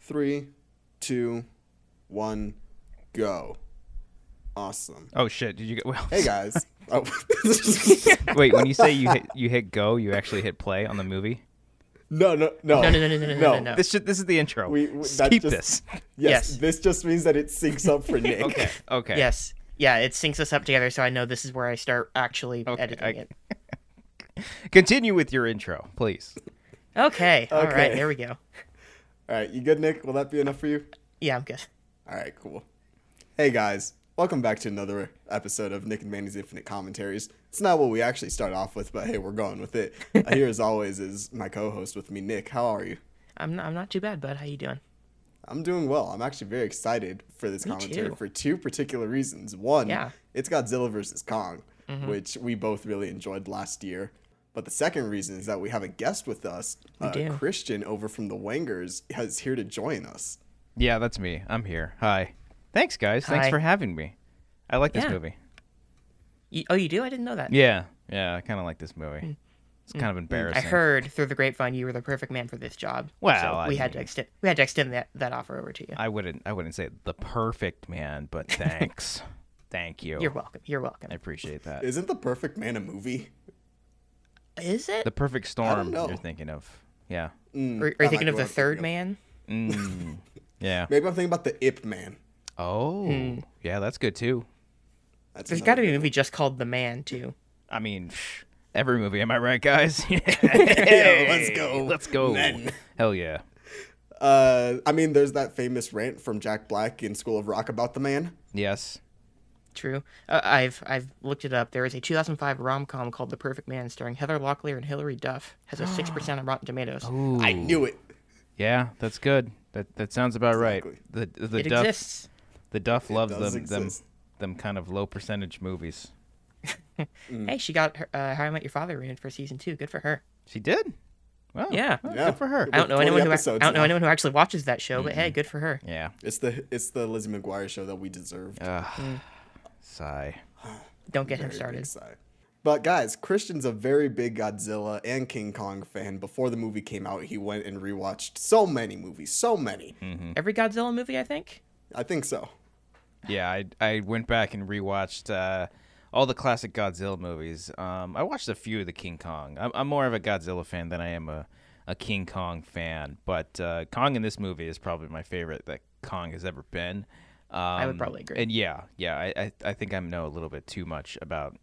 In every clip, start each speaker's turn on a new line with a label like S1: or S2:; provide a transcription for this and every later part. S1: Three, two, one, go. Awesome.
S2: Oh shit! Did you get well?
S1: Hey guys. Oh.
S2: Wait, when you say you hit you hit go, you actually hit play on the movie.
S1: no, no, no.
S3: No, no, no, no, no, no, no, no.
S2: This should, this is the intro.
S1: We- we- that
S2: Keep
S1: just-
S2: this.
S1: Yes,
S3: Yes.
S1: This just means that it syncs up for Nick.
S2: Okay. Okay.
S3: Yes. Yeah, it syncs us up together, so I know this is where I start actually
S2: Okay,
S3: editing
S2: I-
S3: it.
S2: Continue with your intro, please.
S3: Okay. All right.
S1: Okay.
S3: There we go.
S1: All right. You good, Nick? Will that be enough for you?
S3: Yeah, I'm good.
S1: All right, cool. Hey guys, welcome back to another episode of Nick and Manny's Infinite Commentaries. It's not what we actually start off with, but hey, we're going with it. Uh, Here, as always, is my co-host with me, Nick. How are you?
S3: I'm not, I'm not too bad, bud. How you doing?
S1: I'm doing well. I'm actually very excited for this commentary
S3: too.
S1: for two particular reasons. One,
S3: Yeah. Mm-hmm.
S1: it's Godzilla versus Kong, which we both really enjoyed last year. But the second reason is that we have a guest with us, uh,
S3: do.
S1: Christian over from the Wangers, is here to join us.
S2: Yeah, that's me. I'm here. Hi. Thanks, guys. Thanks
S3: Hi.
S2: for having me. I like this
S3: Yeah.
S2: movie.
S3: You, oh, you do? I didn't know that.
S2: Yeah. Yeah. I kind of like this movie. It's kind of
S3: Mm. Mm-hmm. I
S2: embarrassing.
S3: heard through the grapevine you were the perfect man for this job.
S2: Well,
S3: so
S2: I
S3: we had to
S2: mean- Oh.
S3: extend we had to extend that, that offer over to you.
S2: I wouldn't. I wouldn't say the perfect man, but thanks. Thank you.
S3: You're welcome. You're welcome.
S2: I appreciate that.
S1: Isn't the perfect man a movie?
S3: Is it?
S2: The perfect storm
S1: know. Mm.
S2: you're thinking of. Yeah.
S3: Or- are
S1: I
S3: you thinking
S1: might
S3: of
S1: go
S3: the
S1: out for
S3: third
S1: you.
S3: man?
S2: Mm. yeah.
S1: Maybe I'm thinking about the Ip Man.
S2: Oh.
S3: Hmm.
S2: Yeah, that's good too.
S1: That's
S3: There's got to
S1: another-
S3: be a movie just called The Man too.
S2: I mean, psh, every movie, am I right, guys? yeah,
S1: let's go,
S2: Let's go.
S1: men.
S2: Hell yeah.
S1: Uh, I mean, there's that famous rant from Jack Black in School of Rock about the man.
S2: Yes.
S3: True. Uh, I've I've looked it up. There is a 2005 rom com called The Perfect Man, starring Heather Locklear and Hilary Duff. Has a six percent on Rotten Tomatoes.
S2: Oh,
S1: I knew it.
S2: Yeah, that's good. That that sounds about
S1: Exactly.
S2: right. The the
S3: it
S2: Duff
S3: exists.
S2: the Duff loves
S1: does
S2: them them
S1: exist.
S2: them kind of low percentage movies.
S1: Mm.
S3: Hey, she got her, uh, How I Met Your Father renewed for season two. Good for her.
S2: She did. Wow.
S3: Yeah.
S2: Well,
S1: Yeah.
S2: Good for her.
S3: I don't know anyone who ac- I
S1: episodes
S3: don't know
S1: now.
S3: anyone who actually watches that show, but hey, good for her.
S2: Yeah.
S1: It's the it's the Lizzie McGuire show that we deserve.
S2: Sigh.
S3: Don't get
S1: Very
S3: him
S1: big
S3: started.
S1: sigh. But guys, Christian's a very big Godzilla and King Kong fan. Before the movie came out, he went and rewatched so many movies, so many.
S3: Every Godzilla movie, I think.
S1: I think so.
S2: Yeah, I I went back and rewatched uh, all the classic Godzilla movies. Um, I watched a few of the King Kong. I'm, I'm more of a Godzilla fan than I am a, a King Kong fan, but uh, Kong in this movie is probably my favorite that Kong has ever been. Um, I
S3: would probably agree.
S2: And yeah, yeah, I, I I think I know a little bit too much about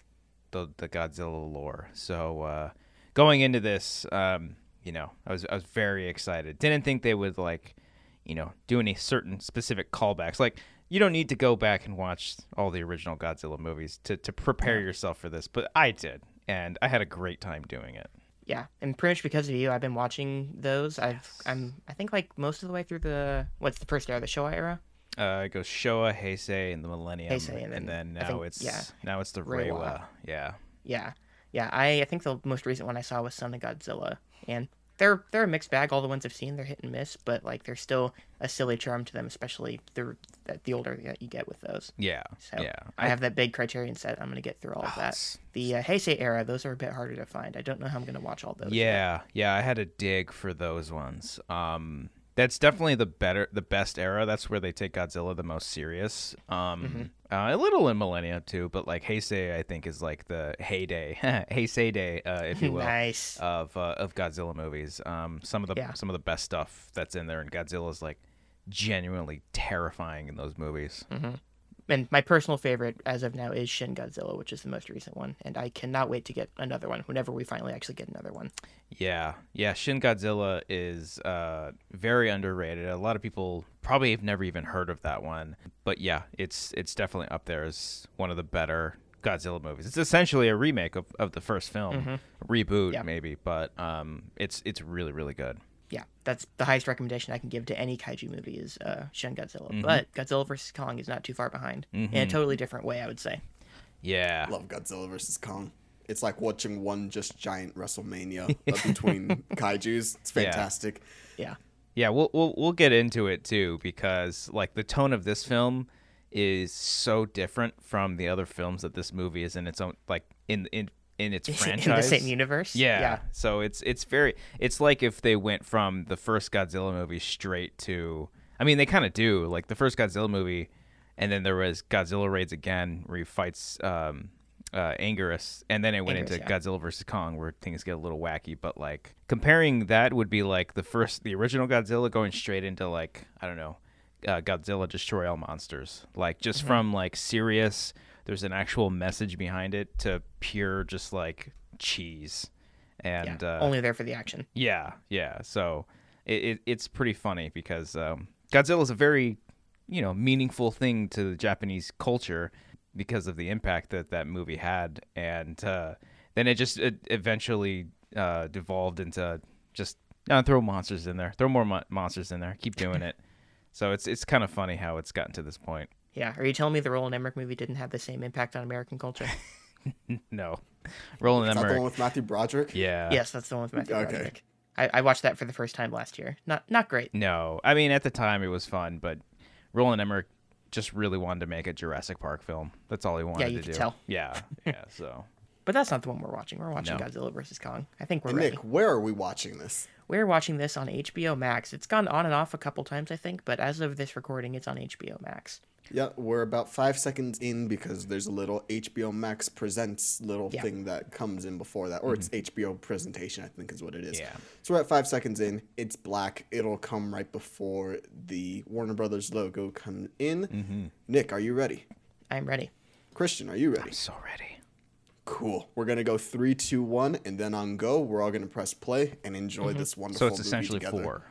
S2: the the Godzilla lore. So uh, going into this, um, you know, I was I was very excited. Didn't think they would like, you know, do any certain specific callbacks. Like you don't need to go back and watch all the original Godzilla movies to to prepare yourself for this, but I did, and I had a great time doing it.
S3: Yeah, and pretty much because of you, I've been watching those. I've I'm I think like most of the way through the what's the first era, the Showa era.
S2: Uh, it goes Showa, Heisei, and the Millennium,
S3: Heisei, and
S2: and then
S3: then I
S2: now
S3: think-
S2: it's
S3: yeah,
S2: now it's the Reiwa.
S3: Reiwa.
S2: Yeah,
S3: Yeah, yeah. I I think the most recent one I saw was Son of Godzilla, and they're they're a mixed bag. All the ones I've seen, they're hit and miss, but like there's still a silly charm to them, especially the the older that you get with those.
S2: yeah,
S3: So
S2: yeah.
S3: I, have that big criterion set. I'm gonna get through all of that.
S2: it's-
S3: The uh, Heisei era, those are a bit harder to find. I don't know how I'm gonna watch all those.
S2: Yeah, yeah, I had a dig for those ones. Um, that's definitely the better, the best era. That's where they take Godzilla the most serious.
S3: Mm-hmm.
S2: Um, uh, a little in Millennia too, but like Heisei, I think is like the heyday, Heisei day, uh, if you will,
S3: Nice.
S2: of uh, of Godzilla movies. Um, some of the
S3: Yeah.
S2: some of the best stuff that's in there, and Godzilla's like genuinely terrifying in those movies.
S3: And my personal favorite as of now is Shin Godzilla, which is the most recent one, and I cannot wait to get another one whenever we finally actually get another one.
S2: Yeah, yeah. Shin Godzilla is uh, very underrated. A lot of people probably have never even heard of that one, but yeah, it's it's definitely up there as one of the better Godzilla movies. It's essentially a remake of, of the first film, reboot
S3: Mm-hmm. Yeah.
S2: maybe, but um, it's it's really really good.
S3: Yeah, that's the highest recommendation I can give to any kaiju movie is uh, Shin Godzilla,
S2: Mm-hmm.
S3: but Godzilla vs Kong is not too far behind in a totally different way, I would say.
S2: Yeah,
S1: Love Godzilla versus Kong. It's like watching one just giant WrestleMania uh, between kaiju's. It's fantastic.
S3: Yeah,
S2: Yeah, we'll, we'll we'll get into it too because like the tone of this film is so different from the other films that this movie is in its own like in in in its franchise
S3: in the same universe.
S2: Yeah. So it's it's very it's like if they went from the first Godzilla movie straight to I mean, they kind of do. Like the first Godzilla movie, and then there was Godzilla raids again, where he fights um, uh, Angerus, and then it went
S3: Angerus,
S2: into
S3: yeah.
S2: Godzilla versus Kong, where things get a little wacky. But like comparing that would be like the first, the original Godzilla going straight into like I don't know, uh, Godzilla destroy all monsters. Like just from like serious, there's an actual message behind it to pure just like cheese.
S3: Yeah,
S2: And uh,
S3: only there for the action.
S2: yeah, yeah. So it, it it's pretty funny because um, Godzilla is a very you know meaningful thing to the Japanese culture because of the impact that that movie had, and uh, then it just it eventually uh, devolved into just uh, throw monsters in there, throw more mon- monsters in there, keep doing it. So it's it's kind of funny how it's gotten to this point.
S3: Yeah. Are you telling me the Roland Emmerich movie didn't have the same impact on American culture?
S2: No, Roland
S1: Is that the one
S2: Emmerich.
S1: with Matthew Broderick?
S2: Yeah.
S3: yes, that's the one with Matthew
S1: Okay.
S3: Broderick. I, I watched that for the first time last year. Not not great.
S2: No, I mean at the time it was fun, but Roland Emmerich just really wanted to make a Jurassic Park film. That's all he wanted
S3: you
S2: to
S3: could
S2: do.
S3: tell.
S2: Yeah, yeah. So
S3: But that's not the one we're watching. We're watching
S2: No.
S3: Godzilla versus Kong. I think we're
S1: And
S3: ready.
S1: Nick, where are we watching this?
S3: We're watching this on HBO Max. It's gone on and off a couple times, I think, but as of this recording, it's on HBO Max.
S1: Yeah, we're about five seconds in because there's a little HBO Max presents little
S3: Yeah.
S1: thing that comes in before that, or it's HBO presentation, I think is what it is.
S2: Mm-hmm. Yeah.
S1: So we're at five seconds in. It's black. It'll come right before the Warner Brothers logo comes in.
S2: Mm-hmm.
S1: Nick, are you ready?
S3: I'm ready.
S1: Christian, are you ready?
S2: I'm so ready.
S1: Cool. We're gonna go three, two, one, and then on go, we're all gonna press play and enjoy this wonderful.
S2: Mm-hmm. So it's
S1: movie
S2: essentially
S1: together.
S2: four.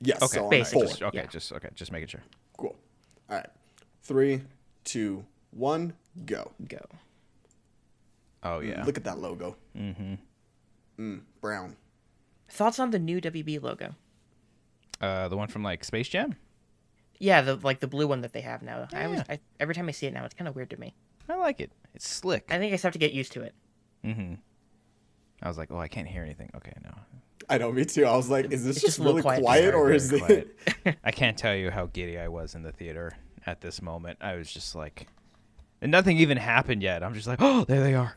S1: Yes.
S2: Okay,
S1: so on
S3: Basically.
S1: four.
S2: Just, okay,
S3: yeah.
S2: just okay, just making sure.
S1: Cool. All right. Three, two, one, go.
S3: Go.
S2: Oh yeah.
S1: Look at that logo. Mm-hmm. Mm, brown.
S3: Thoughts on the new WB logo?
S2: Uh, the one from like Space Jam.
S3: Yeah, the like the blue one that they have now. I, always,
S2: Yeah.
S3: I every time I see it now, it's kind of weird to me.
S2: I like it. It's slick.
S3: I think I just have to get used to it.
S2: I was like, oh, I can't hear anything. Okay, no.
S1: I know, me too. I was like, is this
S3: It's
S1: just,
S3: just a little
S1: really quiet,
S3: quiet.
S2: Very,
S1: or
S2: very
S1: is it?
S2: quiet. I can't tell you how giddy I was in the theater at this moment. I was just like, and nothing even happened yet. I'm just like, oh, there they are.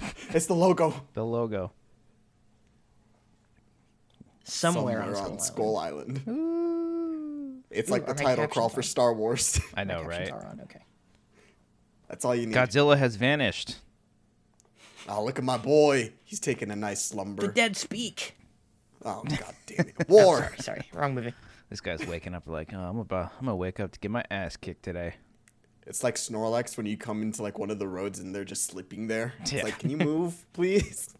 S1: It's the logo.
S2: The logo.
S3: Somewhere, on, Skull Island.
S1: Island. It's
S3: Ooh,
S1: like the
S3: are my
S1: title crawl
S3: captions
S1: for
S3: on?
S1: Star Wars.
S2: I know,
S3: My
S2: right?
S3: captions are on, Okay.
S1: That's all you need.
S2: Godzilla has vanished.
S1: Oh, look at my boy. He's taking a nice
S3: The
S1: slumber.
S3: dead speak.
S1: oh, god damn it. War.
S3: Sorry, sorry, wrong movie.
S2: This guy's waking up like, oh, I'm about, I'm gonna wake up to get my ass kicked today.
S1: It's like Snorlax when you come into like one of the roads and they're just sleeping there. It's
S2: Yeah.
S1: like, can you move, please?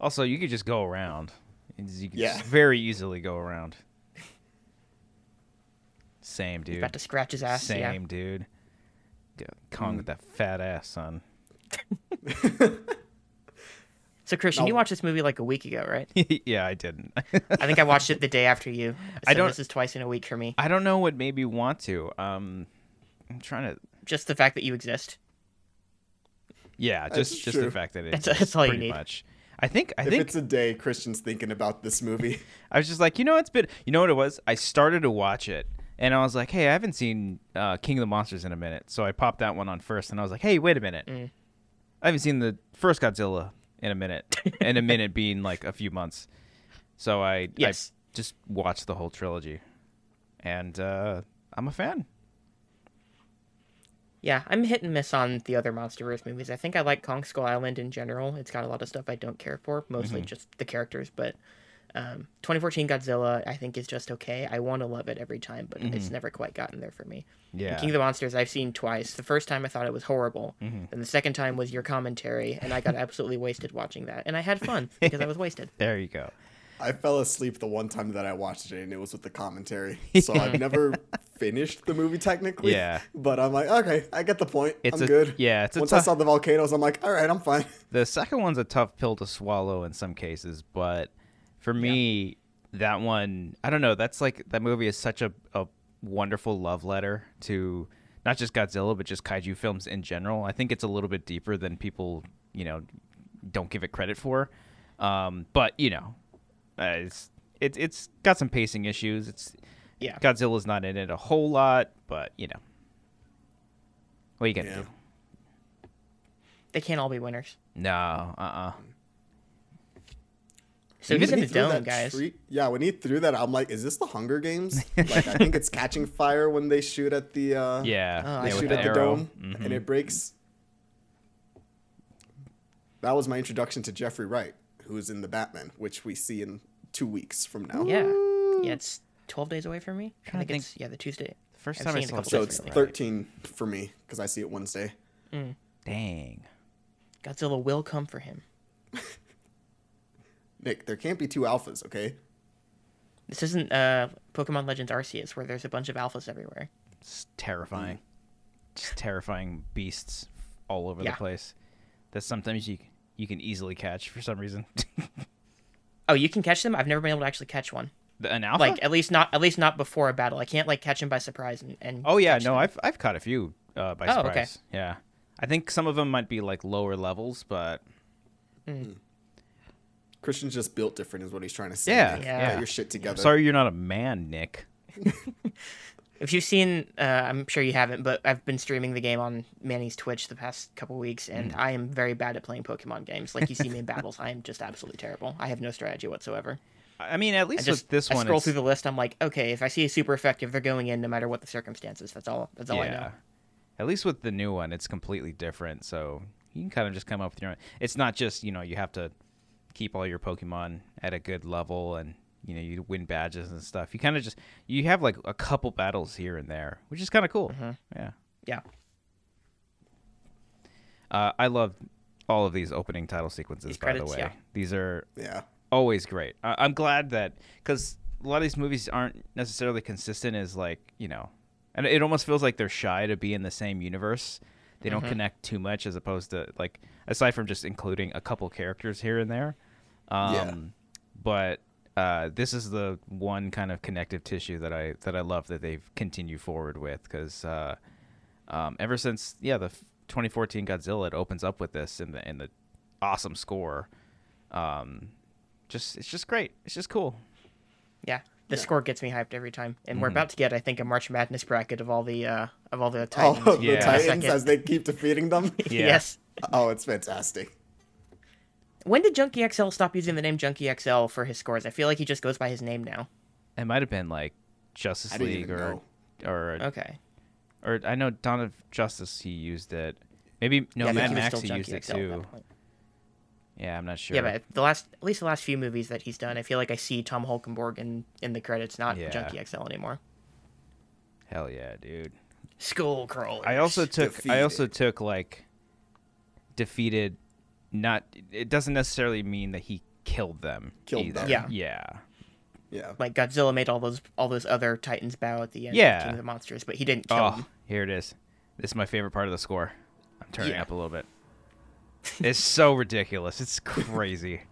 S2: Also, you could just go around. It's- You could
S1: Yeah.
S2: just very easily go around. Same dude.
S3: About to scratch his ass.
S2: Same
S3: Yeah.
S2: dude. Go-
S1: Mm.
S2: Kong with that fat ass, son.
S3: So Christian, you
S1: No.
S3: watched this movie like a week ago, right?
S2: yeah, I didn't.
S3: I think I watched it the day after you.
S2: I
S3: so
S2: don't-
S3: This is twice in a week for me.
S2: I don't know what made me want to. Um, I'm trying to.
S3: Just the fact that you exist.
S2: Yeah,
S1: That's
S2: just just the
S1: true.
S2: fact that it
S3: That's-
S2: exists,
S3: that's all you
S2: pretty
S3: need.
S2: much. I think I
S1: If
S2: think
S1: it's a day, Christian's thinking about this movie.
S2: I was just like, you know, it's been. You know what it was? I started to watch it, and I was like, hey, I haven't seen uh, King of the Monsters in a minute, so I popped that one on first, and I was like, hey, wait a minute,
S3: Mm.
S2: I haven't seen the first Godzilla in a minute, and a minute being like a few months, so I
S3: Yes.
S2: I just watched the whole trilogy, and uh, I'm a fan.
S3: Yeah, I'm hit and miss on the other MonsterVerse movies. I think I like Kong Skull Island in general. It's got a lot of stuff I don't care for, mostly
S2: Mm-hmm.
S3: just the characters. But um, 2014 Godzilla, I think, is just okay. I want to love it every time, but it's never quite gotten there for me. And
S2: Mm-hmm. Yeah.
S3: King of the Monsters, I've seen twice. The first time I thought it was horrible,
S2: Mm-hmm.
S3: and the second time was your commentary, and I got absolutely wasted watching that. And I had fun because I was wasted.
S2: There you go.
S1: I fell asleep the one time that I watched it, and it was with the commentary. So I've never finished the movie technically.
S2: Yeah.
S1: But I'm like, okay, I get the point.
S2: It's
S1: I'm
S2: a-
S1: good.
S2: yeah, it's a
S1: Once I
S2: tough-
S1: saw the volcanoes, I'm like, all right, I'm fine.
S2: The second one's a tough pill to swallow in some cases, but for me, that one, I don't know. That's like that movie is such a, a wonderful love letter to not just Godzilla, but just kaiju films in general. I think it's a little bit deeper than people, you know, don't give it credit for. Um, but you know, uh, it's it's it's got some pacing issues. It's
S3: Yeah.
S2: Godzilla's not in it a whole lot, but you know, what are you gonna
S1: Yeah.
S2: do? uh-uh.
S3: They can't all be winners.
S2: No, uh, uh
S3: So
S1: When
S3: he's in
S1: he
S3: his
S1: threw
S3: dome,
S1: that
S3: guys.
S1: tree- yeah, when he threw that, I'm like, is this the Hunger Games? like, I think it's catching fire when they shoot at the. Uh,
S2: Yeah,
S3: Oh, I
S1: They
S2: yeah,
S3: see
S1: shoot
S2: with the
S1: at the
S2: arrow. Mm-hmm.
S1: dome and it breaks. That was my introduction to Jeffrey Wright, who is in the Batman, which we see in two weeks from now.
S3: Yeah, yeah, it's twelve days away from me. I
S2: Trying to
S3: think, it's yeah the Tuesday.
S2: First
S3: I've
S2: time I
S3: seen it a
S2: saw
S3: couple
S1: So it's
S3: Right.
S1: 13 for me because I see it Wednesday.
S2: Dang.
S3: Godzilla will come for him.
S1: Nick, there can't be two alphas, okay?
S3: This isn't uh Pokemon Legends Arceus where there's a bunch of alphas everywhere.
S2: It's terrifying. Just terrifying beasts all over
S3: Mm. Yeah.
S2: the place. That sometimes you you can easily catch for some reason.
S3: Oh, you can catch them. I've never been able to actually catch one.
S2: The- An alpha?
S3: Like at least not at least not before a battle. I can't like catch him by surprise and, and
S2: oh yeah,
S3: catch
S2: no,
S3: them.
S2: I've I've caught a few uh, by
S3: Oh, okay.
S2: surprise. Yeah, I think some of them might be like lower levels, but
S1: Christian's just built different, is what he's trying to say.
S2: Yeah,
S1: Nick.
S3: yeah.
S1: Get your shit together.
S2: sorry you're not a man, Nick.
S3: If you've seen, uh, I'm sure you haven't, but I've been streaming the game on Manny's Twitch the past couple weeks, and
S2: Mm.
S3: I am very bad at playing Pokemon games. Like you see me in battles, I am just absolutely terrible. I have no strategy whatsoever.
S2: I mean, at
S3: I
S2: least
S3: just
S2: with this
S3: I
S2: one,
S3: scroll
S2: it's-
S3: through the list. I'm like, okay, if I see a super effective, they're going in no matter what the circumstances. That's all. That's all I know.
S2: At least with the new one, it's completely different. So you can kind of just come up with your own. It's not just you know you have to keep all your Pokemon at a good level and you know you win badges and stuff. You kind of just you have like a couple battles here and there, which is kind of cool.
S3: Mm-hmm.
S2: Yeah,
S3: Yeah.
S2: uh, I love all of these opening title sequences.
S3: These
S2: by
S3: credits,
S2: the way,
S3: yeah.
S2: these are
S1: Yeah.
S2: always great. I- I'm glad that because a lot of these movies aren't necessarily consistent. As like you know, and it almost feels like they're shy to be in the same universe. They don't connect too much, as opposed to like aside from just including a couple characters here and there. Um,
S1: Yeah.
S2: But uh, this is the one kind of connective tissue that I that I love that they've continued forward with because uh, um, ever since yeah the f- 2014 Godzilla it opens up with this and the and the awesome score. Um, just it's just great. It's just cool.
S3: Yeah. The score gets me hyped every time, and
S2: Mm-hmm.
S3: we're about to get, I think, a March Madness bracket of all the uh, of all the Titans.
S1: All of
S2: Yeah.
S1: Oh, the Titans
S3: Second.
S1: as they keep defeating them.
S2: Yeah.
S3: Yes.
S1: Oh, it's fantastic.
S3: When did Junkie XL stop using the name Junkie XL for his scores? I feel like he just goes by his name now.
S2: It might have been like Justice
S1: I didn't
S2: League
S1: even
S2: or
S1: know.
S2: or
S3: Okay.
S2: or I know Dawn of Justice he used it. Maybe no
S3: Yeah, I
S2: Mad
S3: think he was
S2: Max
S3: still
S2: he
S3: Junkie
S2: used it
S3: XL at that
S2: too.
S3: point.
S2: Yeah, I'm not sure.
S3: Yeah, but the last, at least the last few movies that he's done, I feel like I see Tom Holkenborg in in the credits, not
S2: Yeah.
S3: Junkie XL anymore.
S2: hell yeah, dude.
S3: Skullcrawler.
S2: I also took I also
S1: Defeated.
S2: took like defeated not it doesn't necessarily mean that he killed them.
S1: Killed
S2: either.
S1: them.
S3: Yeah.
S2: Yeah.
S1: Yeah.
S3: like Godzilla made all those all those other Titans bow at the end. of
S2: Yeah.
S3: King of the monsters, but he didn't kill
S2: Oh,
S3: them.
S2: here it is. This is my favorite part of the score. I'm turning
S3: Yeah.
S2: up a little bit. It's so ridiculous. It's crazy.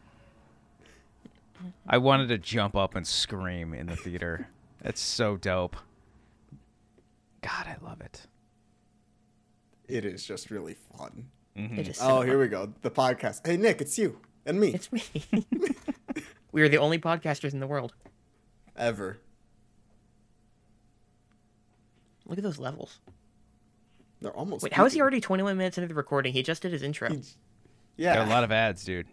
S2: I wanted to jump up and scream in the theater. That's so dope. God, I love it.
S1: It is just really fun.
S2: Mm-hmm.
S3: They just
S1: Oh, here we go. The podcast. Hey, Nick, it's you and me.
S3: It's me. we are the only podcasters in the world.
S1: Ever.
S3: Look at those levels.
S1: They're almost.
S3: Wait, how is he
S1: beating-
S3: already 21 minutes into the recording? He just did his intro.
S2: There are
S1: Yeah,
S2: a lot of ads, dude.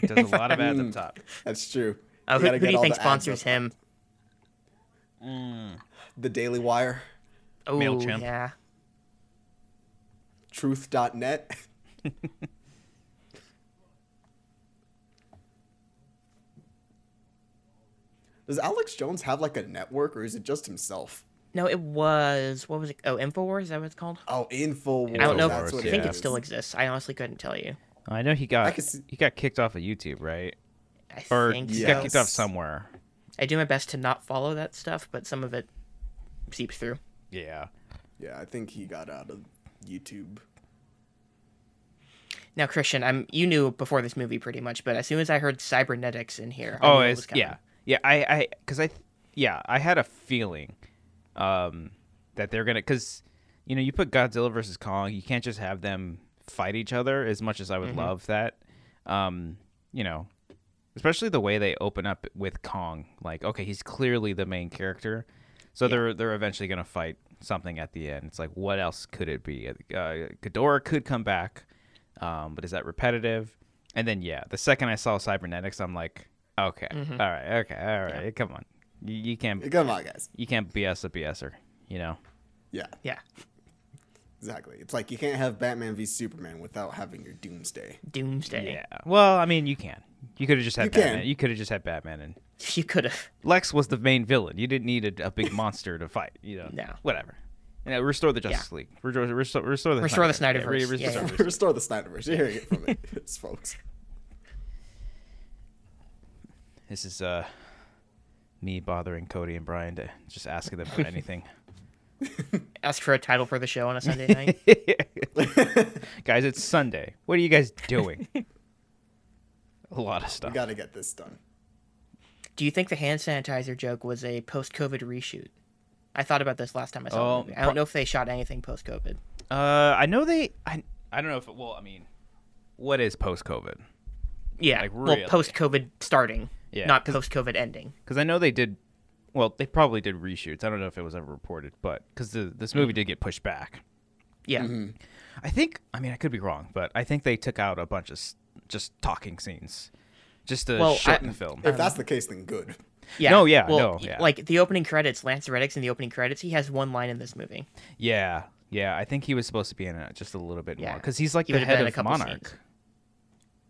S2: He does a lot of ads up top.
S1: that's true.
S3: Oh,
S1: You
S3: who,
S1: gotta
S3: who do
S1: get
S3: you
S1: all
S3: think
S1: the ads
S3: sponsors
S1: up.
S3: him?
S1: The Daily Wire,
S3: Oh,
S2: MailChimp.
S3: yeah.
S1: Truth.net. Does Alex Jones have like a network, or is it just himself?
S3: No, it was what was it? Oh, Infowars. Is that what it's called?
S1: Oh, Infowars.
S3: I don't know.
S1: That's
S2: Infowars,
S1: what
S3: I think
S2: yeah.
S3: it still exists. I honestly couldn't tell you.
S2: I know he got
S1: I could see-
S2: he got kicked off of YouTube, right?
S3: I
S2: Or
S3: think
S2: he
S3: so.
S2: got kicked off
S1: Yes.
S2: somewhere.
S3: I do my best to not follow that stuff, but some of it seeps through.
S2: Yeah.
S1: Yeah, I think he got out of YouTube.
S3: Now, Christian, I'm you knew before this movie pretty much, but as soon as I heard cybernetics in here, I
S2: Oh,
S3: knew it
S2: it's,
S3: was coming.
S2: yeah, yeah. I, I, because I, th- yeah, I had a feeling, um, that they're gonna, because, you know, you put Godzilla versus Kong, you can't just have them fight each other. As much as I
S3: Mm-hmm.
S2: would love that, um, you know, especially the way they open up with Kong, like, okay, he's clearly the main character, so they're they're eventually gonna fight something at the end. It's like, what else could it be? Uh, Ghidorah could come back, um, but is that repetitive? And then yeah, the second I saw cybernetics, I'm like, Okay. All right. Okay. All right. Come on. You, you can't.
S1: Come on, guys.
S2: You can't BS a BSer. You know.
S1: Yeah,
S3: Yeah.
S1: exactly. It's like you can't have Batman v Superman without having your Doomsday.
S3: Doomsday.
S2: Yeah. Well, I mean, you can. You could have just had
S1: You can.
S2: Batman. You could have just had Batman, and
S3: You could have.
S2: Lex was the main villain. You didn't need a, a big monster to fight. You know.
S3: No.
S2: Whatever. You know, restore the Justice League. Restore, restore, restore the
S3: Restore the
S2: Snyder-
S3: Snyderverse.
S2: yeah, re-
S3: Yeah,
S2: restore-
S3: yeah.
S1: Restore the Snyderverse. You're hearing it from me, folks.
S2: This is uh, me bothering Cody and Brian to just asking them for anything.
S3: Ask for a title for the show on a Sunday night.
S2: guys, it's Sunday. What are you guys doing? a lot of stuff.
S1: We gotta get this done.
S3: Do you think the hand sanitizer joke was a post COVID reshoot? I thought about this last time I saw
S2: Oh,
S3: the movie. I don't know if they shot anything post COVID.
S2: Uh, I know they. I I don't know if. Well, I mean, what is post COVID?
S3: Yeah.
S2: Like, really?
S3: Well, post COVID starting,
S2: Yeah,
S3: not
S2: 'cause-
S3: post COVID ending.
S2: Because I know they did. Well, they probably did reshoots. I don't know if it was ever reported, but because this
S3: Mm.
S2: movie did get pushed back.
S3: Yeah.
S2: I think. I mean, I could be wrong, but I think they took out a bunch of s- just talking scenes, just to
S3: Well, I-
S2: shorten the film.
S3: Um,
S1: If that's the case, then good.
S3: Yeah.
S2: No, yeah,
S3: Well,
S2: no,
S3: y-
S2: yeah.
S3: Like the opening credits, Lance Reddick's in the opening credits. He has one line in this movie.
S2: yeah, yeah. I think he was supposed to be in it just a little bit more
S3: Yeah.
S2: because he's like
S3: He
S2: the
S3: would've been
S2: head
S3: in a
S2: of
S3: couple
S2: Monarch.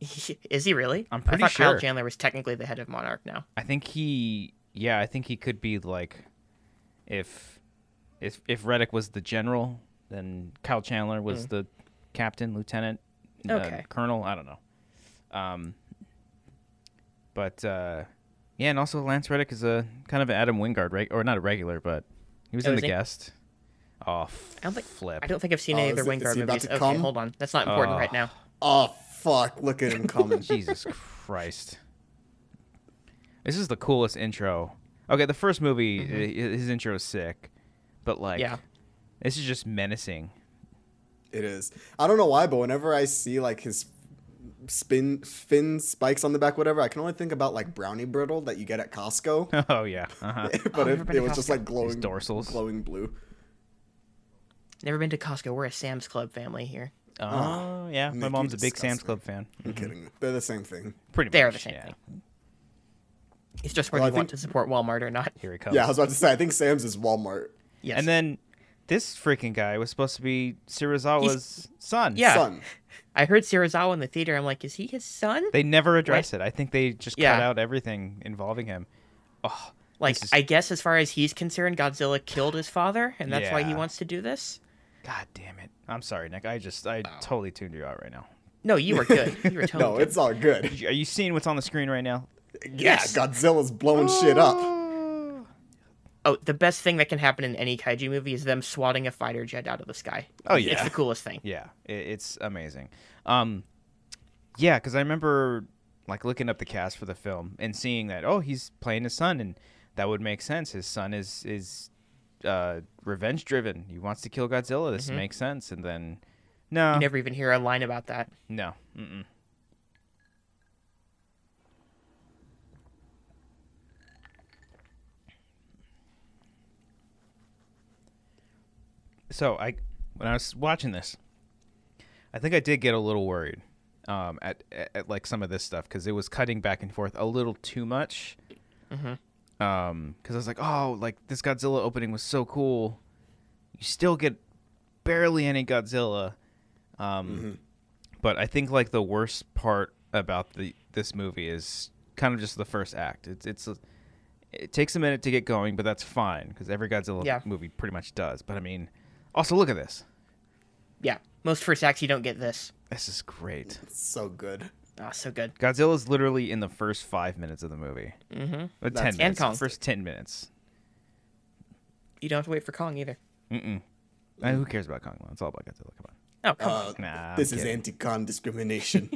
S3: scenes. Is he really?
S2: I'm pretty
S3: I thought
S2: sure.
S3: Kyle Chandler was technically the head of Monarch now.
S2: I think he, yeah, I think he could be like, if, if if Reddick was the general, then Kyle Chandler was the captain, lieutenant, uh,
S3: Hmm. Okay.
S2: colonel. I don't know. Um, but uh, yeah, and also Lance Reddick is a kind of an Adam Wingard, right? Or not a regular, but he was
S3: Oh,
S2: in
S3: is
S2: the
S3: he?
S2: guest. Oh, f-
S3: I don't think
S2: flip.
S3: I don't think I've seen
S1: Oh,
S3: any
S1: is
S3: other
S1: it- is
S3: Wingard
S1: he about
S3: movies.
S1: to
S3: Okay,
S1: come?
S3: hold on. That's not important
S2: Oh.
S3: right now.
S1: Oh fuck! Look at him coming.
S2: Jesus Christ. This is the coolest intro. Okay, the first movie, i i- his intro is sick, but like,
S3: Mm-hmm. Yeah.
S2: this is just menacing.
S1: It is. I don't know why, but whenever I see like his spin fin spikes on the back, whatever, I can only think about like brownie brittle that you get at Costco.
S2: Oh yeah, uh-huh.
S1: but it,
S3: I've never been
S1: it
S3: to
S1: was just
S3: Costco.
S1: like glowing
S2: These dorsals.
S1: glowing blue.
S3: Never been to Costco. We're a Sam's Club family here.
S2: oh yeah. My
S1: Nick, you
S2: mom's a big Sam's
S1: disgust me.
S2: Club fan.
S1: I'm kidding. They're the same thing.
S2: Pretty
S3: They are
S2: much.
S3: the same
S2: yeah.
S3: thing. It's just whether
S1: Well, I
S3: you want
S1: think-
S3: to support Walmart or not.
S2: Here he comes.
S1: Yeah, I was about to say. I think Sam's is Walmart.
S3: Yes.
S2: and then this freaking guy was supposed to be Sirizawa's son.
S3: Yeah.
S1: Son.
S3: I heard Sirizawa in the theater. I'm like, is he his son?
S2: They never address it. I think they just cut
S3: Yeah.
S2: out everything involving him. Oh,
S3: like,
S2: this is-
S3: I guess as far as he's concerned, Godzilla killed his father, and that's why he
S2: Yeah.
S3: wants to do this.
S2: god damn it. I'm sorry, Nick. I just I totally tuned you out right now.
S3: No, you were good. You were totally
S1: No,
S3: good.
S1: it's all good.
S2: Are you seeing what's on the screen right now?
S3: Yes.
S1: Yeah, Godzilla's blowing shit up.
S3: Oh, the best thing that can happen in any kaiju movie is them swatting a fighter jet out of the sky.
S2: Oh, yeah.
S3: it's the coolest thing.
S2: Yeah, i it's amazing. Um, yeah, because I remember like looking up the cast for the film and seeing that oh he's playing his son and that would make sense. His son is is uh, revenge driven. He wants to kill Godzilla. This makes sense. And then no,
S3: You never even hear a line about that.
S2: no, mm-mm. So I, when I was watching this, I think I did get a little worried um, at, at at like some of this stuff because it was cutting back and forth a little too much. Because I was like, oh, like this Godzilla opening was so cool. You still get barely any Godzilla. Um, but I think like the worst part about the this movie is kind of just the first act. It's it's a, it takes a minute to get going, but that's fine because every Godzilla
S3: Yeah.
S2: movie pretty much does. But I mean, also look at this.
S3: Yeah, most first acts you don't get this.
S2: This is great.
S1: It's so good.
S3: Oh, so good.
S2: Godzilla's literally in the first five minutes of the movie. Mm-hmm. But ten
S1: That's
S2: minutes.
S3: Kong.
S2: First ten minutes.
S3: You don't have to wait for Kong either. Mm-hmm.
S2: Uh, who cares about Kong? Lao? It's all about Godzilla. Come on.
S3: Oh, come on.
S1: Uh,
S2: Nah, I'm
S1: this is
S2: kidding.
S1: anti-con discrimination.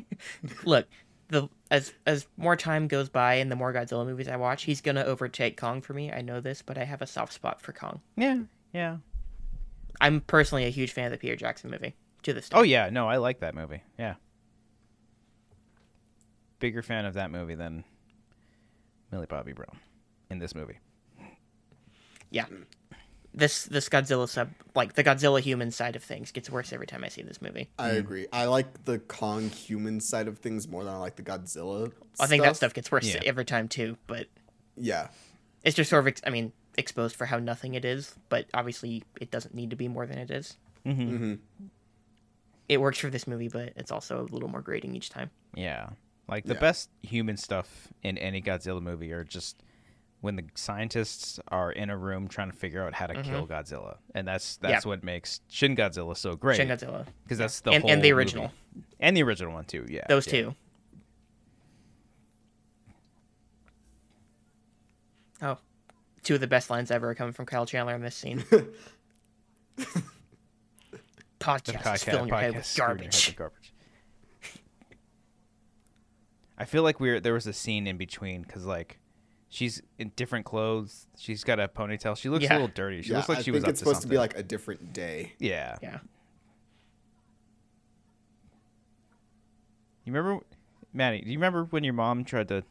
S3: look the as as more time goes by and the more Godzilla movies I watch, he's gonna overtake Kong for me. I know this, but I have a soft spot for Kong.
S2: Yeah, yeah.
S3: I'm personally a huge fan of the Peter Jackson movie to this day.
S2: Oh yeah, no, I like that movie. Yeah. Bigger fan of that movie than Millie Bobby Brown in this movie.
S3: yeah. this this Godzilla sub like the Godzilla human side of things gets worse every time I see this movie.
S1: I agree. I like the Kong human side of things more than I like the Godzilla.
S3: I think that stuff gets worse
S2: Yeah.
S3: every time too, but
S1: Yeah,
S3: it's just sort of ex- I mean exposed for how nothing it is, but obviously it doesn't need to be more than it is.
S1: Mm-hmm.
S3: It works for this movie, but it's also a little more grating each time.
S2: Yeah. Like the
S1: Yeah.
S2: best human stuff in any Godzilla movie are just when the scientists are in a room trying to figure out how to kill Godzilla. And that's that's
S3: Mm-hmm. Yeah.
S2: what makes Shin Godzilla so great.
S3: Shin Godzilla,
S2: Because that's the
S3: and,
S2: whole
S3: and
S2: movie.
S3: the original,
S2: And the original one too, yeah.
S3: those
S2: yeah.
S3: two. Oh, two of the best lines ever come from Kyle Chandler in this scene.
S2: The
S3: podcast is
S2: podcast-
S3: filling your head
S2: podcast
S3: with
S2: is filling your head
S3: garbage.
S2: with garbage. I feel like we were there was a scene in between because like she's in different clothes. She's got a ponytail. She looks
S3: Yeah.
S2: a little dirty. She
S1: yeah.
S2: looks like
S1: I
S2: she
S1: think
S2: was up
S1: it's
S2: to
S1: supposed
S2: something.
S1: to be like a different day.
S2: yeah.
S3: Yeah.
S2: You remember, Maddie? Do you remember when your mom tried to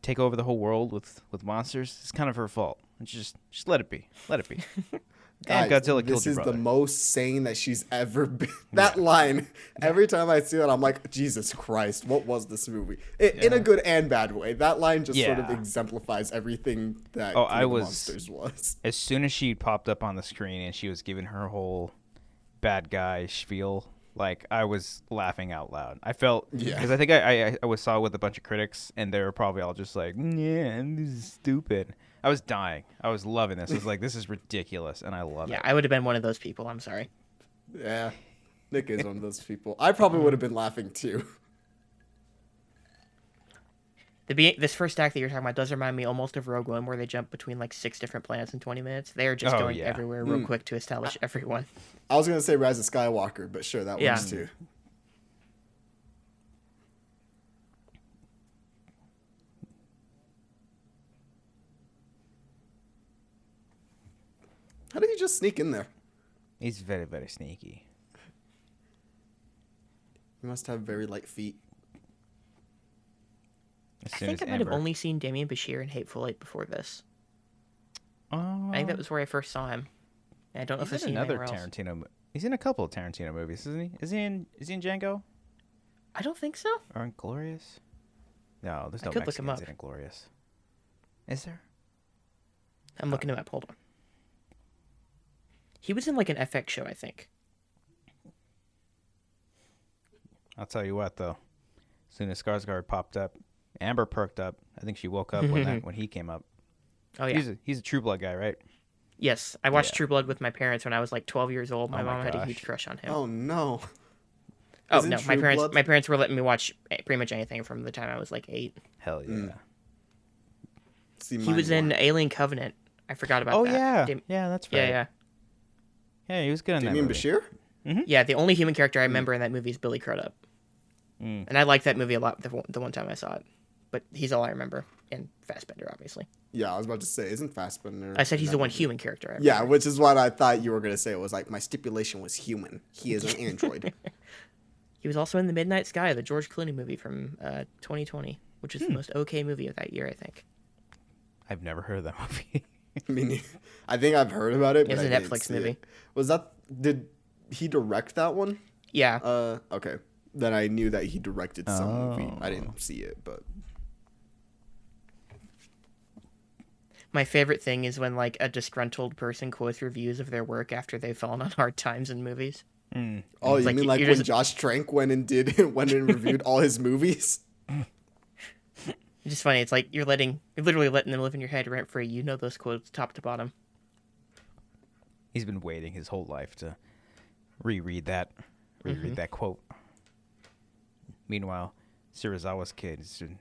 S2: take over the whole world with with monsters? It's kind of her fault. And she just just let it be. Let it be. and
S1: Guys, this
S2: Godzilla killed your
S1: is
S2: brother.
S1: the most sane that she's ever been. that line, every time I see it, I'm like, Jesus Christ, what was this movie? I In a good and bad way. That line just sort of
S2: Yeah.
S1: exemplifies everything that
S2: Oh,
S1: King of
S2: I
S1: the
S2: was-
S1: Monsters was.
S2: as soon as she popped up on the screen and she was giving her whole bad guy spiel, like I was laughing out loud. I felt
S1: Yeah.
S2: because I think I, I I was saw it with a bunch of critics and they were probably all just like, "Mm, yeah, this is stupid. I was dying. I was loving this. I was like, this is ridiculous, and I love
S3: Yeah,
S2: it.
S3: I would have been one of those people. I'm sorry.
S1: Yeah. Nick is one of those people. I probably would have been laughing too.
S3: The be- this first act that you're talking about does remind me almost of Rogue One, where they jump between like six different planets in 20 minutes. They are just
S2: Oh,
S3: going
S2: yeah.
S3: everywhere real quick to establish everyone.
S1: I was gonna say Rise of Skywalker, but sure, that
S3: Yeah.
S1: works too. How did he just sneak in there?
S2: He's very very sneaky.
S1: He must have very light feet.
S2: As
S3: I
S2: soon
S3: think I
S2: as
S3: might have
S2: Amber-
S3: only seen Damien Bashir in Hateful Eight before this.
S2: Oh,
S3: I think that was where I first saw him. And I don't know if I've
S2: He's in
S3: seen
S2: another
S3: another else.
S2: Tarantino. mo- He's in a couple of Tarantino movies, isn't he? Is he in? Is he in Django
S3: I don't think so.
S2: or Inglorious? No, there's
S3: I
S2: no
S3: could look him
S2: Mexicans
S3: up.
S2: in Inglorious. Is there?
S3: I'm looking him up. Hold on. He was in like an FX show, I think.
S2: I'll tell you what, though. As soon as Skarsgård popped up, Amber perked up. I think she woke up when that, when he came up.
S3: Oh yeah.
S2: He's a, he's a True Blood guy, right?
S3: Yes, I watched
S2: Yeah.
S3: True Blood with my parents when I was like 12 years old. My
S2: Oh my
S3: mom had a
S2: gosh.
S3: huge crush on him.
S1: Oh no.
S3: oh
S1: isn't
S3: no, my
S1: True
S3: parents
S1: Blood-
S3: my parents were letting me watch eh, pretty much anything from the time I was like 8.
S2: Hell yeah.
S1: See,
S3: He
S1: mine
S3: was in
S1: won.
S3: Alien Covenant. I forgot about
S2: Oh
S3: that.
S2: yeah,
S3: Dam-
S2: yeah, that's right.
S3: yeah, yeah.
S2: yeah. he was good in that
S1: Damien
S2: movie.
S1: Bashir. Mm-hmm.
S3: Yeah, the only human character I
S1: Mm.
S3: remember in that movie is Billy Crudup.
S2: Mm.
S3: And I liked that movie a lot the, one- the one time I saw it. But he's all I remember. And Fassbender, obviously.
S1: Yeah, I was about to say, isn't Fassbender?
S3: I said he's
S1: in
S3: the
S1: that
S3: one
S1: movie?
S3: human character I remember.
S1: Yeah, which is what I thought you were gonna say. It was like my stipulation was human. He is an android.
S3: He was also in The Midnight Sky, the George Clooney movie from uh, 2020, which is
S1: Hmm.
S3: the most okay movie of that year, I think.
S2: I've never heard of that movie.
S1: I mean, I think I've heard about it.
S3: It was
S1: but
S3: a
S1: I didn't
S3: Netflix
S1: see
S3: movie.
S1: It. Was that did he direct that one?
S3: Yeah.
S1: Uh, okay. Then I knew that he directed some movie. I
S2: Oh.
S1: didn't see it, but
S3: My favorite thing is when like a disgruntled person quotes reviews of their work after they've fallen on hard times in movies.
S1: oh, you
S3: like
S1: mean
S3: you-
S1: like
S3: you
S1: when
S3: just-
S1: Josh Trank went and did went and reviewed all his movies?
S3: It's just funny. It's like you're letting, you're literally letting them live in your head rent free. You know those quotes top to bottom.
S2: he's been waiting his whole life to reread that reread
S3: Mm-hmm.
S2: that quote. Meanwhile, Sirizawa's kid is just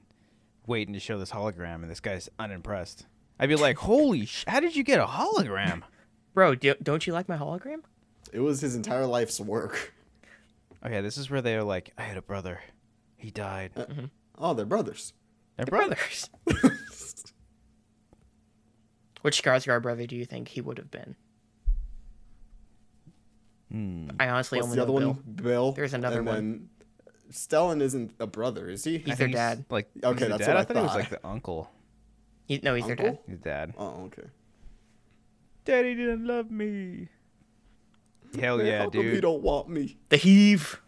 S2: waiting to show this hologram, and this guy's unimpressed. I'd be like, "Holy sh! How did you get a hologram?"
S3: Bro, do, don't you like my hologram?
S1: It was his entire life's work.
S2: okay, this is where they are like, "I had a brother, he died."
S1: Oh, they're brothers.
S2: Their brother.
S3: Brothers. Which Skarsgård brother do you think he would have been? I honestly
S1: Hmm. What's the
S3: only know
S1: other
S3: Bill.
S1: one? Bill.
S3: There's another
S1: and
S3: one.
S1: Then Stellan isn't a brother, is he?
S3: He's
S2: I think
S3: their
S2: he's,
S3: dad.
S2: Like,
S1: Okay,
S2: he's the
S1: that's
S2: dad.
S1: what
S2: I
S1: I
S2: thought he was
S1: thought. Uh,
S2: like the uncle.
S1: Oh,
S3: He- no, he's their dad.
S1: Uncle?
S2: His dad.
S1: Oh, okay.
S2: Daddy didn't love me. Hell
S1: Man,
S2: yeah,
S1: how come you
S2: dude.
S1: don't want me?
S3: The heave.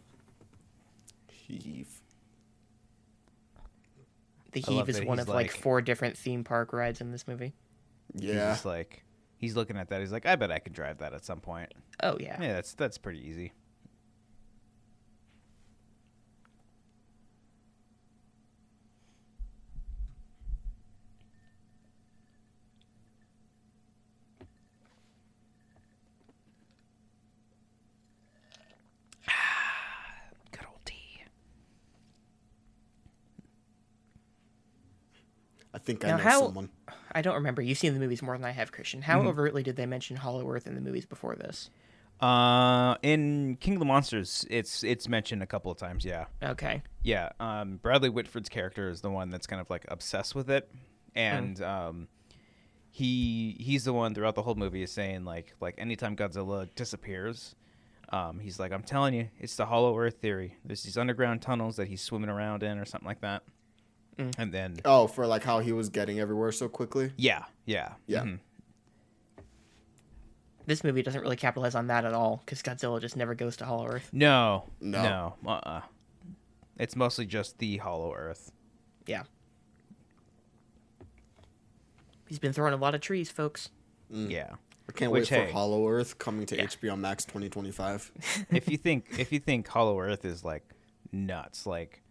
S1: Heave.
S3: The
S2: I love
S3: heave is
S2: that
S3: one
S2: he's
S3: of like,
S2: like-
S3: four different theme park rides in this movie.
S2: He's
S1: Yeah.
S2: just like he's looking at that. He's like, I bet I can drive that at some point.
S3: Oh yeah.
S2: Yeah, that's that's pretty easy. Good old tea.
S1: I think I
S3: Now
S1: know
S3: how-
S1: someone.
S3: I don't remember. You've seen the movies more than I have, Christian. How
S2: Mm-hmm.
S3: overtly did they mention Hollow Earth in the movies before this?
S2: Uh, in King of the Monsters, it's it's mentioned a couple of times. Yeah.
S3: Okay.
S2: Yeah, um, Bradley Whitford's character is the one that's kind of like obsessed with it, and um, he he's the one throughout the whole movie is saying like like anytime Godzilla disappears, um, he's like I'm telling you, it's the Hollow Earth theory. There's these underground tunnels that he's swimming around in or something like that, and then
S1: Oh, for like how he was getting everywhere so quickly.
S2: yeah, yeah,
S1: Yeah.
S2: mhm.
S3: This movie doesn't really capitalize on that at all because Godzilla just never goes to Hollow Earth.
S2: no,
S1: No.
S2: no, uh, uh it's mostly just the Hollow Earth.
S3: Yeah. He's been throwing a lot of trees, folks.
S2: Yeah,
S1: I can't
S2: Which,
S1: wait for
S2: hey.
S1: Hollow Earth coming to HBO Max 2025.
S2: if you think if you think Hollow Earth is like nuts, like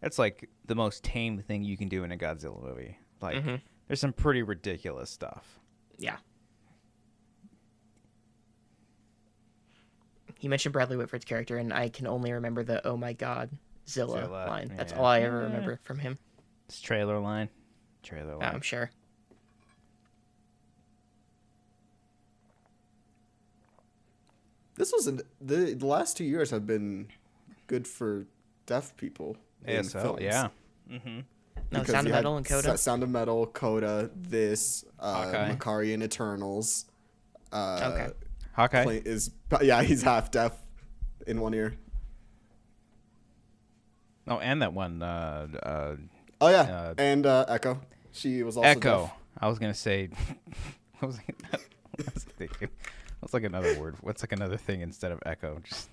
S2: that's like the most tame thing you can do in a Godzilla movie. Like
S3: Mm-hmm.
S2: there's some pretty ridiculous stuff.
S3: Yeah. He mentioned Bradley Whitford's character, and I can only remember the "Oh my God, Zilla"
S2: Zilla,
S3: line. That's
S2: yeah.
S3: all I ever remember from him.
S2: This trailer line, trailer line.
S3: I'm sure.
S1: This was an, the, the last two years have been good for deaf people. in
S2: ASL,
S1: films.
S2: yeah.
S3: No,
S1: Because
S3: Sound
S1: you
S3: of
S1: had
S3: Metal and Coda.
S1: S- Sound of Metal, Coda, this, uh,
S2: Hawkeye.
S1: Makari and Eternals. Uh,
S3: Okay.
S2: Hawkeye.
S1: Clint is yeah, he's half deaf in one ear.
S2: Oh, and that one, uh,
S1: Oh yeah,
S2: Uh,
S1: and uh, Echo. She was
S2: uh,
S1: also
S2: Echo.
S1: deaf.
S2: I was gonna say. what was I, what was I thinking? What's like another word? What's like another thing instead of echo? Just,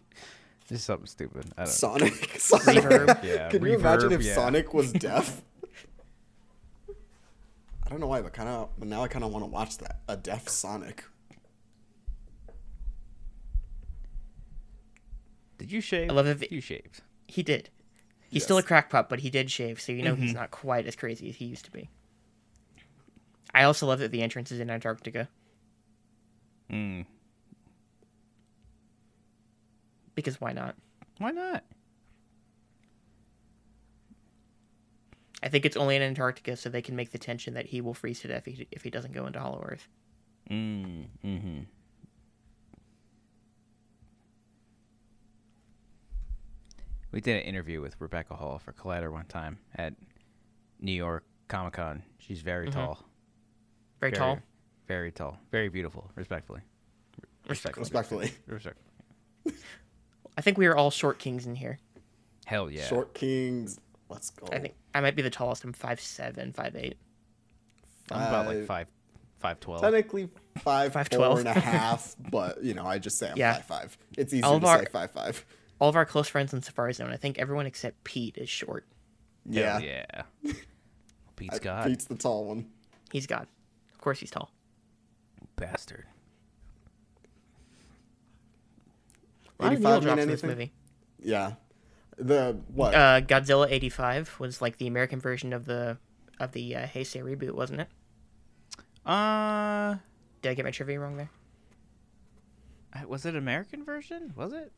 S2: just something stupid. I don't. know.
S1: Sonic. Sonic.
S3: Reverb.
S2: Yeah,
S1: Could you imagine
S2: reverb,
S1: if
S2: yeah.
S1: Sonic was deaf? I don't know why, but kind of. But now I kind of want to watch that a deaf Sonic.
S2: Did you shave?
S3: I love it.
S2: You shaved.
S3: He did. He's still a
S1: Yes. Mm-hmm.
S3: crackpot, but he did shave, so you know he's not quite as crazy as he used to be. I also love that the entrance is in Antarctica
S2: Mm.
S3: because why not?
S2: Why not?
S3: I think it's only in Antarctica so they can make the tension that he will freeze to death if he, if he doesn't go into Hollow Earth.
S2: Mm, mm-hmm. We did an interview with Rebecca Hall for Collider one time at New York Comic Con. She's very tall.
S3: Mm-hmm. Very, tall.
S2: Very tall. Very beautiful. Respectfully. Respectfully.
S1: Respectfully,
S2: Respect.
S3: I think we are all short kings in here.
S2: Hell yeah.
S1: short kings. Let's go.
S3: I think I might be the tallest. I'm five seven, five eight.
S2: I'm about like
S1: Five-
S2: five, five twelve.
S1: Technically five,
S3: Five,
S1: four and a half,
S3: twelve.
S1: but you know, I just say I'm
S3: Yeah.
S1: five five. It's easier
S3: All
S1: to
S3: of our-
S1: say five five.
S2: Oh,
S3: All of our close friends in Safari Zone. I think everyone except Pete is short.
S1: Yeah,
S2: Hell yeah. Pete's God.
S1: Pete's the tall one.
S3: He's God. Of course he's tall.
S2: Bastard.
S3: A lot of
S1: 85
S3: needle
S1: mean
S3: drops in this
S1: anything?
S3: movie.
S1: Yeah, the what?
S3: Uh, Godzilla '85 was like the American version of the of the uh, Heisei reboot, wasn't it?
S2: Uh,
S3: Did I get my trivia wrong there?
S2: was it American version? Was it?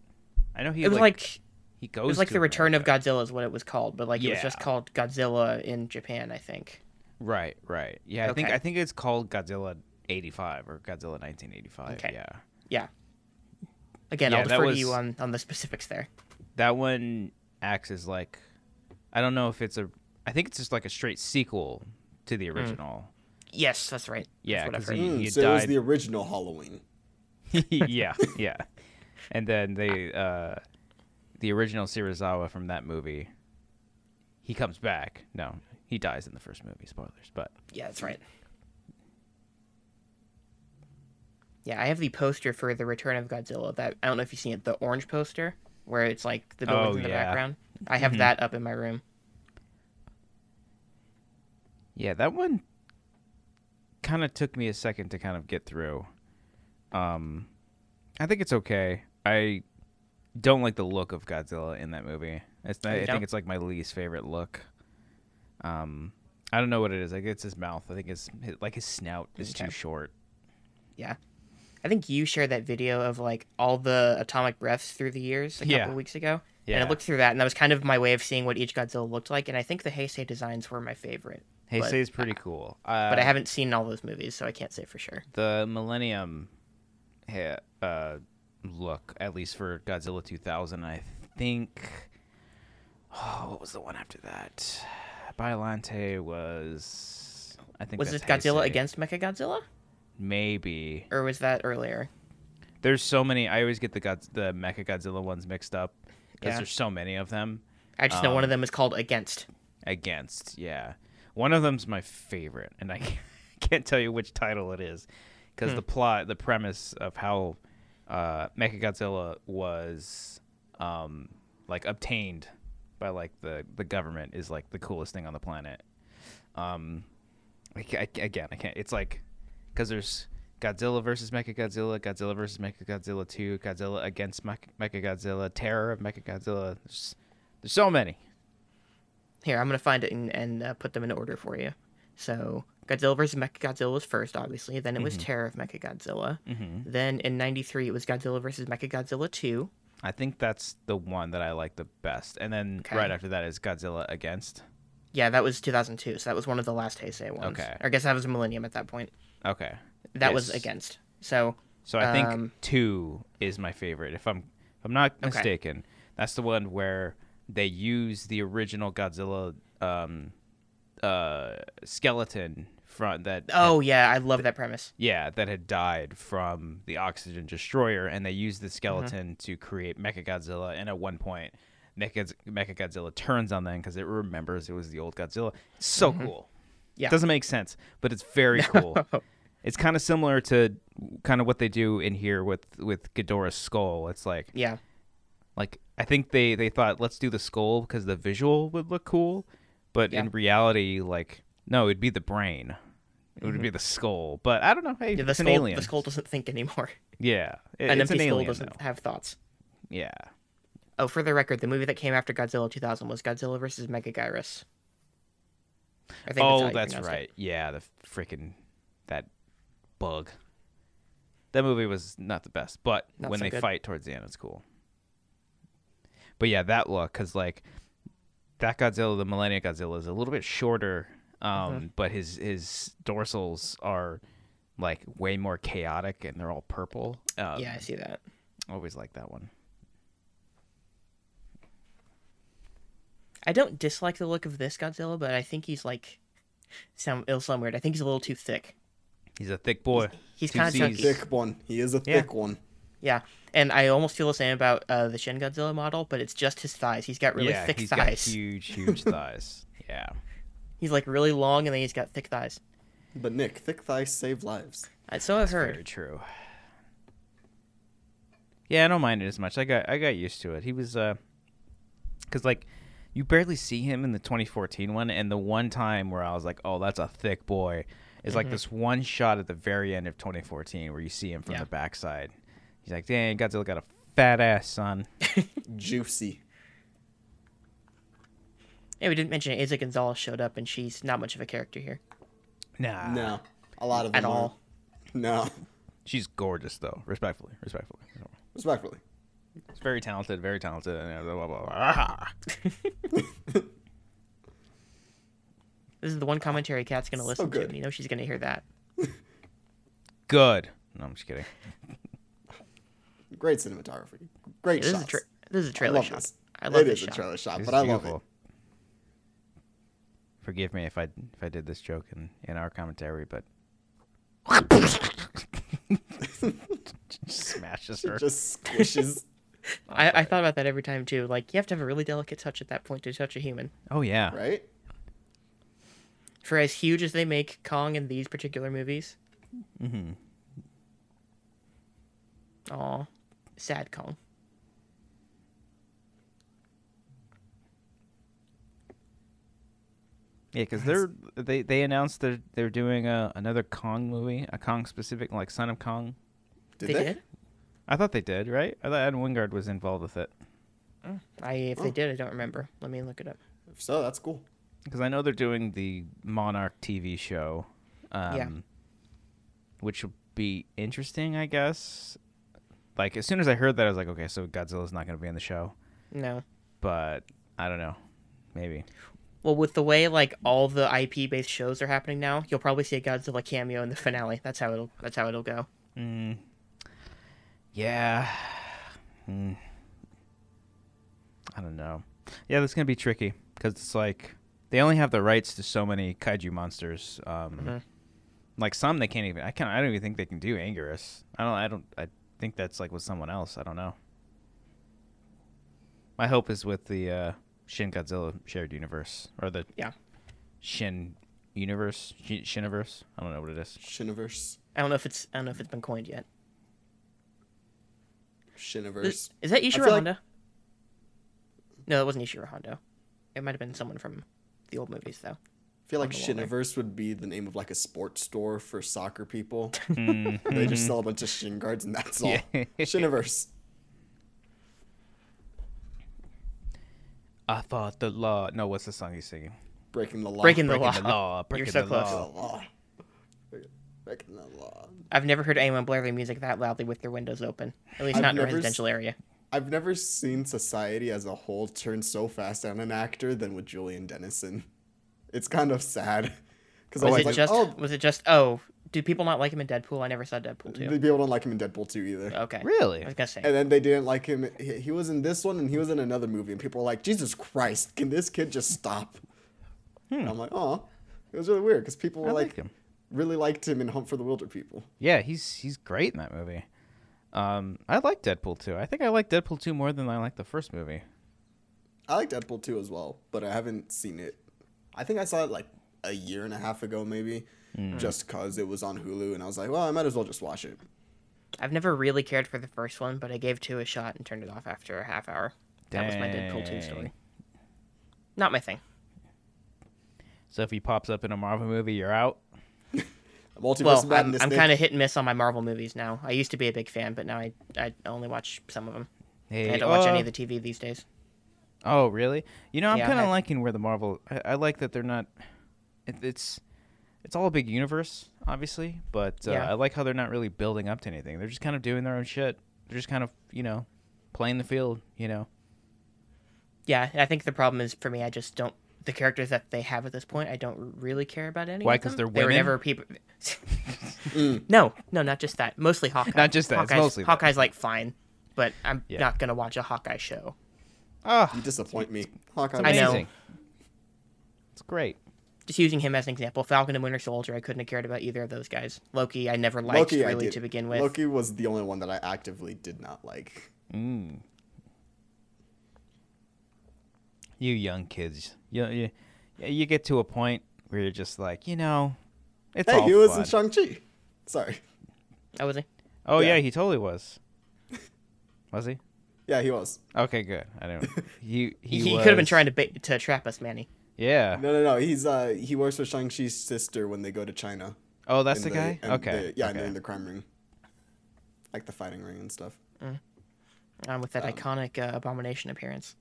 S2: I know he
S3: It was
S2: like,
S3: like,
S2: he goes.
S3: it was like the Return of Godzilla is what it was called, but like it was
S2: Yeah.
S3: just called Godzilla in Japan, I think.
S2: Right, right. Yeah, I think
S3: Okay.
S2: I think it's called Godzilla '85 or Godzilla 1985.
S3: Okay.
S2: Yeah,
S3: Yeah. Again,
S2: Yeah,
S3: I'll
S2: that
S3: defer to you
S2: was-
S3: on on the specifics there.
S2: that one acts as like, I don't know if it's a. I think it's just like a straight sequel to the original.
S3: Yes, that's right.
S2: Yeah,
S3: that's what I've
S2: 'cause
S3: heard.
S2: he-
S1: Hmm,
S2: you
S1: so it was
S2: died-
S1: the original Halloween.
S2: yeah, yeah. And then they, uh, the original Serizawa from that movie, he comes back. No, he dies in the first movie. Spoilers, but
S3: Yeah, that's right. Yeah, I have the poster for the Return of Godzilla. That I don't know if you've seen it, the orange poster where it's like the buildings
S2: Oh,
S3: in the
S2: yeah. Mm-hmm.
S3: background. I have that up in my room.
S2: Yeah, that one kind of took me a second to kind of get through. Um, I think it's okay. I don't like the look of Godzilla in that movie. It's not,
S3: You
S2: I
S3: don't?
S2: think it's like my least favorite look. Um, I don't know what it is. Like it's his mouth. I think it's his, like his snout is too
S3: Okay.
S2: short.
S3: Yeah. I think you shared that video of like all the atomic breaths through the years a couple
S2: Yeah.
S3: weeks ago. And
S2: Yeah.
S3: I looked through that and that was kind of my way of seeing what each Godzilla looked like and I think the Heisei designs were my favorite.
S2: Hey,
S3: but,
S2: say is pretty cool. Uh,
S3: but I haven't seen all those movies so I can't say for sure.
S2: the Millennium ha- uh, look, at least for Godzilla 2000, I think. Oh, what was the one after that? Biolante was. I think
S3: Was
S2: that's
S3: this Godzilla
S2: Heisei.
S3: against Mechagodzilla
S2: Maybe
S3: or was that earlier?
S2: there's so many. I always get the God- the Mecha Godzilla ones mixed up because
S3: Yeah.
S2: there's so many of them.
S3: I just know one
S2: Um,
S3: of them is called Against.
S2: Against, yeah, one of them's my favorite, and I can't- can't tell you which title it is because the plot, the premise of how uh, Mechagodzilla was um, like obtained by like the the government is like the coolest thing on the planet. Um, I ca- I ca- again, I can't. It's like because there's Godzilla versus Mechagodzilla, Godzilla versus Mechagodzilla two, Godzilla against Mech- Mechagodzilla, Terror of Mechagodzilla. There's, there's so many.
S3: Here, I'm gonna find it and, and uh, put them in order for you. So Godzilla vs. Mechagodzilla was first, obviously. Then it was
S2: Mm-hmm.
S3: Terror of Mechagodzilla. Then in '93, it was Godzilla vs. Mechagodzilla 2.
S2: I think that's the one that I like the best. And then
S3: Okay.
S2: right after that is Godzilla Against.
S3: Yeah, that was 2002. So that was one of the last Heisei ones.
S2: Okay.
S3: Or I guess that was Millennium at that point.
S2: Okay.
S3: That was
S2: Yes.
S3: Against. So
S2: So I
S3: um,
S2: think two is my favorite. If I'm if I'm not mistaken, that's the one where they use the original Godzilla um, uh, skeleton front that
S3: oh yeah, I love that premise.
S2: yeah that had died from the oxygen destroyer, and they used the skeleton to create Mechagodzilla. And at one point, Mecha Mechagodzilla turns on them because it remembers it was the old Godzilla. It's so cool.
S3: Yeah.
S2: Doesn't make sense, but it's very cool. It's kind of similar to kind of what they do in here with with Ghidorah's skull. It's like
S3: Yeah.
S2: like I think they they thought let's do the skull because the visual would look cool, but
S3: Yeah.
S2: in reality, like no, it'd be the brain. It would be the skull. But I don't know. Hey,
S3: Mm-hmm. Yeah, the
S2: it's
S3: skull.
S2: an alien.
S3: The skull doesn't think anymore.
S2: Yeah, it-
S3: an
S2: it's
S3: empty
S2: an
S3: skull
S2: alien.
S3: doesn't
S2: though.
S3: have thoughts.
S2: Yeah.
S3: Oh, for the record, the movie that came after Godzilla 2000 was Godzilla vs. Megaguirus. I think how
S2: Oh,
S3: you
S2: that's
S3: pronounce it.
S2: right. Yeah, the freaking that bug. That movie was not the best, but
S3: Not
S2: when
S3: so
S2: they
S3: good.
S2: fight towards the end, it's cool. But yeah, that look because like that Godzilla, the Millennium Godzilla, is a little bit shorter, um,
S3: Mm-hmm.
S2: but his his dorsals are like way more chaotic and they're all purple. Um,
S3: Yeah, I see that.
S2: I always like that one.
S3: I don't dislike the look of this Godzilla, but I think he's like sound it'll sound weird. I think he's a little too thick.
S2: He's a thick boy.
S3: he's
S2: Two
S3: kinda
S2: Zs.
S3: chunky.
S1: Thick one. He is a
S2: Yeah.
S1: thick one.
S3: Yeah, and I almost feel the same about uh, the Shin Godzilla model, but it's just his thighs. He's got really
S2: yeah,
S3: thick
S2: he's got
S3: thighs.
S2: huge, huge thighs. Yeah.
S3: He's like really long, and then he's got thick thighs.
S1: But Nick, thick thighs save lives.
S3: Uh, So I've
S2: Very
S3: heard.
S2: true. Yeah, I don't mind it as much. I got I got used to it. He was uh cuz like you barely see him in the 2014 one and the one time where I was like, "Oh, that's a thick boy." Is
S3: Mm-hmm.
S2: like this one shot at the very end of 2014 where you see him from
S3: Yeah.
S2: the backside. He's like, "Dang, Godzilla got a fat ass, son."
S1: Juicy.
S3: Yeah, we didn't mention Isa Gonzalez showed up, and she's not much of a character here
S2: Nah.
S1: No. A lot of them
S3: at
S2: Mm-hmm.
S3: all.
S1: aren't. No.
S2: She's gorgeous though. Respectfully, respectfully.
S1: Respectfully.
S2: She's very talented, very talented. and blah, blah, blah, blah.
S3: This is the one commentary Kat's gonna listen to.
S1: good.
S3: And you know she's gonna hear that.
S2: Good. No, I'm just kidding.
S1: Great cinematography. Great
S3: Yeah, this is
S1: shots.
S3: a tra- this is a
S1: I
S3: trailer
S1: love
S3: shot.
S1: this.
S3: I love
S1: it
S3: this
S1: is
S3: shot.
S1: a trailer shot,
S2: This
S1: but
S2: is
S1: I love it.
S2: beautiful. Forgive me if I if I did this joke in, in our commentary, but Just smashes her.
S1: It just squishes.
S3: I, I thought about that every time too. Like you have to have a really delicate touch at that point to touch a human.
S2: oh yeah,
S1: right? Mm-hmm.
S3: For as huge as they make Kong in these particular movies, Aw, sad Kong.
S2: Yeah, because they're they they announced they're they're doing a, another Kong movie, a Kong specific like Son of Kong.
S1: Did
S3: they,
S1: they?
S3: did.
S2: I thought they did, right? I thought Ed Wingard was involved with it
S3: I if
S1: Oh.
S3: they did, I don't remember. Let me look it up.
S1: If so, that's cool.
S2: because I know they're doing the Monarch TV show, um,
S3: Yeah.
S2: which will be interesting, I guess. Like as soon as I heard that, I was like, okay, so Godzilla's not going to be in the show,
S3: No.
S2: but I don't know, maybe.
S3: Well, with the way like all the IP based shows are happening now, you'll probably see a Godzilla cameo in the finale. That's how it'll that's how it'll go.
S2: Mm. Yeah. Mm. I don't know. Yeah, that's going to be tricky because it's like they only have the rights to so many kaiju monsters. Um, Like some they can't even. I can not I don't even think they can do Anguirus. I don't. I don't. I think that's like with someone else. I don't know. My hope is with the uh, Shin Godzilla shared universe or the
S3: Yeah.
S2: Shin universe, Shin- Shiniverse. I don't know what it is.
S1: Shiniverse.
S3: I don't know if it's I don't know if it's been coined yet. Is,
S1: Shiniverse.
S3: is that
S1: feel
S3: Ishiro
S1: like-
S3: Honda? No, it wasn't Ishiro Honda. It might have been someone from the old movies though.
S1: I feel like
S3: on the wall
S1: Shiniverse would be the name of like a sports store for soccer people. they
S3: Mm-hmm.
S1: just sell a bunch of shin guards and that's all.
S2: Yeah.
S1: Shiniverse.
S2: I thought the law. No, what's the song he's singing?
S1: Breaking the law.
S3: Breaking the
S2: breaking
S3: law.
S2: the law. Breaking
S3: You're so
S2: the
S3: close.
S2: law.
S1: law. Breaking the law.
S3: I've never heard anyone blare their music that loudly with their windows open. At least
S1: I've
S3: not in a
S1: never s-
S3: residential area.
S1: I've never seen society as a whole turn so fast on an actor than with Julian Dennison. It's kind of sad. Because I
S3: Was
S1: was
S3: it
S1: like,
S3: just
S1: oh,
S3: was it just oh, do people not like him in Deadpool? I never saw Deadpool
S1: the
S3: too.
S1: people don't like him in Deadpool 2 either.
S3: Okay.
S2: Really?
S3: I was gonna say.
S1: And then they didn't like him. He he was in this one and he was in another movie. And people were like, Jesus Christ, can this kid just stop? And I'm like, oh. It was really weird because people were
S2: I
S1: like,
S2: liked him.
S1: really liked him in Hunt for the Wilder People.
S2: Yeah, he's he's great in that movie. Um, I like Deadpool 2. I think I like Deadpool 2 more than I like the first movie.
S1: I like Deadpool 2 as well, but I haven't seen it. I think I saw it like a year and a half ago, maybe,
S3: Mm.
S1: just because it was on Hulu. And I was like, well, I might as well just watch it.
S3: I've never really cared for the first one, but I gave two a shot and turned it off after a half hour. That was my Deadpool 2
S2: Dang.
S3: story. Not my thing.
S2: So if he pops up in a Marvel movie, you're out.
S1: Multiverse
S3: Well, I'm,
S1: Madness.
S3: I'm
S1: Nick.
S3: kind of hit and miss on my Marvel movies now. I used to be a big fan, but now I, I only watch some of them.
S2: Hey,
S3: I don't watch
S2: oh,
S3: any of the TV these days.
S2: Oh, really? You know, I'm
S3: Yeah,
S2: kind of
S3: I-
S2: liking where the Marvel. I, I like that they're not. It, it's it's all a big universe, obviously, but uh,
S3: Yeah.
S2: I like how they're not really building up to anything. They're just kind of doing their own shit. They're just kind of you know playing the field. You know.
S3: Yeah, I think the problem is for me, I just don't. The characters that they have at this point, I don't really care about any.
S2: Why,
S3: of
S2: 'cause
S3: them.
S2: they're
S3: They were
S2: women?
S3: never people. No, no, not just that. Mostly Hawkeye.
S2: Not just that, it's
S3: Hawkeye's,
S2: mostly that.
S3: Hawkeye's like fine, but I'm
S2: Yeah.
S3: not gonna watch a Hawkeye show.
S2: Ah,
S1: You disappoint me. Hawkeye
S2: it's
S1: was-
S3: know.
S2: amazing. It's great.
S3: just using him as an example, Falcon and Winter Soldier, I couldn't have cared about either of those guys. Loki, I never liked
S1: Loki, I
S3: really
S1: did.
S3: to begin with.
S1: Loki was the only one that I actively did not like.
S2: you young kids, you, you you get to a point where you're just like, you know, it's
S1: Hey,
S2: all
S1: he was
S2: fun.
S1: in Shang-Chi. Sorry.
S3: I was like,
S2: oh yeah.
S1: yeah.
S2: he totally was. Was he?
S1: Yeah, he was.
S2: Okay, good. I don't. He he,
S3: he, could have been
S2: was-
S3: trying to bait, to trap us, Manny.
S2: Yeah.
S1: No, no, no. He's uh, he works with Shang-Chi's sister when they go to China.
S2: Oh, that's
S1: in
S2: the, guy.
S1: and
S2: okay.
S1: the- yeah, and
S2: okay.
S1: they're in the crime ring, like the fighting ring and stuff.
S3: Um, with that iconic uh, abomination appearance.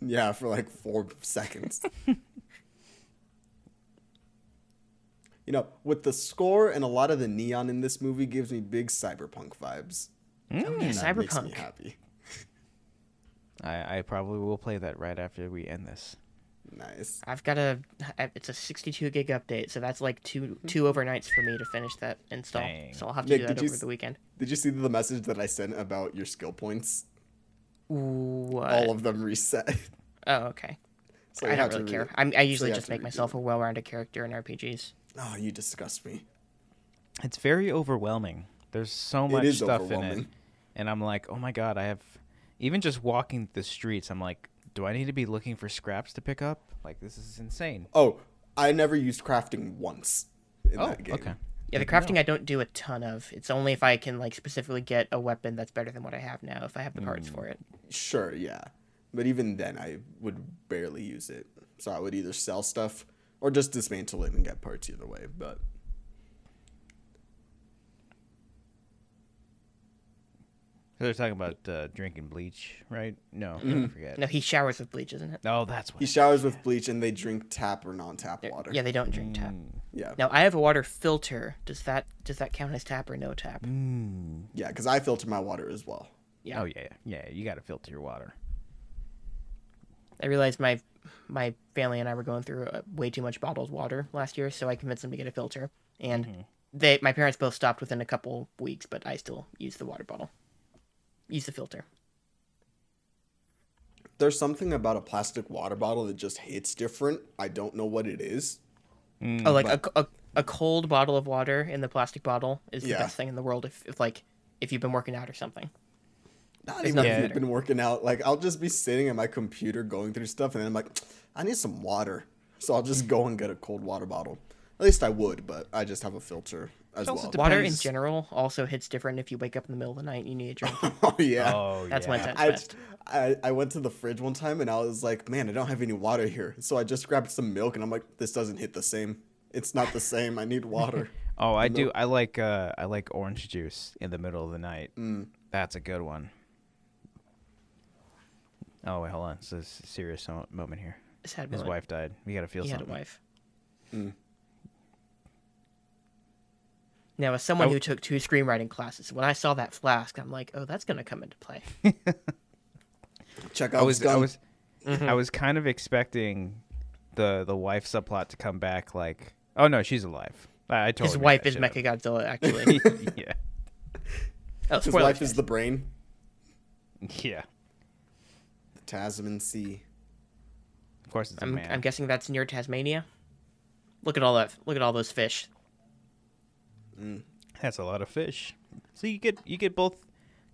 S1: Yeah, for like four seconds. you know, with the score and a lot of the neon in this movie gives me big cyberpunk vibes.
S3: oh, yeah,
S1: And that makes me
S3: cyberpunk.
S1: happy.
S2: I I probably will play that right after we end this.
S1: Nice.
S3: I've got a. I- It's a 62 gig update, so that's like two two overnights for me to finish that install.
S2: Dang.
S3: So I'll have to
S1: Nick,
S3: do that
S1: did you
S3: over
S1: s-
S3: the weekend.
S1: Did you see the message that I sent about your skill points?
S3: Ooh. uh,
S1: All of them reset.
S3: oh, okay.
S1: so you
S3: I
S1: have
S3: don't
S1: to
S3: really
S1: re-
S3: care. I'm, I usually
S1: have
S3: just
S1: to
S3: make
S1: redo
S3: myself a well-rounded character in RPGs.
S1: Oh, you disgust me.
S2: It's very overwhelming. There's so much
S1: is
S2: stuff in it,
S1: overwhelming.
S2: and I'm like, oh my god, I have. Even just walking the streets, I'm like, do I need to be looking for scraps to pick up? Like this is insane.
S1: Oh, I never used crafting once in
S2: Oh,
S1: that game.
S2: okay.
S3: Yeah, the
S2: Good to know.
S3: crafting I don't do a ton of. It's only if I can like specifically get a weapon that's better than what I have now, if I have the parts for it.
S1: Sure, yeah. But even then, I would barely use it. So I would either sell stuff or just dismantle it and get parts either way. But
S2: So they're talking about uh, drinking bleach, right? No, I forget.
S3: Mm-hmm. No, he showers with bleach, isn't it?
S2: Oh, that's what.
S1: he showers with bleach and they drink tap or non tap
S3: They're-
S1: water.
S3: Yeah, they don't drink tap.
S1: Yeah.
S3: Now I have a water filter. Does that does that count as tap or no tap?
S1: Yeah, because I filter my water as well.
S3: Yeah.
S2: Mm. Oh yeah, yeah, yeah. You got to filter your water.
S3: I realized my my family and I were going through uh, way too much bottled water last year, so I convinced them to get a filter. And they my parents both stopped within a couple weeks, but I still use the water bottle. Use the filter.
S1: There's something about a plastic water bottle that just hits different. I don't know what it is.
S3: oh, like a, a a cold bottle of water in the plastic bottle is the
S1: Yeah.
S3: best thing in the world if, if like if you've been working out or something.
S1: Not
S3: There's
S1: even
S3: nothing
S1: if you've
S3: better.
S1: been working out. Like, I'll just be sitting at my computer going through stuff and then I'm like, I need some water. So I'll just go and get a cold water bottle. At least I would, but I just have a filter as
S2: also
S1: well.
S3: Water in
S2: Depends.
S3: general also hits different if you wake up in the middle of the night and you need a drink.
S1: oh, yeah.
S2: Oh,
S3: That's
S2: yeah.
S3: one time.
S1: I,
S3: best.
S1: I, I went to the fridge one time and I was like, man, I don't have any water here. So I just grabbed some milk and I'm like, this doesn't hit the same. It's not the same. I need water.
S2: Oh, I do. I like uh, I like orange juice in the middle of the night.
S3: Mm.
S2: That's a good one. Oh wait, hold on. This is a serious mo- moment here.
S3: Sad
S2: His
S3: moment.
S2: wife died. We gotta feel
S3: He had a
S2: something.
S3: wife.
S1: Hmm.
S3: Now, as someone
S2: I-
S3: who took two screenwriting classes, when I saw that flask, I'm like, "Oh, that's gonna come into play."
S1: Check
S2: I
S1: out
S2: was,
S1: was,
S2: I was,
S3: Mm-hmm.
S2: I was kind of expecting the the wife subplot to come back. Like, oh no, she's alive. I, I totally
S1: Oh,
S3: His
S2: made
S3: wife
S2: that
S3: is
S2: shit up.
S3: Mecha Godzilla, actually.
S2: yeah,
S3: Oh,
S1: His
S3: spoiler!
S1: wife is the brain.
S2: yeah.
S1: The Tasman Sea.
S2: Of course, it's a
S3: I'm,
S2: man.
S3: I'm guessing that's near Tasmania. Look at all that! Look at all those fish.
S2: That's a lot of fish. So you get you get both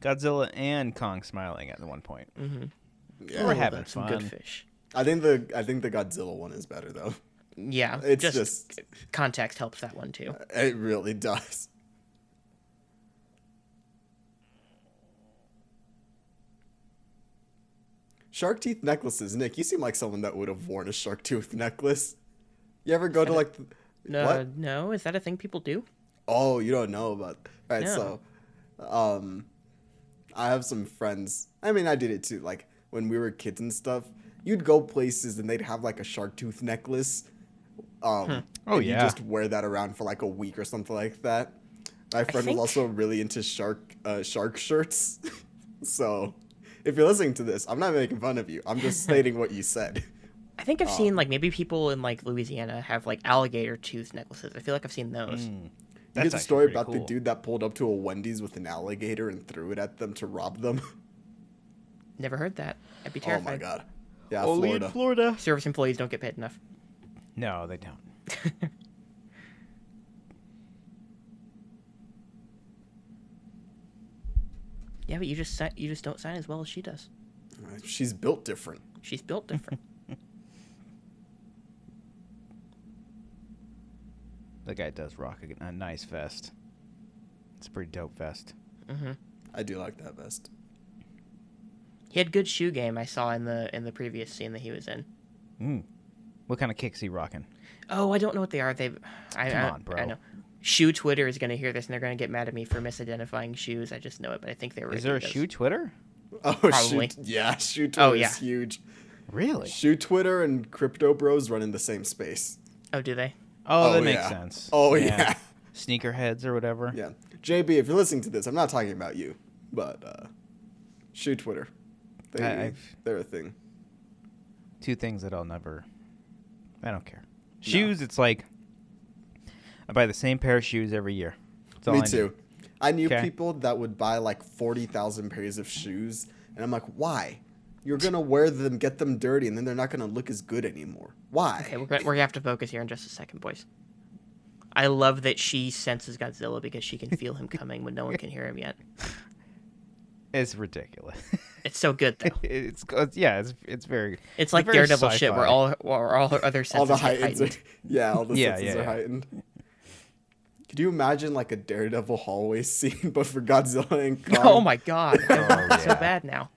S2: Godzilla and Kong smiling at one point.
S3: Mm-hmm.
S1: Yeah.
S2: We're
S3: Oh,
S2: having
S3: that's some good
S2: fun.
S3: fish.
S1: I think the I think the Godzilla one is better though.
S3: Yeah,
S1: It's
S3: just,
S1: just Uh,
S3: context helps that one too.
S1: it really does. Shark teeth necklaces, Nick. You seem like someone that would have worn a shark tooth necklace. You ever go to like, th-
S3: No,
S1: what?
S3: no, is that a thing people do?
S1: Oh, you don't know about. All right,
S3: No.
S1: so, um, I have some friends. I mean, I did it too. Like when we were kids and stuff, you'd go places and they'd have like a shark tooth necklace. Um,
S2: Oh,
S1: and
S2: yeah.
S1: You just wear that around for like a week or something like that. My friend
S3: think-
S1: was also really into shark uh, shark shirts. so, if you're listening to this, I'm not making fun of you. I'm just stating what you said.
S3: I think I've
S1: Um,
S3: seen like maybe people in like Louisiana have like alligator tooth necklaces. I feel like I've seen those.
S1: Hmm. You
S2: That's
S1: get the
S2: actually
S1: story
S2: pretty
S1: about the
S2: cool.
S1: dude that pulled up to a Wendy's with an alligator and threw it at them to rob them.
S3: Never heard that. I'd be
S1: Oh
S3: terrified.
S1: my god. Yeah,
S2: Only
S1: Florida.
S2: in Florida.
S3: Service employees don't get paid enough.
S2: No, they don't.
S3: Yeah, but you just si- you just don't sign as well as she does.
S1: She's built different.
S3: She's built different.
S2: The guy does rock a, a nice vest. It's a pretty dope vest.
S1: I do like that vest.
S3: he had good shoe game. I saw in the in the previous scene that he was in.
S2: Mm. What kind of kicks he rocking?
S3: Oh, I don't know what they are. They, I,
S2: Come
S3: I-
S2: on, bro.
S3: I know. Shoe Twitter is gonna hear this and they're gonna get mad at me for misidentifying shoes. I just know it, but I think they were.
S2: Is there a shoe Twitter?
S1: Oh
S3: Probably.
S1: shoot. Yeah, shoe Twitter
S3: Oh,
S1: is
S3: yeah.
S1: huge.
S2: Really?
S1: Shoe Twitter and crypto bros run in the same space.
S3: Oh, do they?
S2: Oh, that
S1: Oh,
S2: makes
S1: yeah.
S2: sense.
S1: Oh, yeah.
S2: Sneakerheads or whatever.
S1: Yeah. JB, if you're listening to this, I'm not talking about you, but uh shoe Twitter. They,
S2: I- I've-
S1: they're a thing.
S2: Two things that I'll never. I don't care. Shoes. It's like I buy the same pair of shoes every year. That's all
S1: Me
S2: I need.
S1: too. I knew
S2: Okay.
S1: people that would buy like 40,000 pairs of shoes, and I'm like, why? You're going to wear them, get them dirty, and then they're not going to look as good anymore. Why?
S3: Okay, we're gonna, we're gonna have to focus here in just a second, boys. I love that she senses Godzilla because she can feel him coming when no one can hear him yet.
S2: It's ridiculous.
S3: It's so good though.
S2: it's it's- yeah. It's it's very.
S3: It's like
S2: very
S3: Daredevil shit where
S2: sci-fi.
S3: all where all her other senses
S1: all the
S3: get
S1: heightened.
S3: heightened.
S1: yeah, all the
S2: Yeah,
S1: senses
S2: yeah,
S1: are
S2: yeah.
S1: heightened. Could you imagine like a Daredevil hallway scene, but for Godzilla and Kong?
S3: Oh my god, that would be so
S2: yeah.
S3: bad now.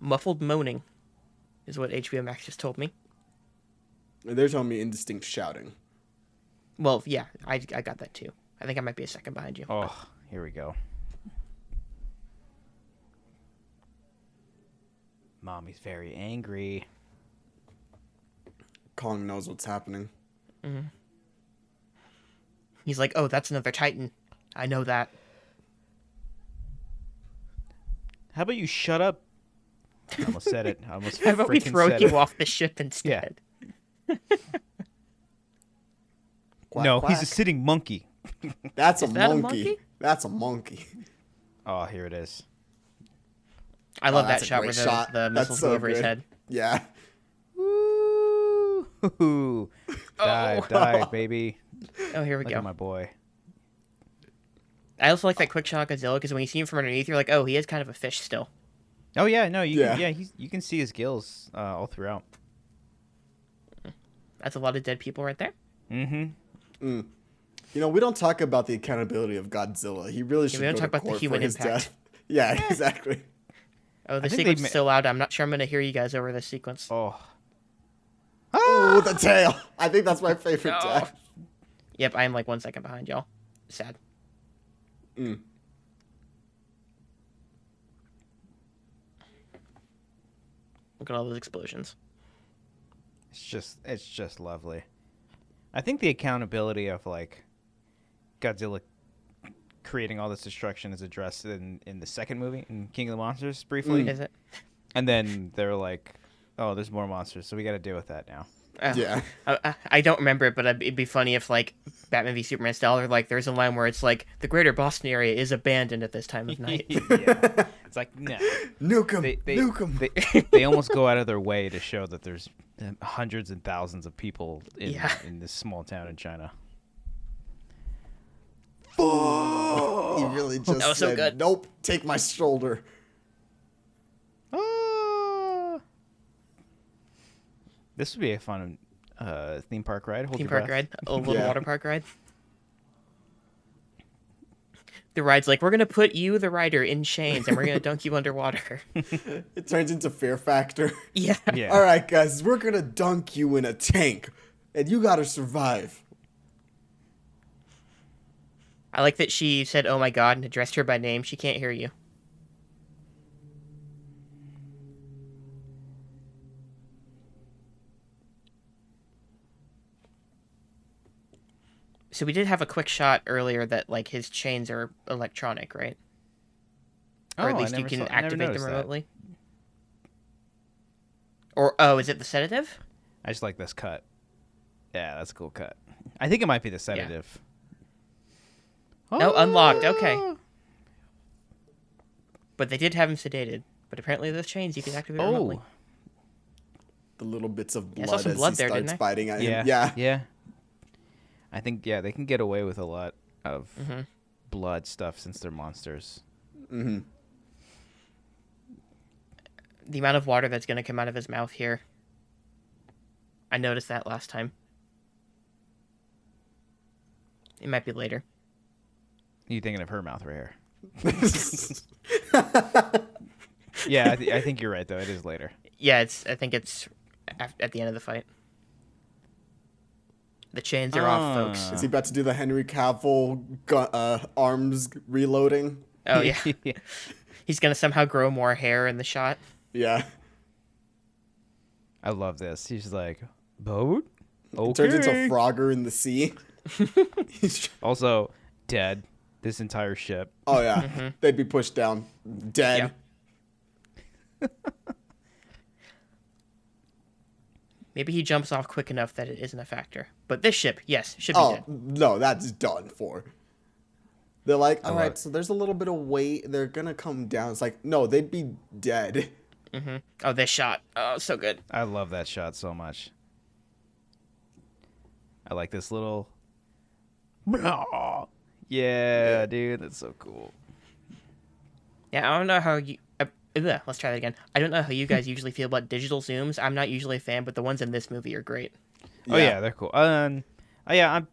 S3: Muffled moaning is what HBO Max just told me.
S1: They're telling me indistinct shouting.
S3: Well, yeah, I, I got that too. I think I might be a second behind you.
S2: Oh, here we go. Mommy's very angry.
S1: Kong knows what's happening.
S3: He's like, oh, that's another Titan. I know that.
S2: How about you shut up? I almost said it. I almost
S3: How about we
S2: freaking
S3: throw
S2: said
S3: you
S2: it.
S3: off the ship instead?
S1: Quack,
S2: no, he's
S1: quack.
S2: a sitting monkey.
S1: That's a,
S3: that a
S1: monkey.
S3: monkey?
S1: That's a monkey.
S2: Oh, here it is.
S3: I love
S1: Oh, that's
S3: that
S1: a
S3: shot where
S1: great
S3: the,
S1: shot.
S3: the
S1: That's
S3: missiles
S1: so
S3: go over his
S1: good.
S3: head.
S1: Yeah.
S2: Woo! Dive, dive, baby.
S3: Oh, here we
S2: Look
S3: go.
S2: at my boy.
S3: I also like that quick shot of Godzilla because when you see him from underneath, you're like, oh, he is kind of a fish still.
S2: Oh yeah, no, you yeah,
S1: Yeah.
S2: yeah he's, you can see his gills uh, all throughout.
S3: That's a lot of dead people right there.
S2: Mm-hmm.
S1: You know, we don't talk about the accountability of Godzilla. He really should
S3: we don't
S1: go
S3: talk
S1: to
S3: about the
S1: court
S3: human
S1: for his
S3: impact.
S1: death. Yeah, exactly.
S3: Oh, the
S2: think they
S3: sequence
S2: ma-
S3: is so loud. I'm not sure I'm going to hear you guys over this sequence.
S2: Oh,
S1: Ooh, the tail. I think that's my favorite
S3: No.
S1: death.
S3: Yep, I am like one second behind y'all. Sad.
S1: Mm.
S3: Look at all those explosions.
S2: it's just it's just lovely. I think the accountability of like Godzilla creating all this destruction is addressed in in the second movie in King of the Monsters
S1: Mm.
S2: briefly,
S3: Is it?
S2: and then they're like, "Oh, there's more monsters, so we got to deal with that now."
S3: Oh.
S1: Yeah.
S3: I, I- I don't remember it, but I'd- it'd be funny if like Batman v Superman style, or like there's a line where it's like the Greater Boston area is abandoned at this time of night.
S2: Yeah. It's like no,
S1: Nuke him.
S2: they they,
S1: Nuke him.
S2: they they almost go out of their way to show that there's um, hundreds and thousands of people in
S3: Yeah.
S2: in this small town in China.
S1: he really just
S3: Oh. That was so
S1: said,
S3: good.
S1: nope, take my shoulder.
S2: Ah. This would be a fun uh, theme park ride. Hold
S3: theme
S2: your
S3: park
S2: breath.
S3: ride, a little
S1: Yeah.
S3: water park ride. The ride's like, we're gonna put you, the rider, in chains, and we're gonna dunk you underwater.
S1: It turns into Fear Factor.
S3: yeah.
S2: Yeah.
S1: All right, guys, we're going to dunk you in a tank, and you got to survive.
S3: I like that she said, "Oh my god," and addressed her by name. She can't hear you. So we did have a quick shot earlier that like his chains are electronic, right? or at
S2: Oh, I
S3: least you
S2: never
S3: can
S2: saw- I never
S3: activate them
S2: noticed that.
S3: remotely. Or oh, is it the sedative?
S2: I just like this cut. Yeah, that's a cool cut. I think it might be the sedative.
S3: No, Oh, unlocked,
S2: Ah.
S3: okay. But they did have him sedated. But apparently those chains you can activate remotely.
S2: Oh,
S1: The little bits of
S3: I
S1: blood
S3: saw some
S1: as
S3: blood
S1: he
S3: there,
S1: starts
S3: didn't I?
S1: biting at
S2: yeah,
S1: him. Yeah.
S2: yeah. I think yeah, they can get away with a lot of
S3: Mm-hmm.
S2: blood stuff since they're monsters.
S3: The amount of water that's going to come out of his mouth here. I noticed that last time. It might be later.
S2: You thinking of her mouth right here?
S3: Uh.
S2: Yeah, I, th- I think you're right though. It is later.
S3: Yeah, it's. I think it's af- at the end of the fight. The chains are off, folks.
S1: Is he about to do the Henry Cavill gu- uh, arms reloading?
S2: Ah.
S3: Oh yeah, he's gonna somehow grow more hair in the shot.
S1: Yeah.
S2: I love this. He's like, boat?
S1: It turns into
S2: Okay."
S1: Frogger in the sea. He's-
S2: also, dead. This entire ship.
S1: oh, yeah. They'd be pushed down. Dead.
S3: Mm-hmm. Yeah. Maybe he jumps off quick enough that it isn't a factor. But this ship, yes, should be
S1: Oh,
S3: dead.
S1: no, that's done for. They're like, all
S2: love
S1: right,
S2: it.
S1: so there's a little bit of weight. They're going to come down. It's like, no, they'd be dead.
S3: Oh, this shot. Oh, so good.
S2: I love that shot so much. I like this little. Yeah, dude, that's so cool.
S3: Yeah, I don't know how you. Uh, ugh, let's try that again. I don't know how you guys usually feel about digital zooms. I'm not usually a fan, but the ones in this movie are great.
S2: Oh
S1: Yeah.
S2: yeah, they're cool. Um, Uh, yeah, I'm.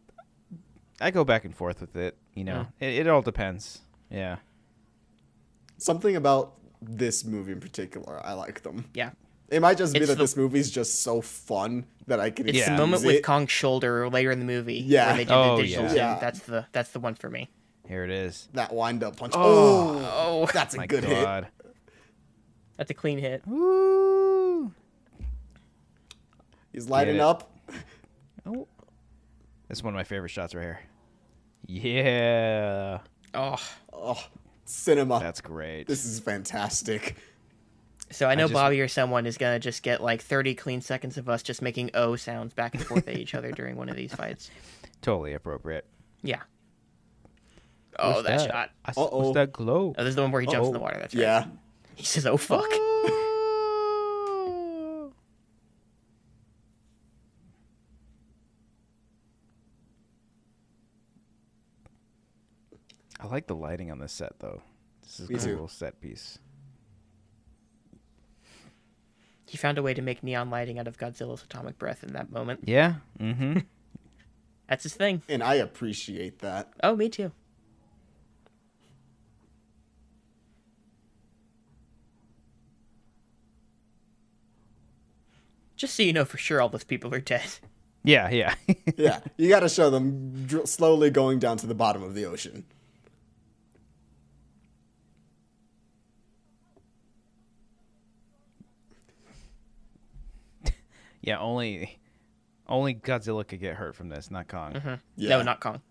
S2: I go back and forth with it. You know,
S1: Mm.
S2: it, it all depends. Yeah.
S1: Something about this movie in particular, I like them.
S3: Yeah.
S1: It might just be
S3: It's
S1: that
S3: the-
S1: this movie's just so fun that I can.
S3: It's
S2: Yeah.
S3: the
S1: excuse
S3: moment with
S1: it.
S3: Kong's shoulder later in the movie.
S1: Yeah.
S3: When they do
S2: Oh,
S3: the digital
S2: yeah.
S3: zoom.
S1: Yeah.
S3: That's the that's the one for me.
S2: Here it is.
S1: that wind up punch.
S2: Oh.
S1: Oh,
S3: Oh,
S1: that's a
S2: My
S1: good hit.
S2: God.
S3: that's a clean hit.
S2: Woo.
S1: He's
S2: Get
S1: lighting
S2: it.
S1: up.
S2: Oh. That's one of my favorite shots right here. Yeah.
S3: Oh.
S1: Oh, cinema.
S2: That's great.
S1: this is fantastic.
S3: So I know
S2: just-
S3: Bobby or someone is gonna just get like 30 clean seconds of us just making O sounds back and forth at each other during one of these fights.
S2: totally appropriate.
S3: Yeah. Oh,
S2: What's
S3: that, shot.
S2: I s-
S1: Uh-oh.
S2: What's that glow?
S3: Oh, this is the one where he jumps in the
S2: Uh-oh.
S3: water. That's right.
S1: Yeah.
S3: He says, "Oh fuck."
S2: Oh. I like the lighting on this set, though. This is a
S1: Me
S2: cool
S1: too.
S2: little set piece.
S3: He found a way to make neon lighting out of Godzilla's atomic breath in that moment.
S2: Yeah. Mm-hmm.
S3: That's his thing.
S1: And I appreciate that.
S3: Oh, me too. Just so you know for sure, all those people are dead.
S2: Yeah, yeah.
S1: Yeah. you got to show them dr- slowly going down to the bottom of the ocean.
S2: yeah, only only Godzilla could get hurt from this, not Kong.
S3: Mm-hmm.
S1: Yeah.
S3: No, not Kong.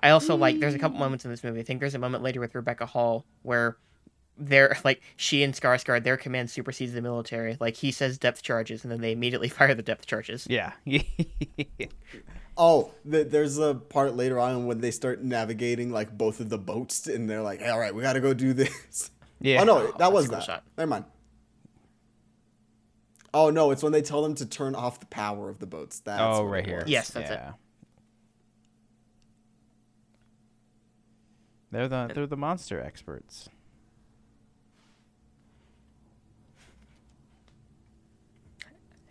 S3: I also like. There's a couple moments in this movie. I think there's a moment later with Rebecca Hall where they're like she and Skarsgård, their command supersedes the military. Like he says depth charges, and then they immediately fire the depth charges.
S2: Yeah.
S1: Oh, th- there's a part later on when they start navigating like both of the boats, and they're like, "All right, we got to go do this."
S2: yeah.
S1: Oh no, that
S3: that's
S1: was
S3: a cool
S1: that.
S3: shot.
S1: Never mind. Oh no, it's when they tell them to turn off the power of the boats. That's
S2: Oh,
S1: what it
S2: right here.
S1: was.
S3: Yes, that's it.
S2: They're the they're the monster experts.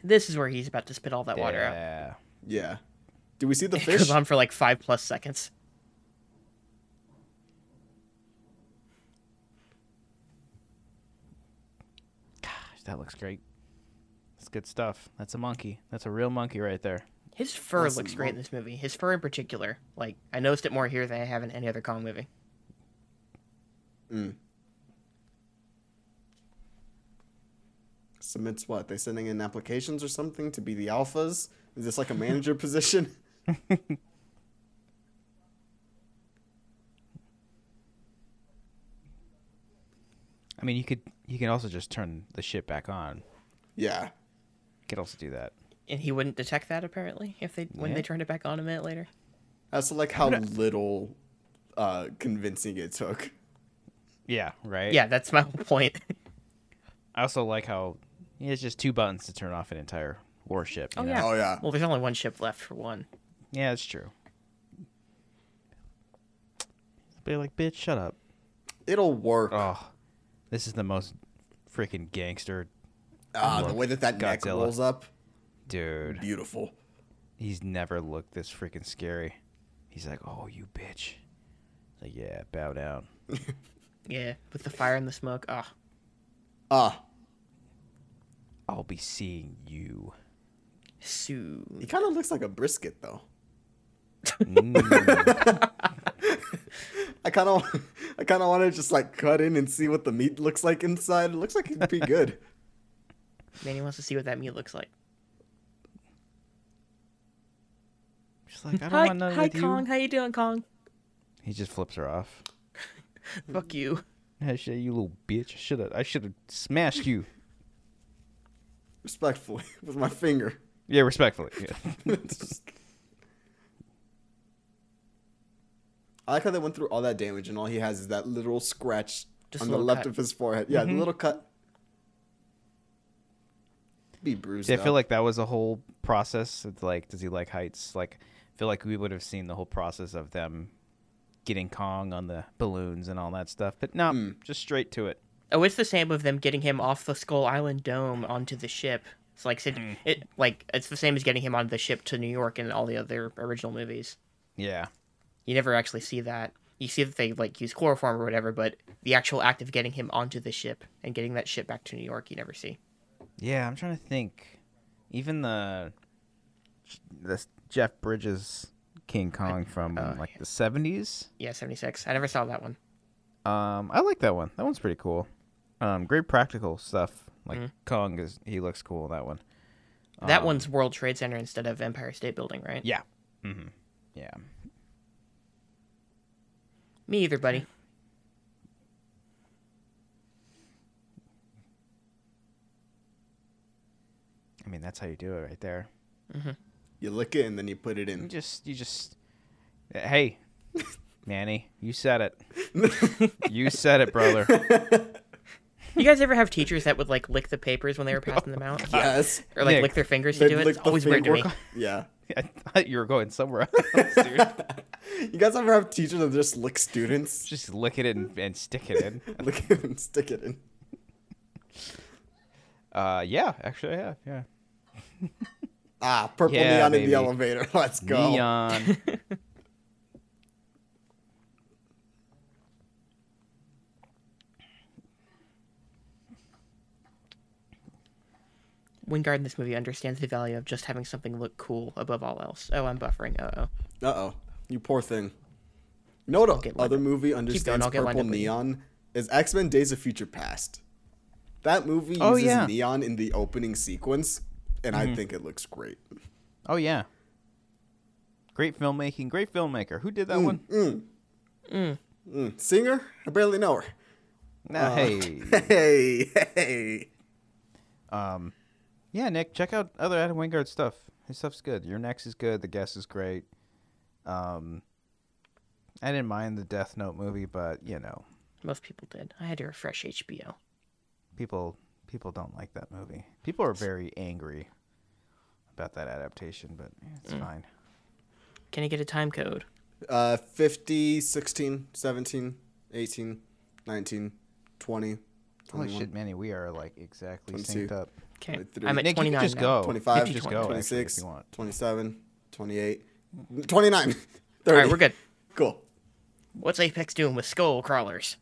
S3: This is where he's about to spit all that water out.
S2: Yeah.
S1: Yeah. Do we see the
S3: It goes
S1: fish?
S3: on for like five plus seconds.
S2: Gosh, that looks great. That's good stuff. That's a monkey. That's a real monkey right there.
S3: His fur
S1: Awesome.
S3: looks great in this movie. His fur in particular. Like I noticed it more here than I have in any other Kong movie.
S1: Submits what? They sending in applications or something to be the alphas? Is this like a manager position?
S2: I mean, you could you can also just turn the ship back on. You
S1: Yeah.
S2: could also do that.
S3: And he wouldn't detect that apparently if they when
S2: Yeah.
S3: they turned it back on a minute later.
S1: I also like how little uh, convincing it took.
S2: Yeah. Right.
S3: Yeah, that's my whole point.
S2: I also like how yeah, it's just two buttons to turn off an entire warship. you know?
S1: Oh yeah.
S3: Well, there's only one ship left for one.
S2: Yeah, that's true. Be like, bitch, shut up.
S1: It'll work.
S2: Oh, this is the most freaking gangster
S1: Ah, the way that that neck
S2: Godzilla.
S1: rolls up,
S2: dude.
S1: beautiful.
S2: He's never looked this freaking scary. He's like, oh, you bitch. Like, yeah, bow down.
S3: Yeah, with the fire and the smoke. Oh,
S1: Ah,
S2: I'll be seeing you.
S1: he
S3: soon.
S1: kind of looks like a brisket though.
S2: Mm.
S1: I kind of, I kind of want to just like cut in and see what the meat looks like inside. It looks like it'd be good.
S3: Manny wants to see what that meat looks like.
S2: She's like, I don't
S3: Hi,
S2: want none
S3: hi
S2: with
S3: Kong.
S2: you.
S3: How you doing, Kong?
S2: He just flips her off.
S3: Fuck you.
S2: Yeah, shit, you little bitch. Should have. I should have smashed you.
S1: Respectfully, with my finger.
S2: Yeah, respectfully. Yeah.
S1: I like how they went through all that damage and all he has is that little scratch
S3: Just
S1: on
S3: a
S1: the
S3: little
S1: left
S3: cut.
S1: of his forehead. Yeah,
S2: Mm-hmm.
S1: the little cut. Be bruised.
S2: See, I feel
S1: up.
S2: like that was a whole process. It's like, does he like heights? Like, I feel like we would have seen the whole process of them getting Kong on the balloons and all that stuff. But no, just straight to it.
S3: Oh, it's the same of them getting him off the Skull Island dome onto the ship It's like Sid, it like it's the same as getting him on the ship to New York and all the other original movies.
S2: Yeah.
S3: You never actually see that. You see that they like use chloroform or whatever, but the actual act of getting him onto the ship and getting that ship back to New York, you never see.
S2: Yeah, I'm trying to think. Even the this Jeff Bridges King Kong from
S3: oh,
S2: like the 70s.
S3: Yeah, seventy six. I never saw that one.
S2: Um, I like that one. That one's pretty cool. Um, great practical stuff. Like Kong is he looks cool in that one.
S3: That one's World Trade Center instead of Empire State Building, right?
S2: Yeah. Mm-hmm. Yeah.
S3: Me either, buddy.
S2: I mean, that's how you do it right there.
S1: You lick it and then you put it
S2: You
S1: in.
S2: just you just hey, Manny, you said it. you said it, brother.
S3: You guys ever have teachers that would like lick the papers when they were passing them out?
S1: Yes.
S3: Or like
S2: Nick,
S3: lick their fingers to
S1: They'd
S3: do it?
S1: lick
S3: It's
S1: the
S3: always weird to me.
S1: finger- Yeah.
S2: I thought you were going somewhere else, dude.
S1: You guys ever have teachers that just lick students?
S2: Just lick it and, and stick it in.
S1: lick it and stick it in.
S2: Uh, yeah, actually, I have. Yeah.
S1: Ah, purple
S2: Yeah,
S1: neon in
S2: baby.
S1: the elevator. Let's go.
S2: Neon.
S3: Wingard in this movie understands the value of just having something look cool above all else. Oh, I'm buffering. Uh oh.
S1: Uh oh. You poor thing. You know what
S3: get lined
S1: other
S3: up.
S1: movie understands
S3: I'll get lined
S1: purple
S3: up with you.
S1: neon? Is X Men Days of Future Past. That movie uses
S2: Oh, yeah.
S1: neon in the opening sequence, and
S3: Mm-hmm.
S1: I think it looks great.
S2: Oh yeah. Great filmmaking. Great filmmaker. Who did that one?
S1: Mm, Singer? I barely know her.
S2: Nah, hey.
S1: Hey, hey.
S2: Um, yeah, Nick, check out other Adam Wingard stuff. His stuff's good. Your next is good. The guest is great. Um, I didn't mind the Death Note movie, but you know,
S3: Most people did. I had to refresh HBO.
S2: people people don't like that movie. People are very angry about that adaptation, but eh, it's fine.
S3: Can I get a time code?
S1: Uh, 50, 16, 17, 18, 19, 20,
S2: Holy
S1: 21,
S2: shit, Manny, we are like exactly
S1: 22.
S2: synced up.
S3: Okay.
S1: Like three.
S3: I'm at
S2: Nick, you
S3: 29
S2: can just
S3: now.
S2: go. Oh, You can
S1: 25,
S2: just go.
S1: 26,
S2: actually, if you want.
S1: 27, 28, 29, 30.
S3: All right, we're good.
S1: Cool.
S3: What's Apex doing with skull crawlers?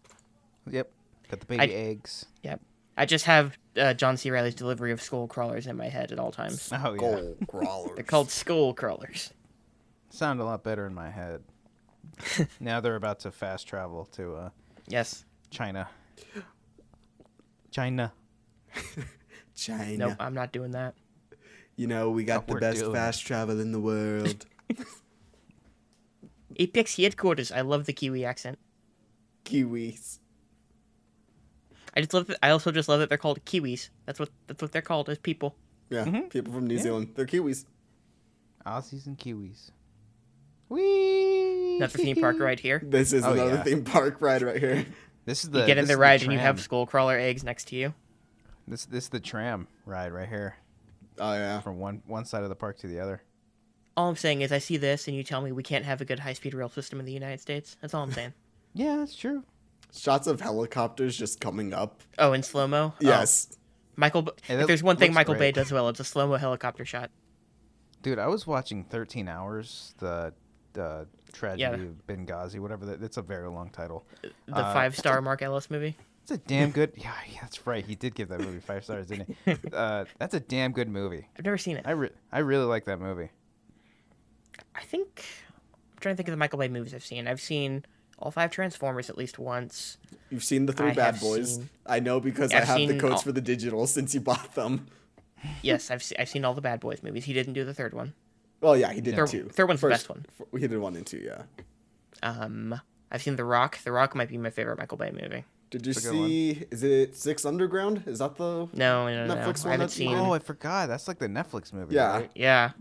S2: Yep. Got the baby
S3: I-
S2: eggs.
S3: Yep. I just have uh, John C. Riley's delivery of skull crawlers in my head at all times.
S2: Oh yeah.
S1: Goal crawlers.
S3: They're called skull crawlers.
S2: Sound a lot better in my head. now they're about to fast travel to uh,
S3: Yes.
S2: China. China.
S1: China.
S3: Nope, I'm not doing that.
S1: You know, we got
S2: What
S1: the
S2: we're
S1: best
S2: doing.
S1: fast travel in the world.
S3: Apex headquarters. I love the Kiwi accent.
S1: Kiwis.
S3: I just love. That, I also just love that they're called Kiwis. That's what that's what they're called as people.
S1: Yeah,
S2: Mm-hmm.
S1: people from New Zealand. They're Kiwis.
S2: Aussies and Kiwis. Wee.
S3: Another theme park right here.
S1: This is
S2: Oh,
S1: another
S2: yeah.
S1: theme park ride right here.
S2: This is the
S3: Get
S2: this
S3: in
S2: is
S3: the ride and you
S2: tram.
S3: have skull crawler eggs next to you.
S2: this this is the tram ride right here
S1: Oh, yeah.
S2: from one one side of the park to the other.
S3: All I'm saying is I see this and you tell me we can't have a good high speed rail system in the United States. That's all I'm saying.
S2: Yeah, that's true.
S1: Shots of helicopters just coming up.
S3: oh, in slow mo.
S1: Yes.
S3: Michael. B-
S2: Hey,
S3: if
S2: that
S3: there's one thing
S2: looks
S3: Michael
S2: great.
S3: Bay does well, it's a slow mo helicopter shot.
S2: Dude, I was watching 13 Hours, the the tragedy
S3: Yeah.
S2: of Benghazi, whatever. That, that's a very long title.
S3: The five star Mark Ellis movie.
S2: It's a damn good. Yeah, yeah, that's right. He did give that movie five stars, didn't he? Uh, that's a damn good movie.
S3: I've never seen it.
S2: I
S3: I,
S2: re- I really like that movie.
S3: think I'm trying to think of the Michael Bay movies I've seen. I've seen all five Transformers at least once.
S1: You've seen the three
S3: I
S1: bad
S3: have
S1: boys.
S3: seen-
S1: I know because
S3: I've
S1: I have the
S3: seen
S1: codes
S3: all-
S1: for the digital since you bought them.
S3: Yes, I've se- I've seen all the Bad Boys movies. He didn't do the third one.
S1: Well, yeah, he did
S3: Third-
S1: two.
S3: third one's the
S1: First-
S3: best one.
S1: f- He did one and two, yeah.
S3: Um, I've seen The Rock. The Rock might be my favorite Michael Bay movie.
S1: Did you
S2: a good one.
S1: see? Is it Six Underground? Is that the?
S3: No, no, no, no.
S1: Netflix
S3: I
S1: one
S3: haven't
S1: that's-
S3: seen.
S2: Oh, I forgot. That's like the Netflix movie.
S1: Yeah.
S2: right?
S3: Yeah,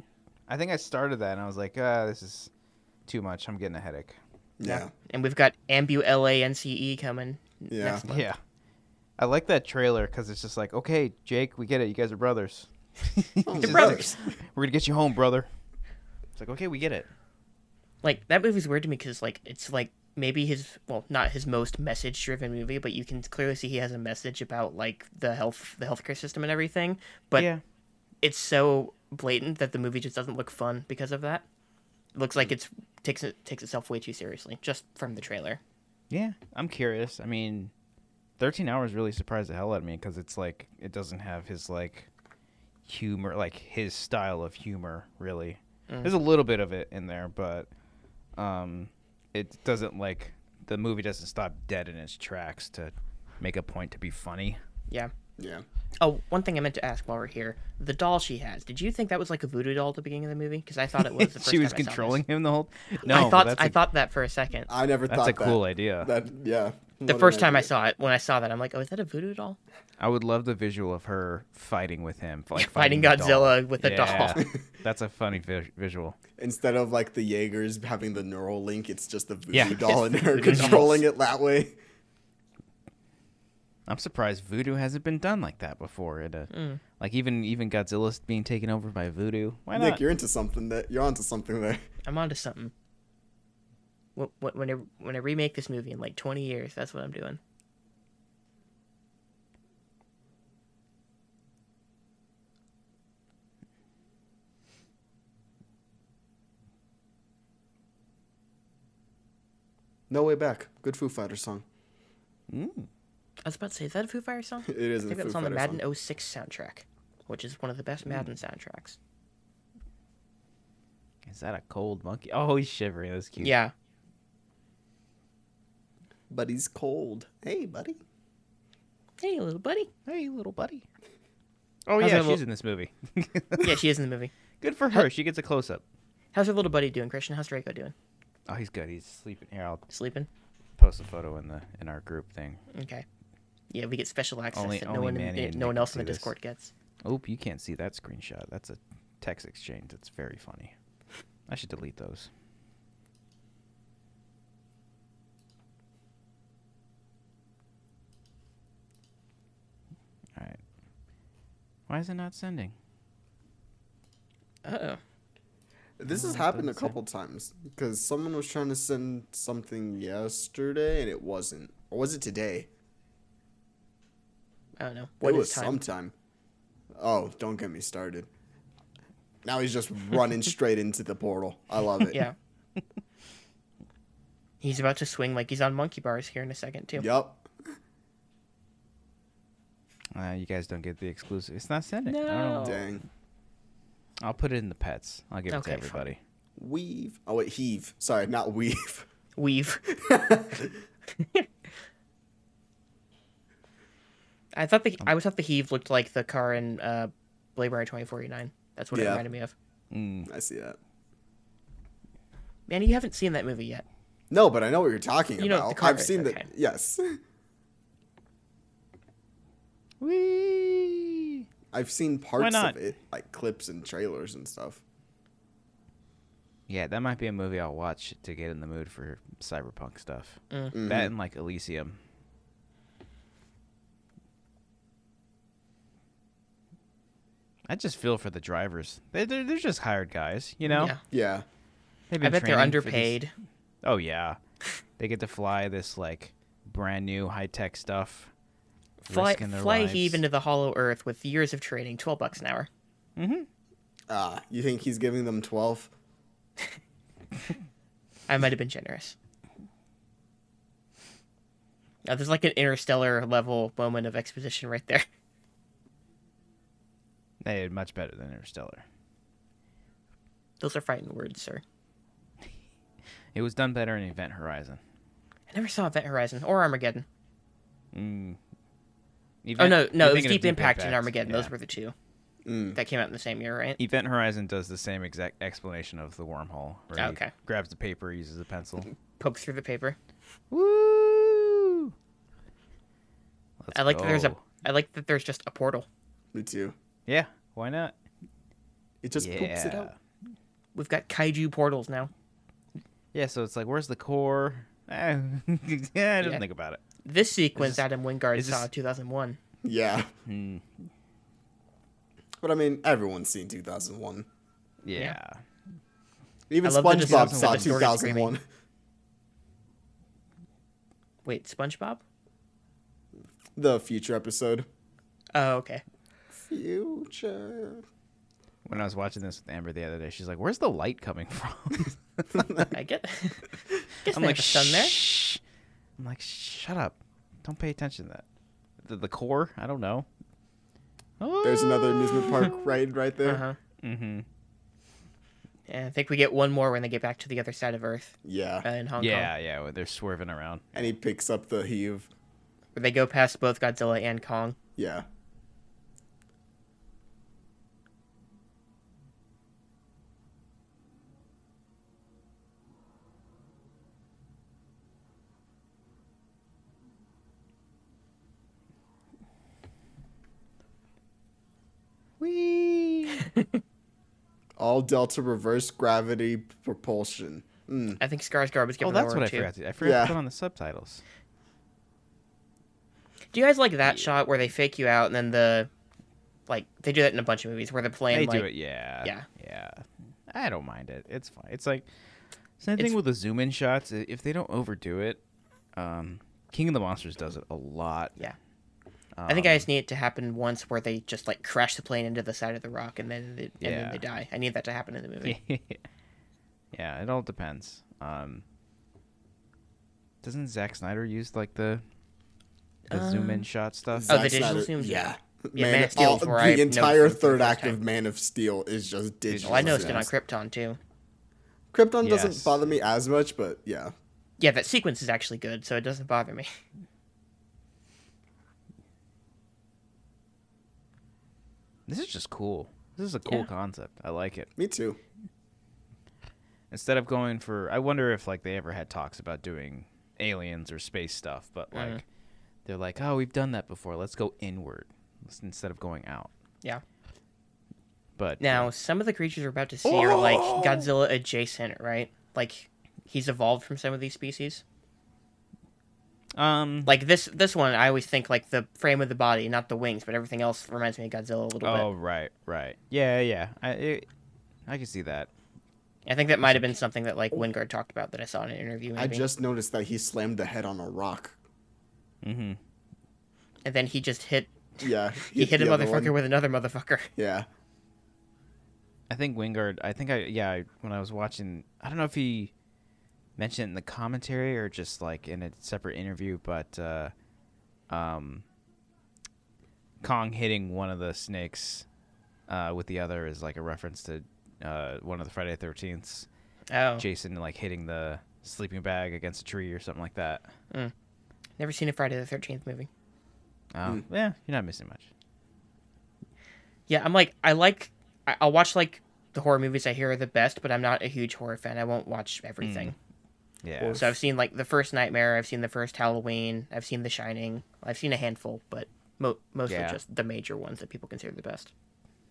S2: I think I started that and I was like, uh, this is too much. I'm getting a headache.
S1: Yeah.
S3: and we've got Ambu L A N C E coming. n-
S1: Yeah.
S3: Next month.
S2: Yeah. I like that trailer because it's just like, okay, Jake, we get it. You guys are brothers.
S1: Oh,
S3: They're
S1: Jesus.
S3: brothers.
S2: We're going to get you home, brother. It's like, okay, we get it.
S3: Like that movie's weird to me because like it's like maybe his well not his most message driven movie, but you can clearly see he has a message about like the health the healthcare system and everything. But
S2: yeah.
S3: it's so blatant that the movie just doesn't look fun because of that. It looks like it's takes it takes itself way too seriously just from the trailer.
S2: Yeah, I'm curious. I mean, 13 hours really surprised the hell out of me because it's like it doesn't have his like humor, like his style of humor. Really,
S3: Mm-hmm.
S2: there's a little bit of it in there, but um, it doesn't like the movie doesn't stop dead in its tracks to make a point to be funny.
S3: Yeah.
S1: Yeah.
S3: Oh, one thing I meant to ask while we're here: the doll she has. Did you think that was like a voodoo doll at the beginning of the movie? Because I thought it was. The first
S2: she was
S3: time I saw this.
S2: controlling him the whole. No,
S3: I
S2: but
S3: thought
S2: that's
S3: I
S2: a-
S3: thought that for a second.
S1: I never
S2: that's
S1: thought
S2: a cool
S1: that.
S2: idea.
S1: That yeah.
S3: the first time I saw it, when I saw that, I'm like, oh, is that a voodoo doll?
S2: I would love the visual of her fighting with him, like
S3: Fighting
S2: the doll.
S3: Godzilla with a doll.
S2: Yeah. That's a funny vi- visual.
S1: Instead of like the Jaegers having the neural link, it's just the voodoo
S2: Yeah.
S1: doll and her
S3: Voodoo dolls.
S1: controlling it that way.
S2: I'm surprised voodoo hasn't been done like that before. It, uh, Like even even Godzilla's being taken over by voodoo. Why
S1: Nick,
S2: not?
S1: you're into something that you're onto something there.
S3: I'm onto something. Wh- wh- When I, when I remake this movie in like 20 years, that's what I'm doing.
S1: No way back. Good Foo Fighters song.
S3: I was about to say, is that a Foo Fighters song?
S1: It is
S3: I
S1: a
S3: think that
S1: Foo
S3: was on the
S1: Fighters
S3: Madden
S1: song. Mm.
S3: 06 soundtrack, which is one of the best Madden soundtracks.
S2: Is that a cold monkey? Oh, he's shivering. That's
S1: Mm.
S2: cute.
S3: Yeah.
S1: Buddy's cold. Hey, buddy.
S3: Hey, little buddy.
S2: Hey, little buddy. Oh
S3: How's
S2: yeah,
S3: that
S2: she's
S3: little-
S2: in this movie.
S3: yeah, she is in the movie.
S2: Good for her. She gets a close up.
S3: How's her little buddy doing, Christian? How's Draco doing?
S2: Oh, he's good. He's sleeping. Here, I'll
S3: Sleeping?
S2: post a photo in the in our group thing.
S3: Okay. Yeah, we get special access
S2: Only-
S3: that no
S2: only
S3: one,
S2: Manny
S3: eh,
S2: and Nick
S3: no one
S2: can
S3: else in
S2: see
S3: the
S2: this.
S3: Discord gets.
S2: Oh, you can't see that screenshot. That's a text exchange. That's very funny. I should delete those. All right. Why is it not sending?
S3: Uh oh.
S1: This
S2: Oh,
S1: has
S2: it
S1: happened a
S2: doesn't say.
S1: couple times because someone was trying to send something yesterday and it wasn't. Or was it today?
S3: I don't know. What
S1: it
S3: is
S1: was
S3: time?
S1: sometime. Oh, don't get me started. Now he's just running straight into the portal. I love it.
S3: Yeah. he's about to swing like he's on monkey bars here in a second too.
S1: Yep.
S2: Uh, you guys don't get the exclusive. It's not sending. I
S3: No.
S2: don't know.
S1: Dang.
S2: I'll put it in the pets. I'll give it
S3: Okay,
S2: to
S3: fine.
S2: everybody.
S1: Weave. Oh wait, heave. Sorry, not weave.
S3: Weave. I thought the I always thought the heave looked like the car in uh, Blade Runner twenty forty nine. That's what it
S1: Yeah.
S3: reminded me of.
S1: I see that.
S3: Man, you haven't seen that movie yet.
S1: No, but I know what you're talking
S3: You know
S1: about.
S3: what the car
S1: I've
S3: is,
S1: seen that.
S3: okay.
S1: Yes,
S2: Whee!
S1: I've seen parts
S2: not?
S1: of it, like clips and trailers and stuff.
S2: Yeah, that might be a movie I'll watch to get in the mood for cyberpunk stuff.
S3: Mm.
S2: That and like Elysium. I just feel for the drivers. They they're, they're just hired guys, you know.
S3: Yeah.
S1: Yeah,
S2: They've
S3: I bet they're
S2: training for these-
S3: underpaid.
S2: Oh yeah, they get to fly this like brand new high tech stuff.
S3: Fly
S2: risking their
S3: fly
S2: lives.
S3: heave into the hollow earth with years of training, twelve bucks an hour.
S1: ah, you think he's giving them twelve?
S3: I might have been generous. Now there's like an interstellar level moment of exposition right there.
S2: They did much better than Interstellar.
S3: Those are fighting words, sir.
S2: It was done better in Event Horizon.
S3: I never saw Event Horizon or Armageddon.
S2: Event-
S3: oh no,
S2: you're
S3: no, it was
S2: thinking of
S3: Deep Impact, and Armageddon.
S2: yeah. Mm.
S3: Those were the two that came out in the same year, right?
S2: Event Horizon does the same exact explanation of the wormhole. Where he
S3: Okay.
S2: grabs the paper, uses a pencil.
S3: Poke through the paper.
S2: Woo! Let's
S3: I like that there's a.
S2: go.
S3: I like that there's just a portal.
S1: Me too.
S2: Yeah, why not?
S1: It just
S2: yeah.
S1: poops it out.
S3: We've got kaiju portals now.
S2: Yeah, so it's like, where's the core? Eh, yeah, I didn't
S3: Yeah.
S2: think about it.
S3: This sequence Adam Wingard
S2: is
S3: saw
S2: this-
S3: in 2001.
S1: Yeah.
S3: Hmm.
S1: But I mean, everyone's seen 2001.
S2: Yeah.
S1: Even
S3: I love that
S1: SpongeBob
S3: it's
S1: saw
S3: 2001.
S1: 2001.
S3: Wait, SpongeBob?
S1: The future episode.
S3: Oh, okay.
S1: Future.
S2: when I was watching this with Amber the other day, she's like, "Where's the light coming from?"
S3: I get. guess
S2: I'm
S3: they
S2: like,
S3: have a sun there.
S2: "Shh." I'm like, "Shut up! Don't pay attention to that." The, the core? I don't know.
S1: There's another amusement park ride right there.
S3: Uh huh.
S2: Mm-hmm.
S3: And I think we get one more when they get back to the other side of Earth
S1: Yeah.
S3: uh, in Hong Kong.
S2: Yeah, yeah. well, They're swerving around.
S1: and he picks up the heave.
S3: Where they go past both Godzilla and Kong.
S1: Yeah.
S2: Whee!
S1: All delta reverse gravity propulsion.
S3: Oh,
S1: Mm.
S3: I think Skarsgård was
S2: oh,
S3: given an
S2: that's
S3: award
S2: what I
S3: too.
S2: forgot to. I forgot
S1: Yeah.
S2: to put on the subtitles.
S3: Do you guys like that shot where they fake you out and then the, like they do that in a bunch of movies where they're playing
S2: They
S3: like
S2: do it, yeah.
S3: yeah.
S2: Yeah. I don't mind it. It's fine. It's like same
S3: It's-
S2: thing with the zoom in shots. I- If they don't overdo it, um, King of the Monsters does it a lot.
S3: yeah. I think
S2: Um,
S3: I just need it to happen once where they just like crash the plane into the side of the rock and then they, and
S2: Yeah.
S3: then they die. I need that to happen in the movie.
S2: yeah, it all depends. Um, doesn't Zack Snyder use like the the zoom in shot stuff?
S3: Oh,
S1: Zack
S3: the digital zooms?
S1: Yeah.
S3: Yeah,
S1: Man,
S3: Man of Steel's
S1: all-
S3: where I
S1: the
S3: noticed
S1: entire
S3: them for the
S1: third
S3: first
S1: act
S3: time.
S1: of Man of Steel is just digital.
S3: well, Oh, I noticed
S1: zooms.
S3: it on Krypton too.
S1: Krypton
S2: Yes.
S1: doesn't bother me as much, but yeah.
S3: Yeah, that sequence is actually good, so it doesn't bother me.
S2: This is just cool. This is a cool
S3: Yeah.
S2: concept. I like it.
S1: Me too.
S2: Instead of going for, I wonder if like they ever had talks about doing aliens or space stuff, but
S3: Uh-huh.
S2: like they're like, oh, we've done that before. Let's go inward Let's- instead of going out.
S3: Yeah.
S2: But
S3: Now, some of the creatures we're about to see are like
S2: Oh!
S3: Godzilla adjacent, right? Like he's evolved from some of these species.
S2: yeah. um,
S3: Like this this one, I always think like the frame of the body, not the wings, but everything else reminds me of Godzilla a little
S2: oh right, right, yeah, yeah. I it, I can see that.
S3: bit. I think that might have been something that like Wingard talked about that I saw in an interview. Maybe.
S1: I just noticed that he slammed the head on a rock.
S2: Mm-hmm.
S3: and then he just hit
S1: Yeah.
S3: he hit a
S1: the other
S3: motherfucker
S1: one.
S3: with another motherfucker.
S1: Yeah.
S2: I think Wingard. I think I yeah. I, when I was watching, I don't know if he mentioned it in the commentary or just like in a separate interview, but uh, um, Kong hitting one of the snakes uh, with the other is like a reference to uh, one of the Friday Thirteenths.
S3: Oh,
S2: Jason like hitting the sleeping bag against a tree or something like that.
S3: never seen a Friday the Thirteenth movie.
S2: Um, Yeah, you're not missing much.
S3: Yeah, I'm like I like I- I'll watch like the horror movies I hear are the best, but I'm not a huge horror fan. I won't watch everything.
S2: Yeah.
S1: Well,
S3: So I've seen like the first Nightmare, I've seen the first Halloween, I've seen The Shining, I've seen a handful, but mo- mostly
S2: Yeah.
S3: just the major ones that people consider the best.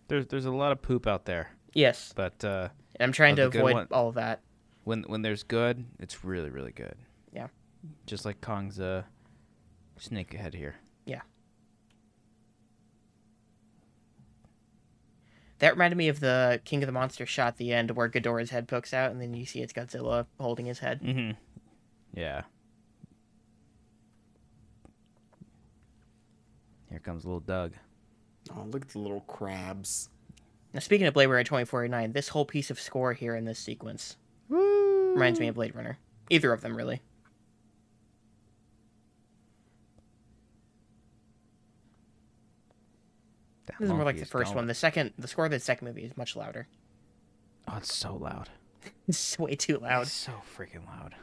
S2: There's there's a lot of poop out there,
S3: Yes,
S2: but uh,
S3: and I'm
S2: Of
S3: trying to
S2: the good
S3: avoid
S2: one-
S3: all of that.
S2: when when there's good, it's really really good.
S3: Yeah.
S2: Just like Kong's uh, snake head here.
S3: Yeah. That reminded me of the King of the Monsters shot at the end where Ghidorah's head pokes out, and then you see it's Godzilla holding his head.
S2: Mm-hmm. Yeah. Here comes little Doug.
S1: Oh, look at the little crabs.
S3: Now, speaking of Blade Runner 2049, this whole piece of score here in this sequence reminds me of Blade Runner. Either of them, really.
S2: That
S3: This is more like
S2: monkey
S3: the
S2: is
S3: first
S2: going-
S3: one. The second, the score of the second movie is much louder.
S2: Oh, it's so loud.
S3: It's way too loud.
S2: It's so freaking loud.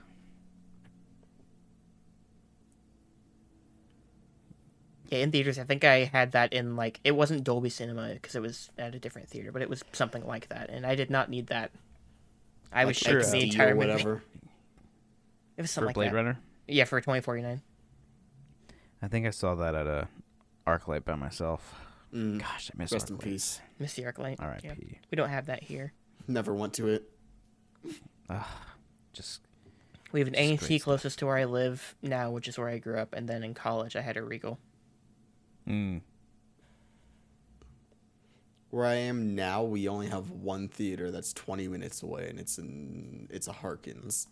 S3: Yeah, in theaters, I think I had that in like it wasn't Dolby Cinema because it was at a different theater, but it was something like that, and I did not need that. I was
S1: Like
S3: shaking the
S1: XD
S3: entire
S1: or
S3: movie.
S1: whatever.
S3: It was
S2: For
S3: something
S2: Blade
S3: like that.
S2: Runner,
S3: Yeah, for 2049.
S2: I think I saw that at a ArcLight by myself.
S1: Mm.
S2: Gosh, I missed
S1: Rest in
S2: ArcLight.
S1: peace.
S3: Miss the Arclight.
S2: R.I.P.
S3: Yeah. We don't have that here.
S1: Never went to it.
S2: Just
S3: We have an
S2: This is great
S3: ANC closest to where I live now, which is where I grew up, and then in college I had a Regal.
S2: mm,
S1: Where I am now, we only have one theater that's 20 minutes away, and it's in it's a Harkins.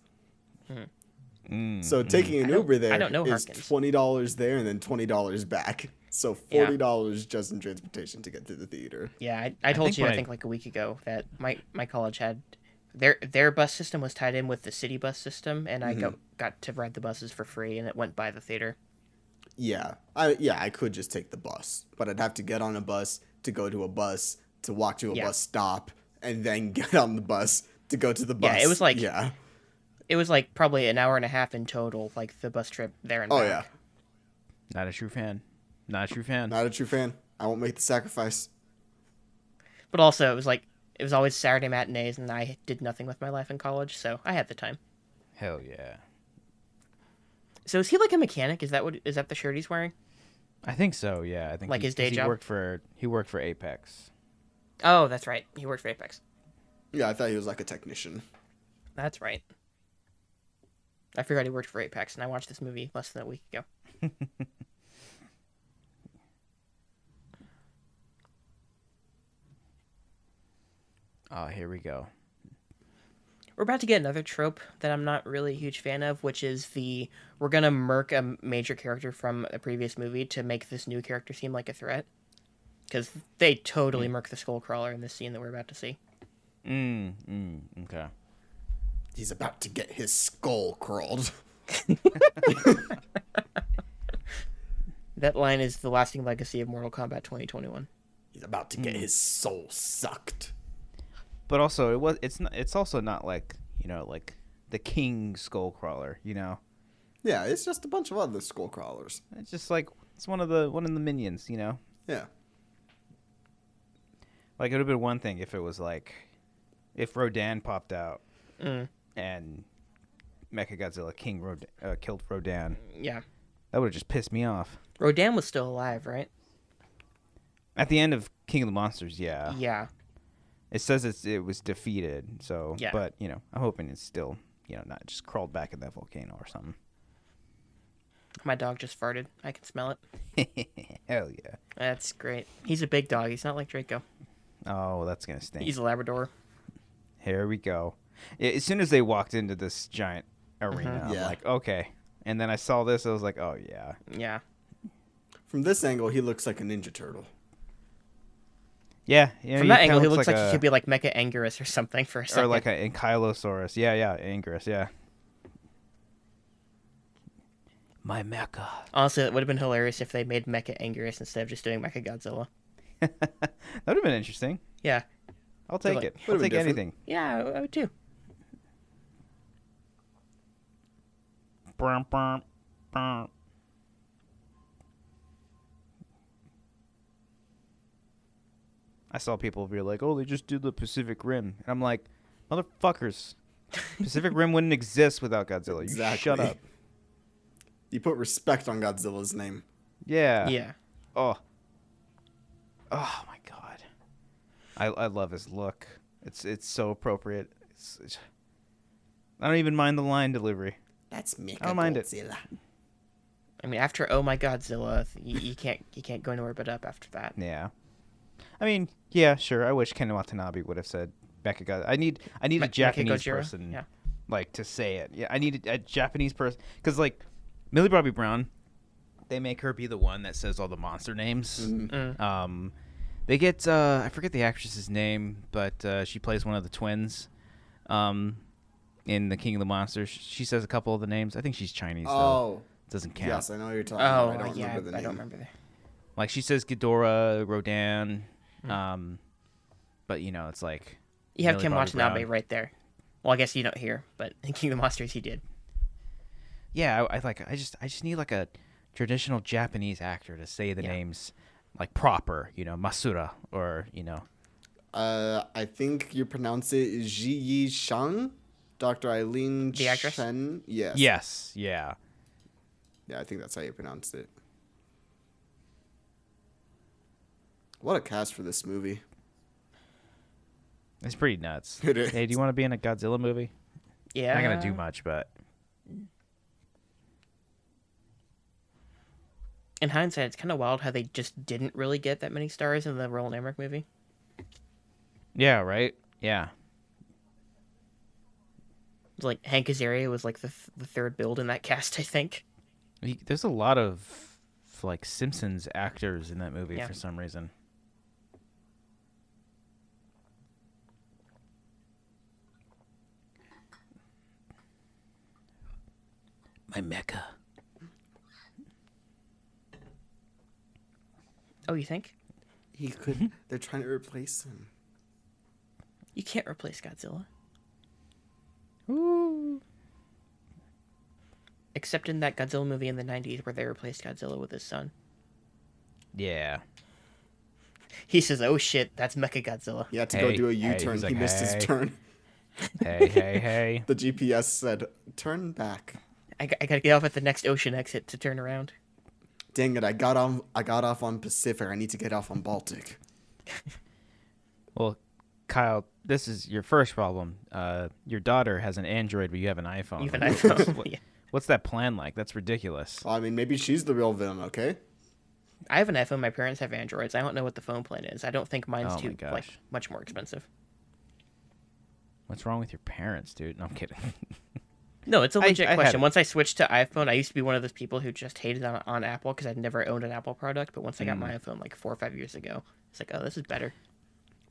S2: mm.
S1: So taking an
S3: I don't-
S1: Uber there
S3: I don't know
S1: is
S3: Harkins.
S1: twenty dollars there and then twenty dollars back. So forty dollars just in transportation to get to the theater.
S3: Yeah, I, I told
S2: think
S3: you
S2: when
S3: I
S2: I-
S3: think like a week ago that my my college had their their bus system was tied in with the city bus system, and
S2: Mm-hmm.
S3: I go, got to ride the buses for free, and it went by the theater.
S1: Yeah, I yeah I could just take the bus, but I'd have to get on a bus to go to a bus to walk to a
S3: Yeah.
S1: bus stop and then get on the bus to go to the bus.
S3: Yeah, it was like-
S1: yeah,
S3: It was like probably an hour and a half in total, like the bus trip there and
S1: oh
S3: back.
S1: yeah,
S2: Not a true fan. Not a true fan.
S1: not a true fan. I won't make the sacrifice.
S3: But also, it was like it was always Saturday matinees, and I did nothing with my life in college, so I had the time.
S2: Hell yeah.
S3: So is he like a mechanic? Is that what is that the shirt he's wearing?
S2: I think so. Yeah, I think
S3: Like
S2: he-
S3: his day
S2: 'cause he
S3: job?
S2: Worked for he worked for Apex.
S3: Oh, that's right. He worked for Apex.
S1: Yeah, I thought he was like a technician.
S3: That's right. I forgot he worked for Apex, and I watched this movie less than a week ago.
S2: Oh, here we go.
S3: We're about to get another trope that I'm not really a huge fan of, which is the we're gonna murk a major character from a previous movie to make this new character seem like a threat. Because they totally
S2: Hmm.
S3: murk the Skullcrawler in this scene that we're about to see.
S2: Mm, mm, okay.
S1: He's about to get his skull crawled.
S3: That line is the lasting legacy of Mortal Kombat 2021.
S1: He's about to
S3: Hmm.
S1: get his soul sucked.
S2: But also, it was it's not it's also not like you know like the king skull crawler. You know,
S1: Yeah, it's just a bunch of other skull crawlers.
S2: it's just like it's one of the one of the minions. You know,
S1: Yeah.
S2: like it would have been one thing if it was like if Rodan popped out
S3: Mm.
S2: and Mechagodzilla King Rod- uh, killed Rodan.
S3: Yeah,
S2: That would have just pissed me off.
S3: Rodan was still alive, right?
S2: At the end of King of the Monsters, yeah,
S3: Yeah,
S2: it says it's, it was defeated. So,
S3: Yeah.
S2: but you know, I'm hoping it's still you know not just crawled back in that volcano or something.
S3: my dog just farted. I can smell it.
S2: Hell yeah!
S3: That's great. He's a big dog. He's not like Draco.
S2: Oh, that's gonna stink.
S3: He's a Labrador.
S2: Here we go. A- As soon as they walked into this giant
S3: Mm-hmm.
S2: arena, I'm
S1: Yeah.
S2: like, okay. And then I saw this, I was like, oh yeah,
S3: Yeah.
S1: From this angle, he looks like a ninja turtle.
S2: yeah. yeah
S3: From that
S2: kinda
S3: angle, he looks like,
S2: a,
S3: he could be like Mecha Anguirus or something for a second.
S2: or like an ankylosaurus. Yeah, yeah, Ingress, yeah. My mecha.
S3: Honestly, it would have been hilarious if they made Mecha Anguirus instead of just doing Mecha Godzilla.
S2: That would have been interesting.
S3: Yeah.
S2: I'll take
S3: like-
S2: it. I'll
S1: Would've been
S2: take
S1: different.
S2: anything.
S3: Yeah, I- I would too.
S2: Brum, brum, brum. I saw people be like, "Oh, they just do the Pacific Rim," and I'm like, "Motherfuckers, Pacific Rim wouldn't exist without Godzilla." You shut
S1: Exactly.
S2: up.
S1: You put respect on Godzilla's name.
S2: Yeah.
S3: Yeah.
S2: Oh. Oh my god. I I love his look. It's it's so appropriate. It's, it's, I don't even mind the line delivery.
S1: That's Mecha
S2: don't mind it.
S3: I mean, after Oh My Godzilla, you, you can't you can't go anywhere but up after that.
S2: Yeah. I mean, yeah, sure. I wish Ken Watanabe would have said Mechagodzilla. I need I need
S3: Me-
S2: a Japanese
S3: Mecha Gojira?
S2: person
S3: Yeah.
S2: like to say it. Yeah, I need a, a Japanese person cuz like Millie Bobby Brown they make her be the one that says all the monster names. Um they get uh I forget the actress's name, but uh, she plays one of the twins. Um in the King of the Monsters, she says a couple of the names. I think she's Chinese
S1: Oh,
S2: though. Doesn't count.
S1: yes, I know what you're talking
S3: Oh,
S1: about. I don't
S3: yeah,
S1: remember the name.
S3: I don't remember the
S2: like she says Ghidorah, Rodan, um, but you know it's like
S3: Hmm. You have
S2: Millie
S3: Kim
S2: Bobby
S3: Watanabe
S2: Brown.
S3: right there. Well, I guess you don't hear, but in King of the Monsters, he did.
S2: yeah, I, I like I just I just need like a traditional Japanese actor to say the names like proper, you know, Masura or you know,
S1: Uh, I think you pronounce it Ji Yi Shang, Dr. Eileen
S3: The actress?
S1: Chen. Yes.
S2: yes, yeah,
S1: Yeah, I think that's how you pronounce it. What a cast for this movie.
S2: it's pretty nuts.
S1: It is.
S2: Hey, do you want to be in a Godzilla movie?
S3: Yeah.
S2: Not gonna do much, but
S3: In hindsight, it's kind of wild how they just didn't really get that many stars in the Roland Emmerich movie.
S2: yeah, right, yeah,
S3: It's like Hank Azaria was like the, th- the third build in that cast, I think.
S2: He- there's a lot of with like Simpsons actors in that movie
S3: Yeah.
S2: for some reason. My mecca.
S3: Oh, you think?
S1: He could. They're trying to replace him.
S3: You can't replace Godzilla.
S2: Ooh.
S3: Except in that Godzilla movie in the 90s where they replaced Godzilla with his son.
S2: Yeah.
S3: He says, oh shit, that's Mecha Godzilla.
S1: He had to
S2: Hey,
S1: go do a
S2: hey,
S1: U
S2: he's
S1: turn.
S2: like,
S1: he missed
S2: hey.
S1: his turn.
S2: Hey, hey, hey.
S1: The GPS said, turn back.
S3: I, g- I gotta get off at the next ocean exit to turn around.
S1: Dang it, I got on I got off on Pacific. I need to get off on Baltic.
S2: Well, Kyle, this is your first problem. Uh, your daughter has an Android, but you have an iPhone.
S3: You have an
S2: Like,
S3: iPhone,
S2: what's- what-
S3: yeah.
S2: What's that plan like? That's ridiculous.
S1: Well, I mean, maybe she's the real villain, okay?
S3: I have an iPhone. My parents have Androids. I don't know what the phone plan is. I don't think mine's
S2: Oh my
S3: too like
S2: gosh.
S3: much more expensive.
S2: What's wrong with your parents, dude? No, I'm kidding.
S3: No, it's a
S2: I-
S3: legit
S2: I had
S3: question.
S2: it.
S3: Once I switched to iPhone, I used to be one of those people who just hated on, on Apple because I'd never owned an Apple product. But once I got my
S2: Mm.
S3: iPhone like four or five years ago, it's like, oh, this is better.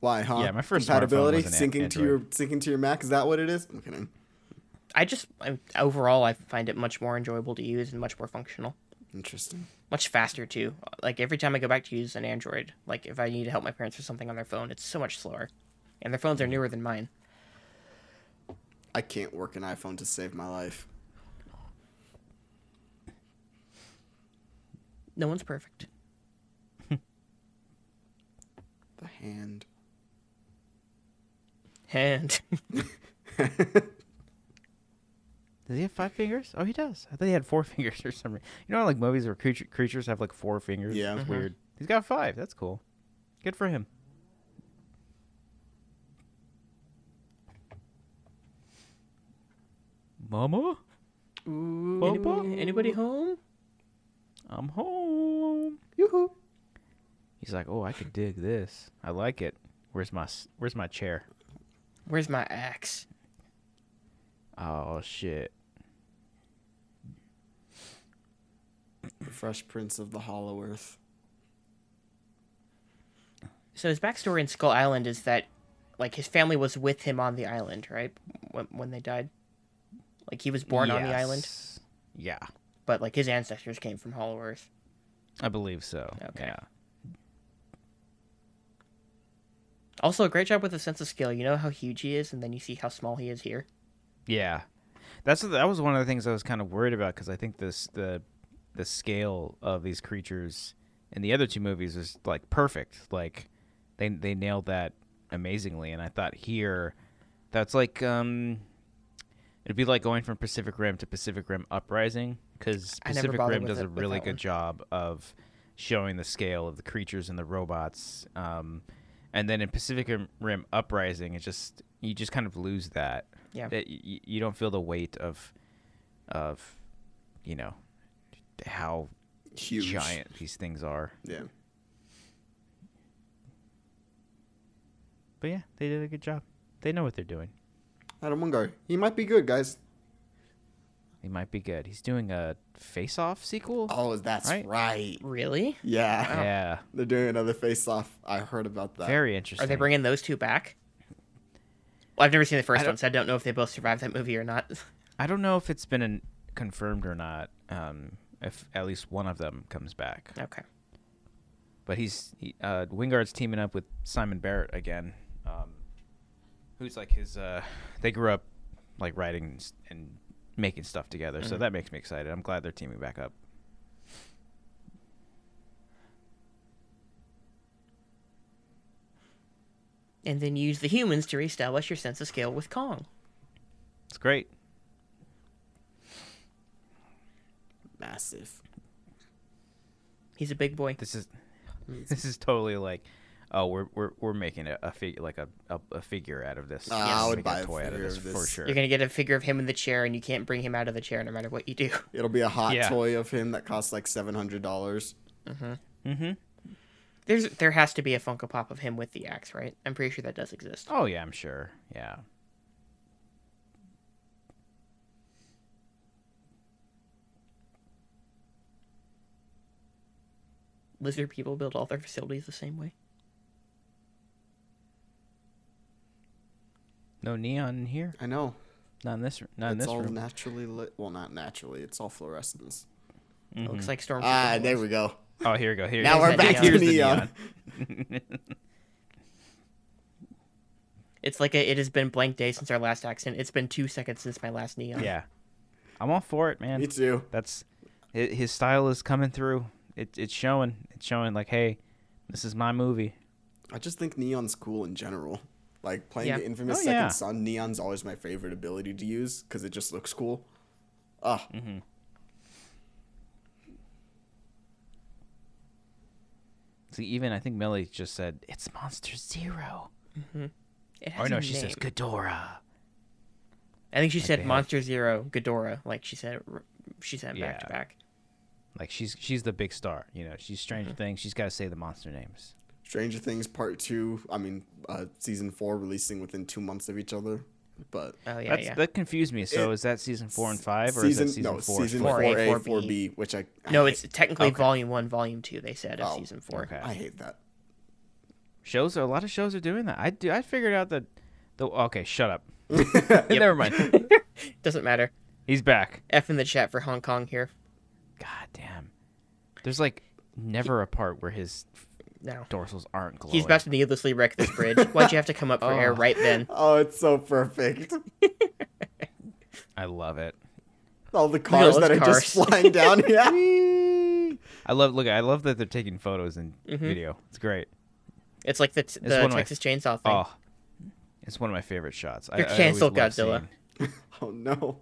S1: Why, huh?
S2: Yeah, my first
S1: compatibility
S2: smartphone was an
S1: syncing
S2: Android.
S1: to your syncing to your Mac. Is that what it is? I'm kidding.
S3: I just I, overall I find it much more enjoyable to use and much more functional,
S1: Interesting.
S3: much faster too. Like every time I go back to use an Android, like if I need to help my parents with something on their phone, it's so much slower, and their phones are newer than mine.
S1: I can't work an iPhone to save my life.
S3: No one's perfect.
S1: The hand.
S3: And
S2: Does he have five fingers? Oh, he does. I thought he had four fingers or something. You know, how, like movies where creature, creatures have like four fingers.
S1: Yeah.
S2: it's
S3: Mm-hmm.
S1: Mhm.
S2: weird. He's got five. That's cool. Good for him. Mama,
S3: Ooh,
S2: Boop,
S3: anybody, anybody home?
S2: I'm home.
S1: Yoo-hoo.
S2: He's like, oh, I could dig this. I like it. Where's my s- Where's my chair?
S3: Where's my axe?
S2: Oh shit.
S1: The Fresh Prince of the Hollow Earth.
S3: So his backstory in Skull Island is that, like, his family was with him on the island, right? When, when they died, like he was born on the island,
S2: Yes. Yeah,
S3: but like his ancestors came from Hollow Earth.
S2: I believe so.
S3: Okay.
S2: Yeah.
S3: Also, a great job with the sense of scale. You know how huge he is, and then you see how small he is here.
S2: Yeah, that's that was one of the things I was kind of worried about because I think this the the scale of these creatures in the other two movies is like perfect. Like they they nailed that amazingly, and I thought here that's like um it'd be like going from Pacific Rim to Pacific Rim Uprising because
S3: I never
S2: Pacific
S3: bothered
S2: Rim
S3: with
S2: does
S3: it-
S2: a
S3: with
S2: really
S3: that
S2: good
S3: one.
S2: job of showing the scale of the creatures and the robots. Um, and then in Pacific Rim- Rim Uprising, it just you just kind of lose that.
S3: Yeah.
S2: That y- y- you don't feel the weight of, of, you know, how
S1: Huge.
S2: giant these things are.
S1: Yeah.
S2: But yeah, they did a good job. They know what they're doing.
S1: Adam Wingard. He might be good, guys.
S2: He might be good. He's doing a Face Off sequel.
S1: Oh, that's
S2: Right.
S1: right.
S3: Really?
S1: Yeah.
S2: yeah,
S1: They're doing another face off. I heard about that.
S2: very interesting.
S3: Uh, Are they bringing those two back? Well, I've never seen the first
S2: don't-
S3: one, so I don't know if they both survived that movie or not.
S2: I don't know if it's been an, confirmed or not. Um, if at least one of them comes back,
S3: okay.
S2: but he's he, uh, Wingard's teaming up with Simon Barrett again, um, who's like his. Uh, they grew up like writing and s- and making stuff together, so
S3: Mm-hmm.
S2: that makes me excited. I'm glad they're teaming back up.
S3: And then use the humans to reestablish your sense of scale with Kong.
S2: It's great.
S1: massive.
S3: He's a big boy.
S2: This is this is totally like. Oh, we're we're, we're making a, a fig, like a, a, a figure out of this.
S1: Ah, I
S2: We're
S1: would
S2: making
S1: buy a figure of
S2: for
S1: this.
S2: sure.
S3: You're gonna get a figure of him in the chair, and you can't bring him out of the chair no matter what you do.
S1: It'll be a hot
S2: Yeah.
S1: toy of him that costs like seven hundred dollars.
S2: hmm
S3: There's there has to be a Funko Pop of him with the axe, right? I'm pretty sure that does exist.
S2: Oh yeah, I'm sure. Yeah.
S3: lizard people build all their facilities the same way?
S2: No neon in here.
S1: I know.
S2: Not in this. Not in
S1: it's
S2: this
S1: all
S2: room.
S1: naturally lit. Well, not naturally. It's all fluorescence.
S3: It looks like storm.
S1: Ah, there we go.
S2: Oh, here we go. Here.
S1: Now
S2: here's
S1: we're
S2: the
S1: back
S2: neon.
S1: to
S2: Here's the
S1: neon.
S3: It's like a, it has been blank day since our last accident. It's been two seconds since my last neon.
S2: yeah, I'm all for it, man.
S1: Me too.
S2: That's hi- his style is coming through. It, it's showing. It's showing like, hey, this is my movie.
S1: I just think neon's cool in general. Like playing
S3: Yeah.
S1: the infamous
S2: Oh,
S1: Second
S2: yeah.
S1: Son, neon's always my favorite ability to use because it just looks cool. Ah,
S2: See, even I think Millie just said it's Monster Zero.
S3: It has
S2: Or no,
S3: a
S2: she
S3: name.
S2: says Ghidorah.
S3: I think she
S2: they
S3: said
S2: had-
S3: Monster Zero, Ghidorah. Like she said, r- she said back to
S2: Yeah.
S3: back.
S2: Like she's she's the big star. You know, she's
S3: Mm-hmm.
S2: Stranger Things. She's got to say the monster names.
S1: Stranger Things Part Two. I mean, uh, season four releasing within two months of each other. But
S3: Oh yeah,
S2: That's,
S3: yeah.
S2: That confused me. So
S1: It-
S2: is that season four and five, or
S1: season
S2: is that season
S1: no
S2: four?
S1: season
S2: and five?
S1: four
S3: 4A,
S1: A
S3: 4B.
S1: four B, which I I
S3: No,
S1: hate.
S3: it's technically
S2: Okay.
S3: volume one, volume two. They said of
S1: Oh,
S3: season four.
S2: okay.
S1: I hate that.
S2: Shows a lot of shows are doing that. I do. I figured out that. The okay, shut up. Never mind.
S3: Doesn't matter.
S2: He's back.
S3: F in the chat for Hong Kong here.
S2: God damn. There's like never a part where his
S3: No,
S2: dorsals aren't glowing.
S3: he's about to needlessly wreck this bridge. Why'd you have to come up for air
S2: Oh.
S3: right then?
S1: Oh, it's so perfect.
S2: I love it.
S1: All the cars
S3: those
S1: that are just
S3: cars.
S1: flying down. Yeah.
S2: I love look. I love that they're taking photos and
S3: Mm-hmm.
S2: video. It's great.
S3: It's like the, t-
S2: one
S3: the
S2: of my-
S3: Texas Chainsaw thing.
S2: Oh, it's one of my favorite shots. I-
S3: You're
S2: I, always
S3: canceled,
S2: love
S3: Godzilla.
S2: seeing-
S1: oh no.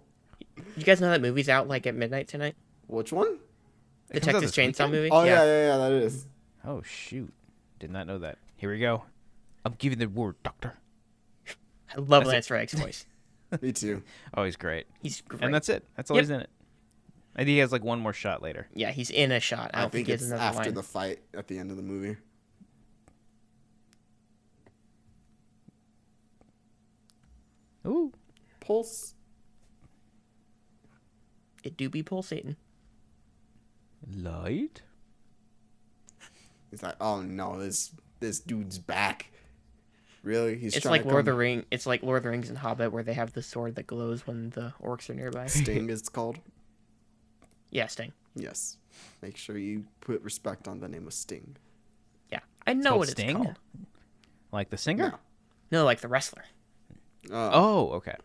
S3: You guys know that movie's out like at midnight tonight.
S1: Which one?
S2: It
S3: The
S2: comes out this
S3: Texas Chainsaw
S2: weekend?
S3: movie.
S1: Oh yeah, yeah, yeah. That is.
S2: Oh shoot! Did not know that. Here we go. I'm giving the word, Doctor.
S3: I
S2: That's
S3: love
S2: it.
S3: Lance Reddick's voice.
S1: Me too.
S2: Oh, he's great.
S3: He's great.
S2: And that's it. That's all
S3: Yep.
S2: he's in it. I think he has like one more shot later.
S3: yeah, he's in a shot. I
S1: I
S3: don't
S1: think
S3: think he has
S1: it's
S3: another
S1: after
S3: line.
S1: the fight at the end of the movie.
S2: Ooh.
S1: Pulse.
S3: It do be pulsating.
S2: Light.
S1: He's like, oh no, this this dude's back. Really? He's
S3: It's
S1: trying
S3: like
S1: to
S3: Lord of the
S1: come-
S3: Ring. It's like Lord of the Rings and Hobbit, where they have the sword that glows when the orcs are nearby.
S1: Sting is called.
S3: yeah, Sting.
S1: Yes. Make sure you put respect on the name of Sting.
S3: Yeah, I know
S2: called
S3: what
S2: Sting?
S3: it's called.
S2: Like the singer.
S3: No, like the wrestler.
S1: Uh,
S2: Oh, okay.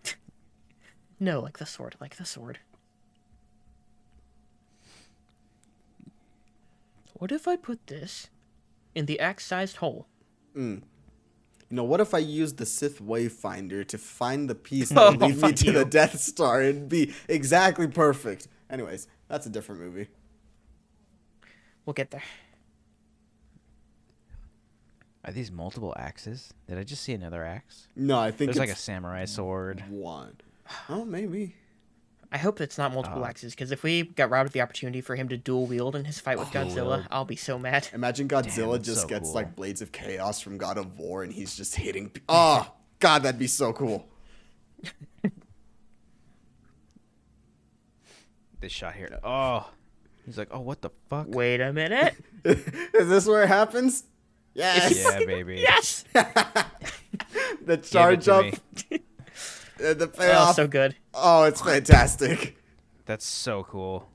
S3: No, like the sword. Like the sword. What if I put this in the axe-sized hole?
S1: You know, what if I use the Sith Wayfinder to find the piece
S2: Oh
S1: that would lead me to the Death Star and be exactly perfect? Anyways, that's a different movie.
S3: We'll get there.
S2: Are these multiple axes? Did I just see another axe?
S1: No, I think
S2: There's like a
S1: it's
S2: samurai sword.
S1: one. Oh, maybe.
S3: I hope it's not multiple
S1: Ah.
S3: axes, because if we got robbed of the opportunity for him to dual wield in his fight with
S1: Oh,
S3: Godzilla, I'll be so mad.
S1: Imagine Godzilla
S2: that's
S1: just
S2: so
S1: gets
S2: cool.
S1: like blades of chaos from God of War and he's just hitting. Pe- oh, God, that'd be so cool.
S2: This shot here. Oh. He's like, oh, what the fuck?
S3: Wait a minute.
S1: is this where it happens? Yes.
S2: Yeah, baby.
S3: yes.
S1: the charge
S2: to
S1: up,
S2: me.
S1: and the
S3: Oh,
S1: payoff.
S3: so good.
S1: oh, it's fantastic.
S2: That's so cool.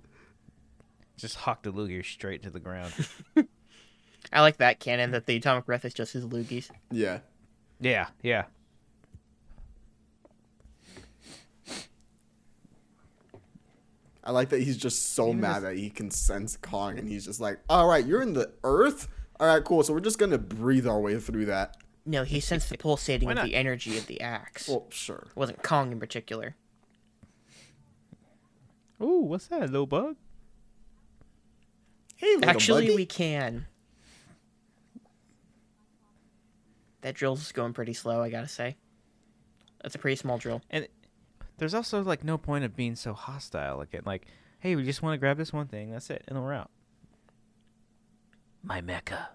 S2: Just hocked the luger straight to the ground.
S3: I like that canon that the atomic breath is just his loogies.
S1: Yeah.
S2: yeah, yeah.
S1: I like that he's just so mad that he can sense Kong and he's just like, all right, you're in the earth? All right, cool. So we're just going to breathe our way through that.
S3: No, he sensed the pulsating
S2: Why
S3: of
S2: not?
S3: the energy of the axe.
S1: Well, sure.
S3: it wasn't Kong in particular.
S2: Ooh, what's that, little bug?
S1: Hey, little
S3: Actually,
S1: buddy.
S3: we can. That drill's going pretty slow, I gotta say. That's a pretty small drill.
S2: And there's also like no point of being so hostile again. Like, hey, we just want to grab this one thing. That's it, and then we're out. My mecca.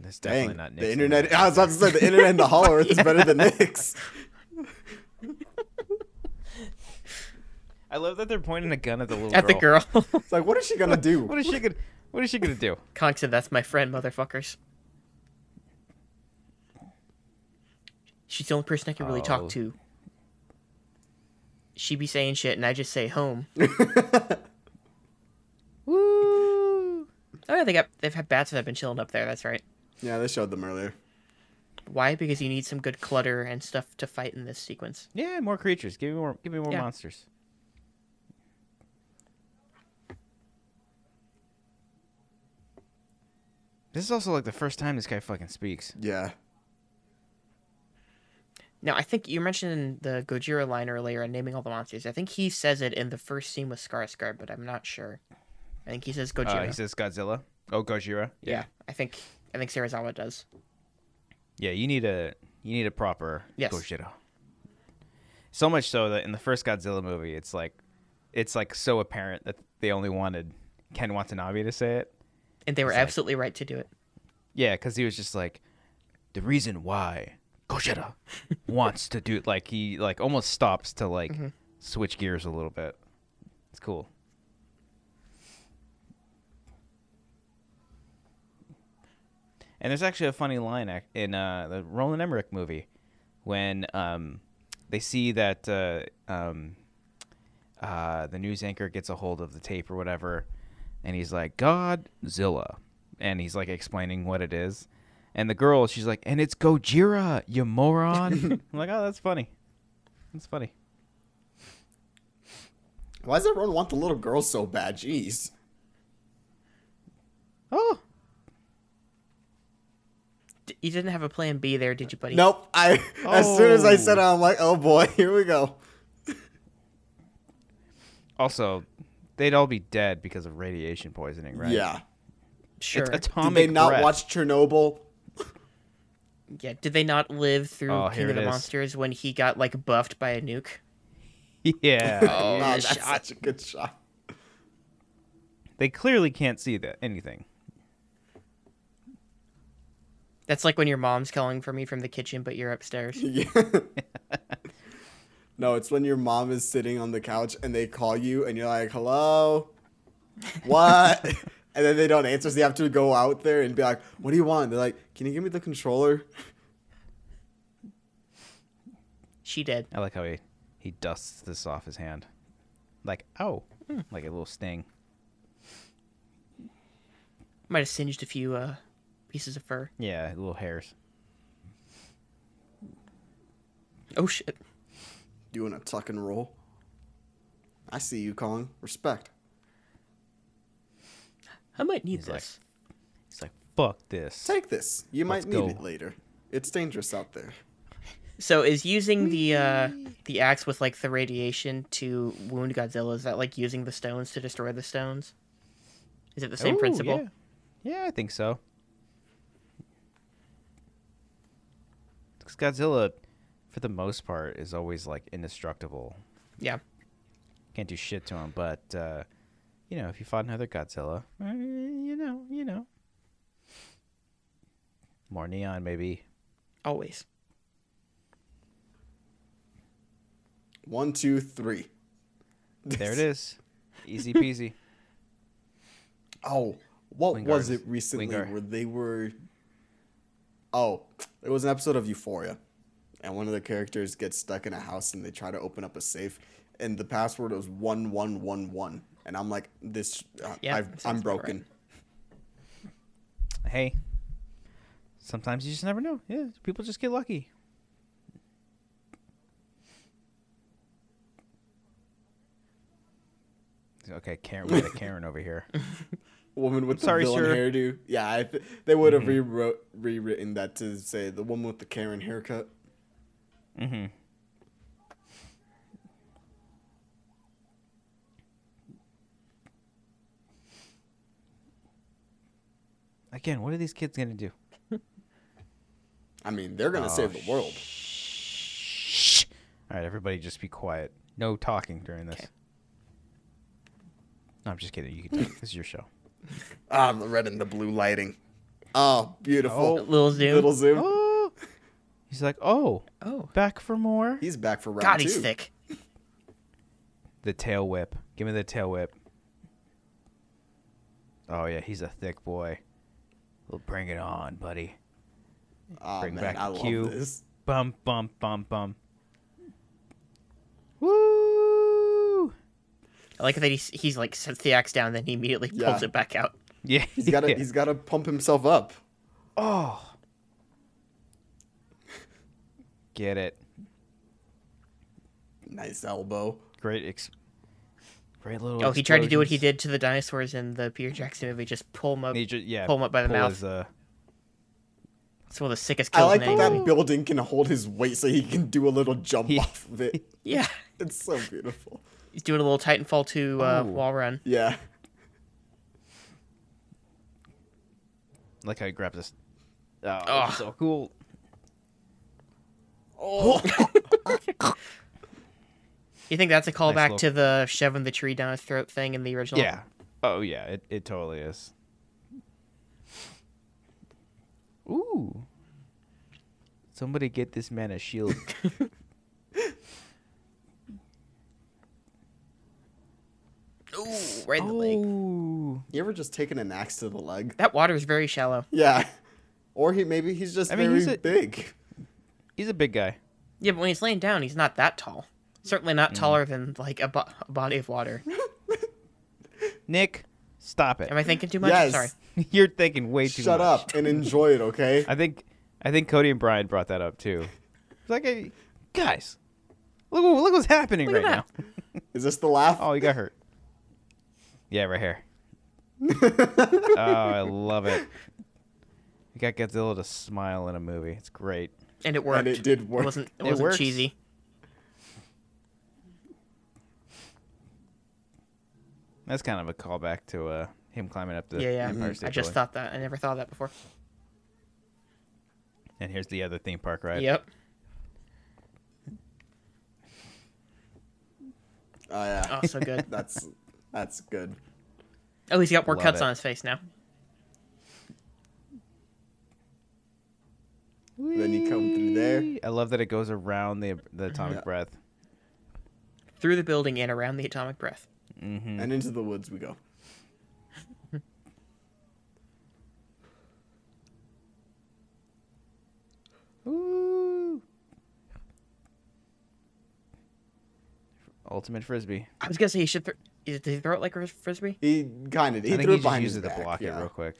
S2: That's definitely
S1: Dang,
S2: not Nick's
S1: the
S2: name.
S1: internet. I was about to say the internet and the Hollow Earth is better than Nick's.
S2: I I love that they're pointing a gun at the little
S3: At the
S2: girl.
S3: girl.
S1: It's like, what is she gonna do?
S2: What is she gonna? What is she gonna do?
S3: Conk said, that's my friend, motherfuckers. She's the only person I can really
S2: Oh.
S3: talk to. She be saying shit, and I just say home.
S2: Woo!
S3: Oh yeah, they got they've had bats that have been chilling up there. That's right.
S1: yeah, they showed them earlier.
S3: Why? Because you need some good clutter and stuff to fight in this sequence.
S2: Yeah, more creatures. Give me more. Give me more
S3: Yeah.
S2: monsters. This is also like the first time this guy fucking speaks.
S1: Yeah.
S3: Now, I think you mentioned the Gojira line earlier and naming all the monsters. I think he says it in the first scene with Skarsgård, but I'm not sure. I think he says Gojira.
S2: Uh, he says Godzilla. Oh, Gojira.
S3: yeah. I think I think Sarazawa does.
S2: Yeah, you need a you need a proper
S3: Yes.
S2: Gojira. So much so that in the first Godzilla movie, it's like it's like so apparent that they only wanted Ken Watanabe to say it.
S3: And they were
S2: Exactly.
S3: absolutely right to do it.
S2: Yeah, because he was just like, the reason why Gojira wants to do like he like almost stops to like switch gears a little bit. It's cool. And there's actually a funny line ac- in uh, the Roland Emmerich movie when um, they see that uh, um, uh, the news anchor gets a hold of the tape or whatever, and he's like, Godzilla. And he's like explaining what it is. And the girl, she's like, and it's Gojira, you moron. I'm like, oh, that's funny. That's funny.
S1: Why does everyone want the little girl so bad? Jeez.
S2: Oh,
S3: D- You didn't have a plan B there, did you, buddy?
S1: Nope. I as soon as I said it,
S2: Oh.
S1: I'm like, oh boy, here we go.
S2: also, they'd all be dead because of radiation poisoning, right?
S1: Yeah.
S3: Sure.
S2: It's
S1: Did
S2: atomic
S1: they not
S2: breath.
S1: watch Chernobyl?
S3: yeah. Did they not live through
S2: Oh,
S3: King
S2: here
S3: of the
S2: it is.
S3: Monsters when he got like buffed by a nuke?
S2: Yeah.
S1: Oh,
S3: yeah,
S1: that's
S3: shot.
S1: such a good shot.
S2: they clearly can't see that anything.
S3: That's like when your mom's calling for me from the kitchen, but you're upstairs.
S1: Yeah. no, it's when your mom is sitting on the couch and they call you and you're like, hello? What? and then they don't answer, so you have to go out there and be like, what do you want? They're like, can you give me the controller?
S3: She did.
S2: I like how he he dusts this off his hand, like oh, like a little sting.
S3: Might have singed a few uh, pieces of fur.
S2: Yeah, little hairs.
S3: Oh shit.
S1: Doing a tuck and roll. I see you, Kong. Respect.
S3: I might need
S2: He's like-
S3: this.
S2: He's like, fuck this.
S1: Take this. You
S2: Let's
S1: might need
S2: go.
S1: it later. It's dangerous out there.
S3: So is using the uh, the axe with like the radiation to wound Godzilla? Is that like using the stones to destroy the stones? Is it the same
S2: Ooh,
S3: principle?
S2: Oh, Yeah. yeah, I think so. 'Cause Godzilla, for the most part, is always like indestructible.
S3: Yeah.
S2: Can't do shit to him. But uh, you know, if you fought another Godzilla, eh, you know, you know, more neon maybe.
S3: Always.
S1: One, two, three.
S2: There it is. Easy peasy.
S1: Oh, what
S2: Wingard
S1: was
S2: was-
S1: it recently
S2: Wingard.
S1: where they were? Oh, it was an episode of Euphoria, and one of the characters gets stuck in a house, and they try to open up a safe, and the password was one one one one, and I'm like, this, uh,
S3: Yeah,
S1: I've,
S3: that
S1: I'm
S3: sounds about right.
S1: broken.
S2: hey, sometimes you just never know. Yeah, people just get lucky. Okay, Karen, we got a Karen over here.
S1: Woman with the
S2: sorry,
S1: villain
S2: sir.
S1: hairdo. Yeah, I th- they would have rewrote, rewritten that to say the woman with the Karen haircut.
S2: Again, what are these kids gonna do?
S1: I mean, they're gonna save the world.
S2: Shh. All right, everybody, just be quiet. No talking during this.
S3: Okay.
S2: No, I'm just kidding. You can talk. this is your show.
S1: Ah, the red and the blue lighting. Oh, beautiful.
S3: Little Zoom.
S1: Little Zoom.
S2: Oh, he's like, oh,
S3: Oh.
S2: back for more.
S1: He's back for round
S3: God,
S1: two.
S3: he's thick.
S2: the tail whip. Give me the tail whip. Oh yeah, he's a thick boy. We'll bring it on, buddy.
S1: Oh
S2: Bring
S1: man,
S2: back
S1: I
S2: the
S1: love
S2: queue.
S1: this.
S2: Bum bum bum bum. Woo!
S3: I like that he's he's like sets the axe down, then he immediately pulls
S1: Yeah.
S3: it back out.
S2: Yeah,
S1: He's got to
S2: yeah.
S1: he's got to pump himself up.
S2: Oh. Get it.
S1: Nice elbow.
S2: Great ex- Great little
S3: Oh, he tried to do what he
S2: explosions.
S3: did to the dinosaurs in the Peter Jackson movie, just pull them up.
S2: He ju- yeah,
S3: pull him up by the mouth.
S2: his, uh,
S3: It's one of the sickest
S1: I
S3: kills
S1: like
S3: in any
S1: that that
S3: movie.
S1: building can hold his weight so he can do a little jump
S2: Yeah.
S1: off of it.
S3: Yeah,
S1: It's so beautiful.
S3: he's doing a little Titanfall 2 uh,
S2: Oh.
S3: wall run.
S1: Yeah.
S2: like I grabbed this. Oh,
S3: Ugh.
S2: so cool.
S1: Oh.
S3: You think that's a callback
S2: little-
S3: to the shoving the tree down his throat thing in the original?
S2: Yeah. Oh yeah, it, it totally is. Ooh. Somebody get this man a shield.
S3: Ooh, right in the
S2: Oh.
S3: leg.
S2: Ooh.
S1: you ever just taken an axe to the leg?
S3: That water is very shallow.
S1: Yeah. Or he maybe he's just
S2: I mean,
S1: very
S2: he's a-
S1: big.
S2: He's a big guy.
S3: Yeah, but when he's laying down, he's not that tall. Certainly not taller than like a, bo- a body of water.
S2: Nick, stop it.
S3: Am I thinking too much?
S1: Yes.
S3: Sorry.
S2: You're thinking way too much.
S1: Shut up and enjoy it, okay?
S2: I think I think Cody and Brian brought that up too. It's like, hey, guys, look what- look what's happening
S3: Look at
S2: right now.
S1: Is this the laugh?
S2: Oh, you got hurt. Yeah, right here. oh, I love it. You got Godzilla to smile in a movie. It's great.
S3: And it worked.
S1: and it did
S3: It
S1: work.
S3: wasn't
S2: It
S3: it, wasn't
S2: works.
S3: cheesy.
S2: That's kind of a callback to uh, him climbing up the
S3: Yeah, yeah.
S2: Empire
S3: I
S2: State
S3: just
S2: Building.
S3: thought that. I never thought of that before.
S2: And here's the other theme park, right?
S3: Yep.
S1: Oh yeah.
S3: Oh, so good.
S1: That's that's good.
S3: Oh, he's got more
S2: Love
S3: cuts
S2: it.
S3: on his face now.
S1: Then you come through there.
S2: I love that it goes around the the atomic
S1: Yeah.
S2: breath.
S3: Through the building and around the atomic breath.
S2: Mm-hmm.
S1: And into the woods we go.
S2: Ooh. Ultimate frisbee.
S3: I was gonna say he should. Th- did he throw it like a frisbee?
S1: He kind of he
S2: I think
S1: threw
S2: he
S1: it
S2: just
S1: behind his
S2: uses it
S1: back.
S2: to block
S1: yeah.
S2: it real quick.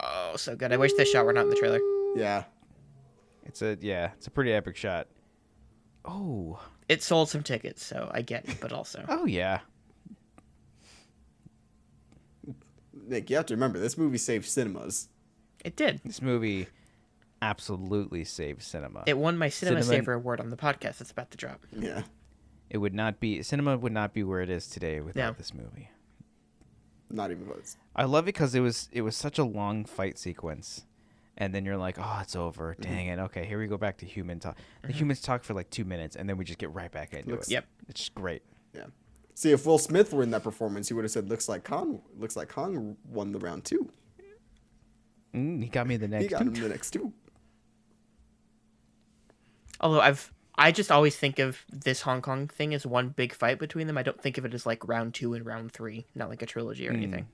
S3: Oh, so good. I wish this shot were not in the trailer.
S1: yeah.
S2: It's a yeah, it's a pretty epic shot. Oh,
S3: It sold some tickets, so I get it. But also,
S2: oh yeah.
S1: Nick, you have to remember this movie saved cinemas.
S3: it did.
S2: This movie absolutely saved cinema.
S3: It won my Cinema,
S2: Cinnamon-
S3: Saver award on the podcast that's about to drop.
S1: Yeah.
S2: It would not be cinema would not be where it is today without
S3: No.
S2: this movie.
S1: Not even close.
S2: I love it because it was it was such a long fight sequence, and then you're like, oh, it's over. Dang it. Okay, here we go back to human talk. The humans talk for like two minutes, and then we just get right back into
S1: Looks-
S2: it.
S3: Yep.
S2: it's just great.
S1: Yeah. See if Will Smith were in that performance, he would have said, "Looks like Kong. Looks like Kong won the round two.
S2: Mm, he got me the
S1: He
S2: next.
S1: got him the next two.
S3: Although I've, I just always think of this Hong Kong thing as one big fight between them. I don't think of it as like round two and round three, not like a trilogy
S2: Hmm.
S3: or anything.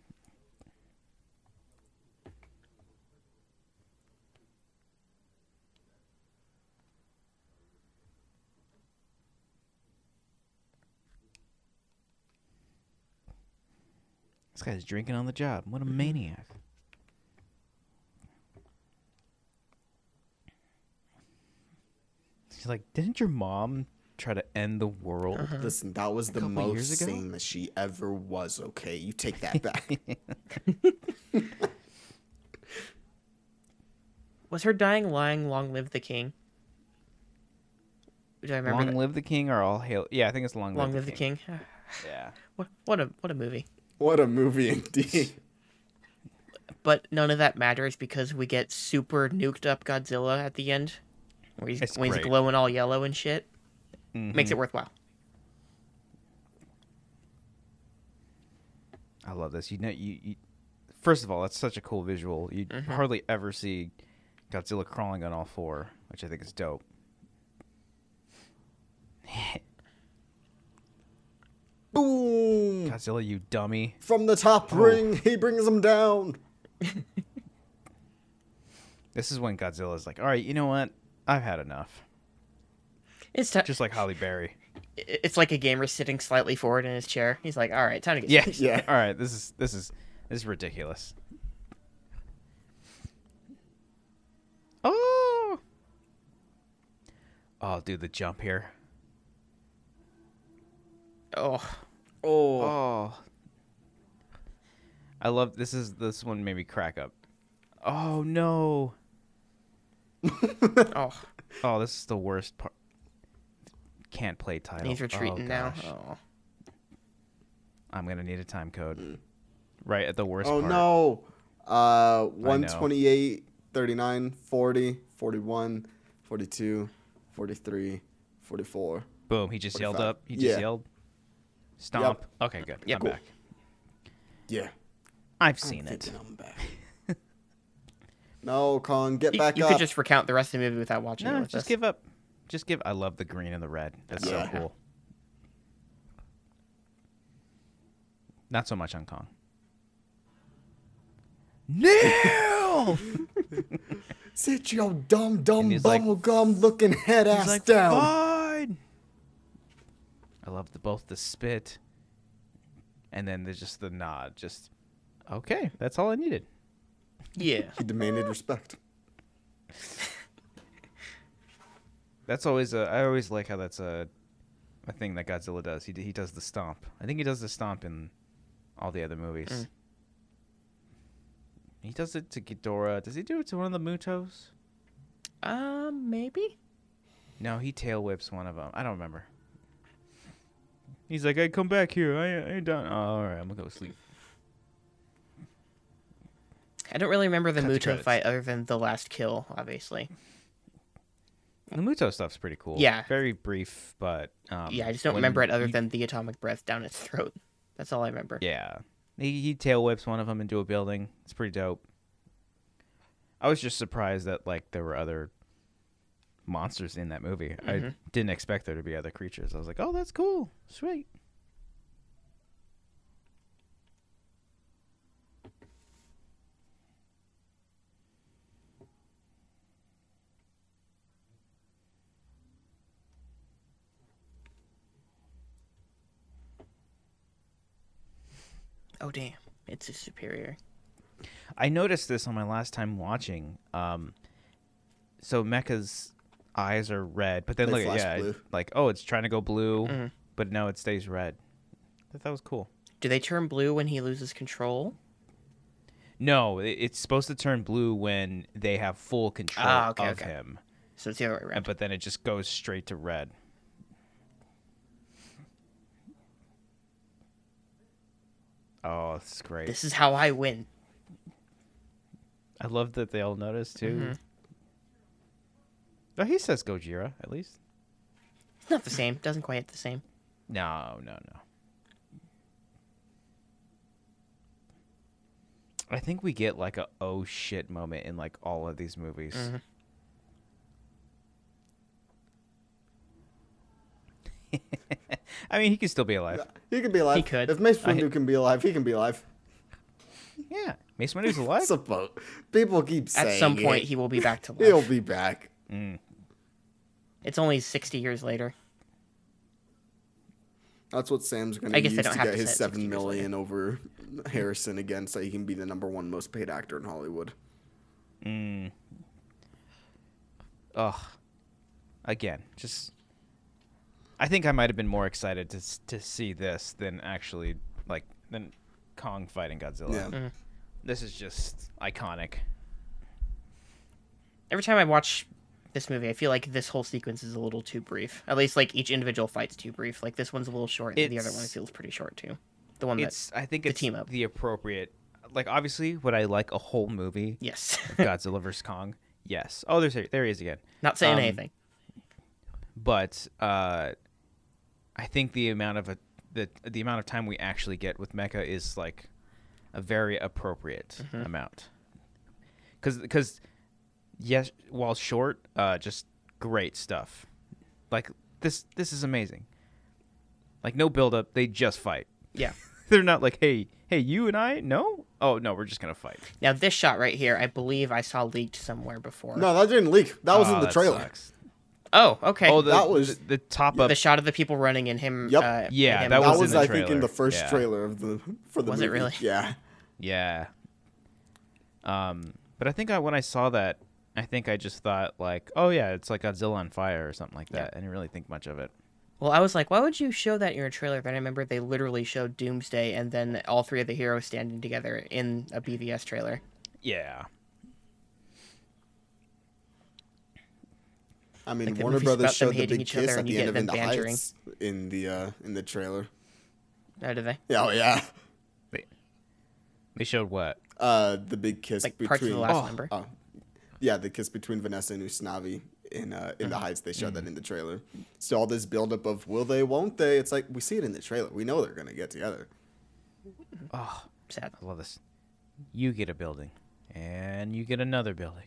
S2: This guy's drinking on the job. What
S3: Mm-hmm.
S2: a maniac. She's like, didn't your mom try to end the world?
S3: Uh-huh.
S1: Listen, that was the
S2: Uh-huh. couple
S1: most
S2: years ago?
S1: sane that she ever was. Okay, you take that back.
S3: Was her dying lying "Long Live the King"? Do I remember
S2: Long
S3: that?
S2: live the king or all hail. Yeah, I think it's long,
S3: Long Live the King.
S2: Yeah.
S3: What, what a what a movie.
S1: what a movie indeed.
S3: But none of that matters because we get super nuked up Godzilla at the end, where he's
S2: It's
S3: when he's
S2: great. Mm-hmm.
S3: glowing all yellow and shit. Makes it worthwhile.
S2: I love this. You know, you, you first of all, that's such a cool visual. You
S3: Mm-hmm.
S2: hardly ever see Godzilla crawling on all four, which I think is dope. Godzilla, you dummy.
S1: From the top
S2: Oh.
S1: ring, he brings them down.
S2: This is when Godzilla's like, all right, you know what? I've had enough.
S3: It's t-
S2: Just like Holly Berry.
S3: it's like a gamer sitting slightly forward in his chair. He's like, all right, time to get
S2: Yeah,
S3: serious."
S2: yeah.
S1: Yeah.
S2: All right, this is this is this is ridiculous. Oh, oh, dude, the jump here.
S3: Oh,
S1: Oh,
S2: Oh, I love this. Is this one made me crack up? Oh no!
S3: oh,
S2: Oh, this is the worst part. Can't play
S3: and
S2: title.
S3: he's retreating
S2: oh,
S3: now.
S2: gosh.
S3: Oh.
S2: I'm gonna need a time code. Right at the worst.
S1: Mm. oh
S2: part.
S1: no. Uh, 128, 39, 40, 41, 42, 43, 44.
S2: Boom! He just yelled
S1: 45.
S2: up. He just
S1: Yeah.
S2: yelled. Stomp. Okay, good.
S3: Yeah,
S2: I'm
S3: cool.
S2: back.
S1: Yeah.
S2: I've seen it.
S1: Thinking I'm back. no, Kong, get
S3: You,
S1: back
S3: you
S1: up.
S3: could just recount the rest of the movie without watching it
S2: No,
S3: with
S2: just
S3: us.
S2: give up. Just give. I love the green and the red. That's
S1: Yeah.
S2: so cool. Not so much on Kong. Neil!
S1: Sit your dumb,
S2: And
S1: dumb,
S2: he's like-
S1: bubblegum looking head ass
S2: He's like,
S1: down.
S2: fine. I love the both the spit, and then there's just the nod. Just okay. That's all I needed.
S3: Yeah.
S1: He demanded respect.
S2: That's always a. I always like how that's a, a thing that Godzilla does. He d- he does the stomp. I think he does the stomp in all the other movies.
S3: Mm.
S2: He does it to Ghidorah. Does he do it to one of the Mutos?
S3: Um, maybe.
S2: No, he tail whips one of them. I don't remember. He's like, I come back here. I, I ain't done. Oh, all right, I'm gonna go sleep.
S3: I don't really remember the
S2: Cut to
S3: Muto
S2: credits.
S3: fight other than the last kill, obviously.
S2: The Muto stuff's pretty cool.
S3: Yeah.
S2: very brief, but um,
S3: yeah, I just don't
S2: when
S3: remember it other
S2: he-
S3: than the atomic breath down its throat. That's all I remember.
S2: Yeah. He, he tail whips one of them into a building. It's pretty dope. I was just surprised that like there were other monsters in that movie. I didn't expect there to be other creatures. I was like, "Oh, that's cool. Sweet."
S3: Oh damn, it's a superior.
S2: I noticed this on my last time watching. Um so Mecha's eyes are red, but then
S1: They
S2: look
S1: flash
S2: yeah, it-
S1: blue.
S2: like oh, it's trying to go blue, but no, it stays red. That that was cool.
S3: Do they turn blue when he loses control?
S2: No, it, it's supposed to turn blue when they have full control
S3: Ah, okay,
S2: of
S3: okay.
S2: him.
S3: So it's the other way
S2: and
S3: around.
S2: but then it just goes straight to red. Oh, this is great.
S3: This is how I win.
S2: I love that they all notice too. Oh, he says Gojira at least.
S3: It's not the same. Doesn't quite hit the same.
S2: No, no, no. I think we get like a oh shit moment in like all of these movies. I mean, he could still be alive.
S1: He could be alive.
S3: He could.
S1: If Mace
S2: I-
S1: Windu can be alive, he can be alive.
S2: Yeah, Mace Windu's alive.
S1: Suppose people keep saying
S3: At some
S1: it.
S3: point, he will be back to life.
S1: he'll be back.
S3: It's only 60 years later.
S1: That's what Sam's going
S3: I
S1: to
S3: guess
S1: use
S3: they
S1: to
S3: don't have
S1: get
S3: to
S1: his
S3: say it 60
S1: seven
S3: years later.
S1: million over Harrison again, so he can be the number one most paid actor in Hollywood.
S2: Ugh. Again, just. I think I might have been more excited to s- to see this than actually like than Kong fighting Godzilla.
S1: Yeah.
S2: This is just iconic.
S3: Every time I watch this movie, I feel like this whole sequence is a little too brief. At least, like, each individual fight's too brief. Like, this one's a little short, and the other one
S2: It's-
S3: feels pretty short, too. The one that's.
S2: It's I think
S3: the
S2: it's
S3: team up.
S2: the appropriate. Like obviously, would I like a whole movie
S3: Yes.
S2: Godzilla vs Kong? Yes. Oh, there's there he is again.
S3: not saying
S2: Um,
S3: anything.
S2: but uh, I think the amount of a, the the amount of time we actually get with Mecha is like a very appropriate amount. Because because yes, while short, uh, just great stuff. Like this this is amazing. Like no build up, they just fight.
S3: Yeah.
S2: They're not like, hey, hey, you and I, no, oh no, we're just gonna fight.
S3: Now this shot right here, I believe I saw leaked somewhere before.
S1: No, that didn't leak. That was
S2: Oh,
S1: in the
S2: that
S1: trailer.
S2: sucks.
S3: Oh, okay.
S2: Oh, the,
S1: That was-
S2: the, the top up.
S3: the shot of the people running and him.
S1: Yep.
S3: Uh,
S2: Yeah,
S3: him-
S2: that
S1: That
S2: was
S1: was,
S2: in the
S1: I think, in
S2: trailer.
S1: the first
S2: Yeah.
S1: trailer of the for the
S3: Was it
S1: movie.
S3: really?
S1: Yeah.
S2: Yeah. Um, but I think I, when I saw that, I think I just thought like, oh yeah, it's like Godzilla on fire or something like that. I didn't really think much of it.
S3: Well, I was like, why would you show that in your trailer? But I remember they literally showed Doomsday and then all three of the heroes standing together in a BVS trailer.
S2: Yeah.
S1: I mean,
S3: Like, the
S1: Warner
S3: movie's
S1: Brothers
S3: about them
S1: showed the
S3: hating
S1: big
S3: each other
S1: kiss at
S3: and you
S1: the end
S3: get
S1: of In
S3: them
S1: the
S3: bantering.
S1: Heights in the uh, in the trailer.
S3: Oh, do they?
S1: Yeah, oh, yeah.
S2: They, they showed what?
S1: Uh, the big kiss
S3: Like
S1: between
S3: parts of the last
S2: Oh.
S3: number.
S1: oh, yeah, the kiss between Vanessa and Usnavi in uh, in
S3: Mm-hmm.
S1: the Heights. They showed that in the trailer. So all this buildup of will they, won't they? It's like we see it in the trailer. We know they're gonna get together.
S2: Oh,
S3: Sad.
S2: I love this. You get a building, and you get another building.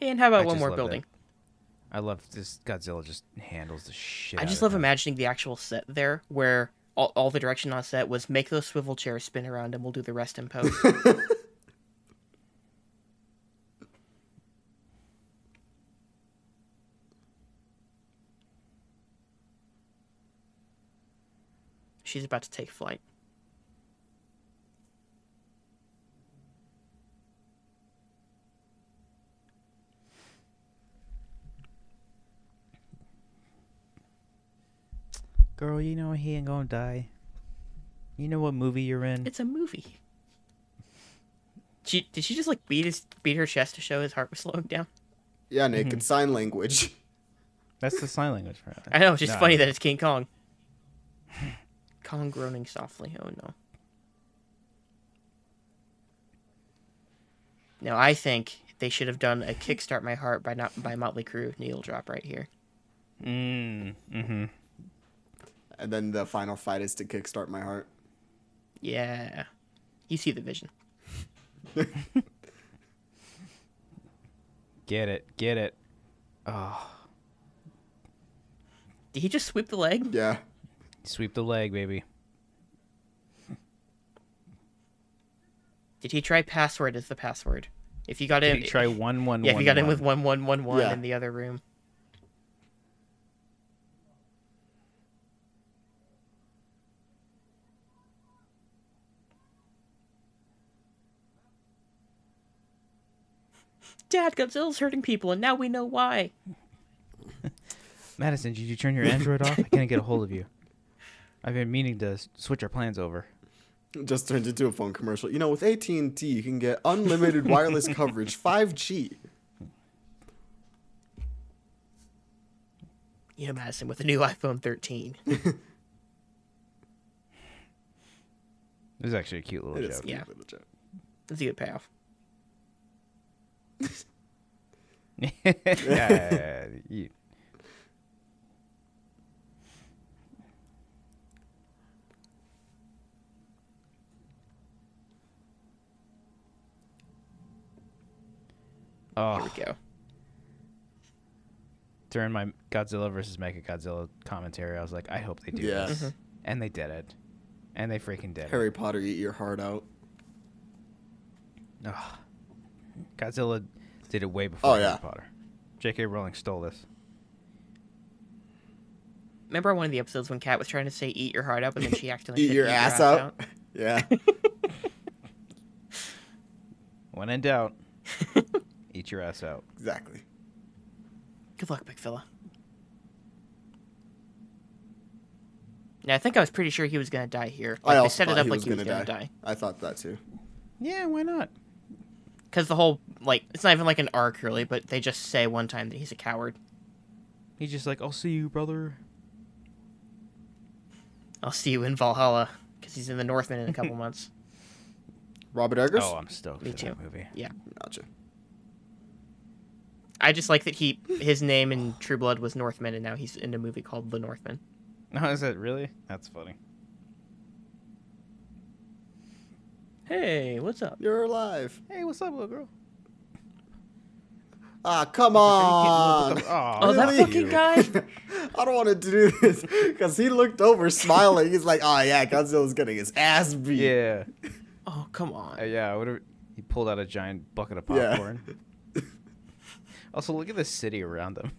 S3: And how about
S2: I
S3: one
S2: just
S3: more
S2: love that.
S3: building?
S2: I love this. Godzilla just handles the shit.
S3: I
S2: out
S3: just
S2: of
S3: love
S2: him.
S3: imagining the actual set there where all, all the direction on set was make those swivel chairs spin around and we'll do the rest in post. She's about to take flight.
S2: Girl, you know he ain't gonna die. You know what movie you're in?
S3: It's a movie. She did she just like beat his beat her chest to show his heart was slowing down?
S1: Yeah, Nick,
S3: Mm-hmm.
S1: it's sign language.
S2: That's the sign language for it.
S3: I know, it's just funny
S2: I
S3: that it's King Kong. Kong groaning softly. Oh no. Now I think they should have done a Kickstart My Heart by not by Motley Crue needle drop right here.
S2: Mm, mm-hmm.
S1: And then the final fight is to kickstart my heart.
S3: Yeah. You see the vision.
S2: Get it, get it. Oh,
S3: Did he just sweep the leg?
S1: Yeah.
S2: sweep the leg, baby.
S3: Did he try password as the password? If you got
S2: Did
S3: in
S2: he try one one
S3: Yeah, if you got in with
S2: one.
S3: one one one one
S1: Yeah.
S3: in the other room. Dad, Godzilla's hurting people, and now we know why.
S2: Madison, did you turn your Android off? I can't get a hold of you. I've been meaning to s- switch our plans over.
S1: just turned into a phone commercial. You know, with AT and T, you can get unlimited wireless coverage, five G.
S3: You know, Madison, with the new iPhone 13.
S2: It was actually a cute little
S1: It
S2: joke.
S1: is a
S3: Yeah.
S1: little joke.
S3: That's a good payoff.
S2: yeah, you-
S3: Here
S2: Oh,
S1: Ah.
S3: we go.
S2: during my Godzilla versus Mechagodzilla commentary, I was like, I hope they do
S1: Yeah.
S3: Mm-hmm.
S2: this, and they did it, and they freaking did it.
S1: Harry Potter, eat your heart out.
S2: Ugh. Godzilla did it way before Harry
S1: Oh, yeah.
S2: Potter. J.K. Rowling stole this.
S3: Remember one of the episodes when Kat was trying to say "eat your heart out," but then she accidentally
S1: Eat
S3: said,
S1: your ass out. Yeah.
S2: When in doubt, eat your ass out.
S1: exactly.
S3: Good luck, big fella. Now I think I was pretty sure he was gonna die here. Like,
S1: I
S3: they
S1: also
S3: set it
S1: thought
S3: up
S1: he
S3: like
S1: was
S3: he was
S1: gonna,
S3: gonna
S1: die.
S3: die.
S1: I thought that too.
S2: Yeah, why not?
S3: Because the whole like it's not even like an arc really, but they just say one time that he's a coward.
S2: He's just like, I'll see you, brother.
S3: I'll see you in Valhalla because he's in the Northman in a couple months.
S1: Robert Eggers.
S2: Oh, I'm stoked
S3: Me
S2: for
S3: too.
S2: that movie.
S3: Yeah,
S1: Gotcha.
S3: I just like that he his name in True Blood was Northman, and now he's in a movie called The Northman.
S2: No, Oh, is that really? That's funny.
S3: Hey, what's up?
S1: You're alive.
S2: Hey, what's up, little girl?
S1: Ah, come on.
S2: Oh,
S3: Oh, that
S1: Really?
S3: fucking guy.
S1: I don't want to do this because he looked over smiling. He's like, oh yeah, Godzilla's getting his ass beat.
S2: yeah,
S3: Oh, come on.
S2: Uh, yeah. Whatever. He pulled out a giant bucket of
S1: Yeah.
S2: popcorn. also, look at the city around them.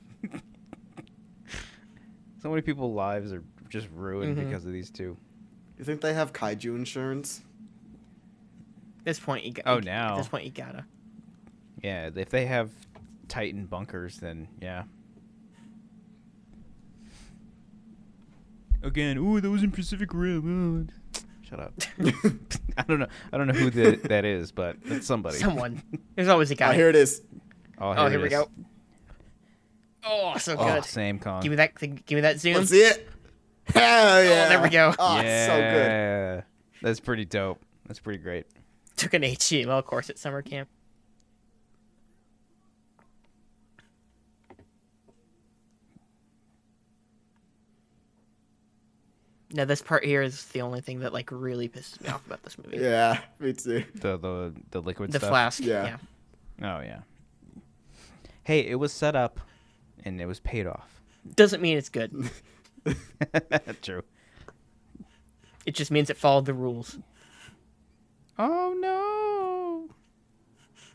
S2: so many people's lives are just ruined
S3: Mhm.
S2: because of these two.
S1: You think they have kaiju insurance?
S3: At this point, you got.
S2: Oh,
S3: At
S2: now.
S3: this point, you gotta.
S2: Yeah, if they have Titan bunkers, then yeah. Again, ooh, that was in Pacific Rim. oh." Shut up. I don't know. I don't know who the, that is, but that's somebody.
S3: Someone. There's always a
S1: Ah,
S3: guy.
S1: here it is.
S2: Oh,
S3: oh, here
S2: it
S3: we
S2: is.
S3: go. Oh, so
S2: Oh,
S3: good.
S2: Sam Con.
S3: Give me that. Give me that zoom.
S1: Let's see it. Hell yeah.
S3: there we go.
S1: Oh, it's so good.
S2: yeah. That's pretty dope. That's pretty great.
S3: Took an HTML course at summer camp. Now this part here is the only thing that like really pisses me off about this movie.
S1: Yeah, me too.
S2: The the the liquid
S3: the
S2: stuff.
S3: flask.
S1: Yeah.
S3: Yeah.
S2: Oh yeah. Hey, it was set up, and it was paid off.
S3: Doesn't mean it's good.
S2: True.
S3: It just means it followed the rules.
S2: Oh no.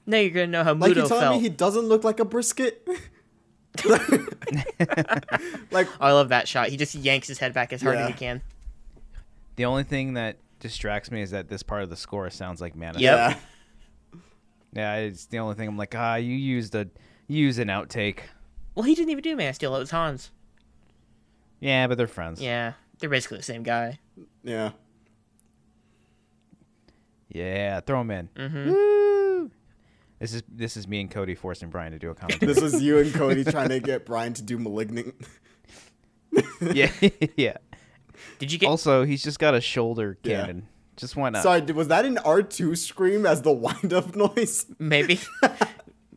S3: Now you're gonna know how
S1: Like
S3: Muto
S1: you telling
S3: felt.
S1: me he doesn't look like a brisket? like
S3: Oh, I love that shot. He just yanks his head back as hard as he
S1: Yeah.
S3: can.
S2: The only thing that distracts me is that this part of the score sounds like Manifest.
S3: Yep.
S1: yeah.
S2: Yeah, it's the only thing I'm like, ah, you used a you used an outtake.
S3: Well, he didn't even do Man of Steel. It was Hans.
S2: Yeah, but they're friends.
S3: Yeah, they're basically the same guy.
S1: Yeah.
S2: Yeah, throw them in.
S3: Mm-hmm.
S2: Woo! This is this is me and Cody forcing Brian to do a commentary.
S1: This was you and Cody trying to get Brian to do malignant.
S2: yeah, yeah.
S3: Did
S1: Oh.
S3: you get?
S2: Also, he's just got a shoulder
S1: Yeah.
S2: cannon. Just why not?
S1: Sorry, was that an R two scream as the wind up noise?
S3: Maybe.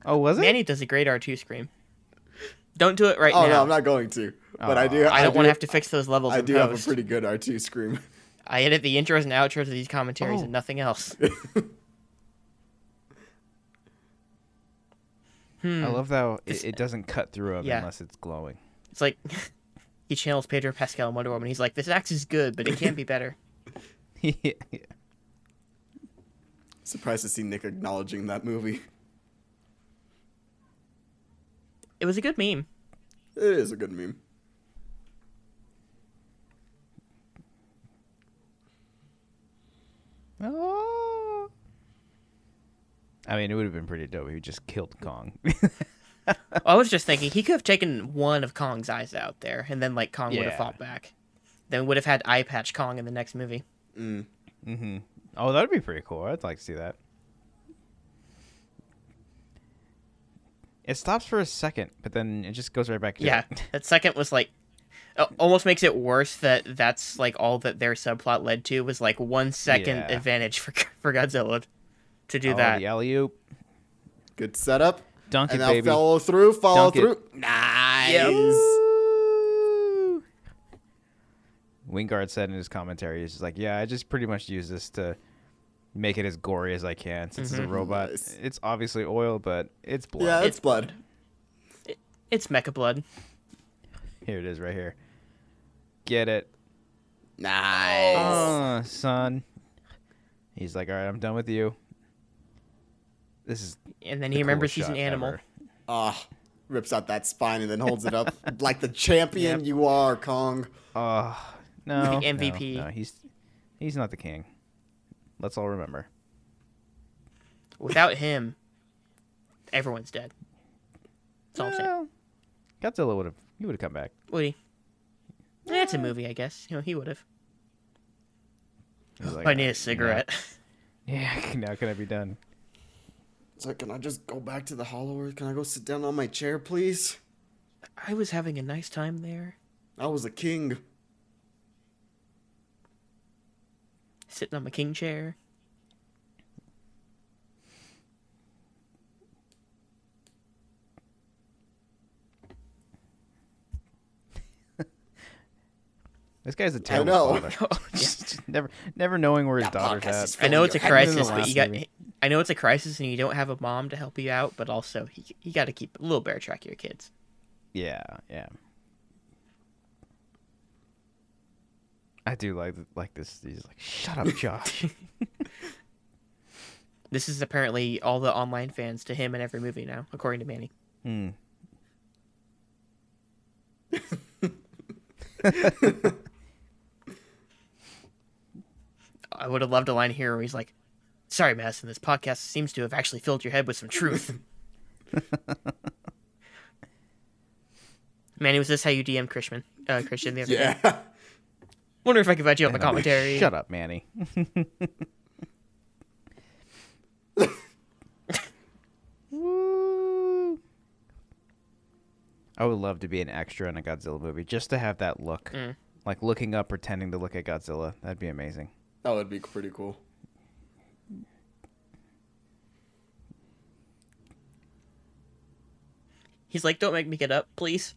S2: Oh, was it?
S3: Manny does a great R2 scream. Don't do it right
S1: Oh
S3: now.
S1: no, I'm not going to. But I do.
S3: I don't
S1: do-
S3: want to have to fix those levels.
S1: I
S3: in
S1: do have a
S3: post.
S1: pretty good R two scream.
S3: I edit the intros and outros of these commentaries
S2: Oh.
S3: and nothing else.
S2: I love that it,
S3: This-
S2: it doesn't cut through him
S3: Yeah.
S2: unless it's glowing.
S3: It's like he channels Pedro Pascal in Wonder Woman. He's like, this axe is good, but it can be better.
S2: yeah.
S1: Surprised to see Nick acknowledging that movie.
S3: It was a good meme.
S1: It is a good meme.
S2: Oh. I mean, it would have been pretty dope if he just killed Kong.
S3: I was just thinking he could have taken one of Kong's eyes out there, and then like Kong would
S2: Yeah.
S3: have fought back. Then would have had eye patch Kong in the next movie.
S2: Oh, that'd be pretty cool. I'd like to see that. It stops for a second, but then it just goes right back. To
S3: Yeah,
S2: it.
S3: that second was like uh, almost makes it worse that that's like all that their subplot led to was like one second
S2: Yeah.
S3: advantage for for Godzilla to do
S2: Oh,
S3: that.
S2: the alley oop,
S1: Good setup.
S2: dunk it,
S1: and now
S2: baby.
S1: follow through. Follow
S2: Dunk it.
S1: through. Nice.
S2: Woo! Wingard said in his commentary, he's just like, "Yeah, I just pretty much use this to make it as gory as I can, since
S3: Mm-hmm.
S2: it's a robot.
S1: Nice.
S2: It's obviously oil, but it's blood.
S1: Yeah, it's
S3: It's-
S1: blood.
S3: It's Mecha Blood.
S2: Here it is, right here. Get it,
S1: Nice.
S2: oh, son." He's like, "All right, I'm done with you." This is
S3: And then he
S2: coolest
S3: remembers he's an
S2: shot
S3: animal.
S2: ever.
S1: Ah, rips out that spine and then holds it up like the champion you are, Kong.
S2: Oh no,
S3: MVP.
S2: No, no, he's he's not the king. Let's all remember.
S3: Without him, everyone's dead. That's all I'm saying.
S2: Well, Godzilla would have he would have come back.
S3: Woody. Yeah, it's a movie, I guess. You know, he would have.
S2: He was like,
S3: I need
S2: "Uh,
S3: a cigarette.
S2: Yeah, now can I be done?
S1: It's like, can I just go back to the Hollow Earth? Can I go sit down on my chair, please?
S3: I was having a nice time there,
S1: I was a king.
S3: sitting on my king chair.
S2: This guy's a terrible
S1: know.
S2: father. Just never, never knowing where his
S1: That
S2: daughter's
S1: podcast
S2: at.
S1: is
S3: I know
S1: Filling
S3: it's a
S1: your head
S2: in the
S3: crisis, but you
S2: last
S3: got.
S2: movie.
S3: I know it's a crisis, and you don't have a mom to help you out, but also you, you got to keep a little better track of your kids.
S2: Yeah, yeah. I do like th- like this. He's like, shut up, Josh.
S3: This is apparently all the online fans to him in every movie now, according to Manny.
S2: Hmm.
S3: I would have loved a line here where he's like, "Sorry, Madison, this podcast seems to have actually filled your head with some truth." Manny, was this how you DM Krishman? Uh, Christian the other day.
S1: Yeah.
S3: Wonder if I could invite you on my
S2: And I'm like,
S3: commentary.
S2: Shut up, Manny. Woo. I would love to be an extra in a Godzilla movie just to have that look. Like looking up, pretending to look at Godzilla. That'd be amazing.
S1: That would be pretty cool.
S3: He's like, "Don't make me get up, please."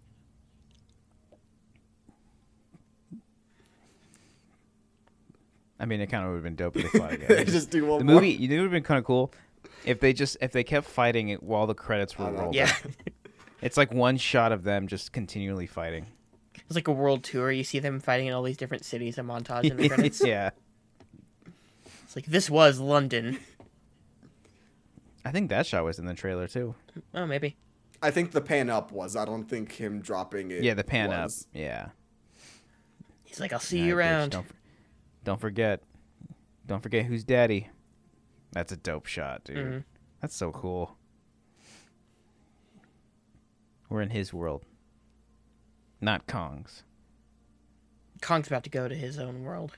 S2: I mean, it kind of would have been dope if they fought
S1: They
S2: again.
S1: just do one
S2: the
S1: more.
S2: movie, you know, it would have been kind of cool if they just if they kept fighting it while the credits were
S1: I know.
S2: rolling.
S3: Yeah,
S2: It's like one shot of them just continually fighting.
S3: it's like a world tour. You see them fighting in all these different cities and montage in the credits.
S2: yeah.
S3: It's like this was London.
S2: I think that shot was in the trailer too.
S3: Oh, maybe.
S1: I think the pan up was. I don't think him dropping it.
S2: Yeah, the pan
S1: was.
S2: up. Yeah.
S3: He's like, "I'll see
S2: All
S3: you
S2: right, bitch,
S3: around."
S2: don't, for- don't forget. Don't forget who's daddy. That's a dope shot, dude.
S3: Mhm.
S2: That's so cool. We're in his world. Not Kong's.
S3: Kong's about to go to his own world.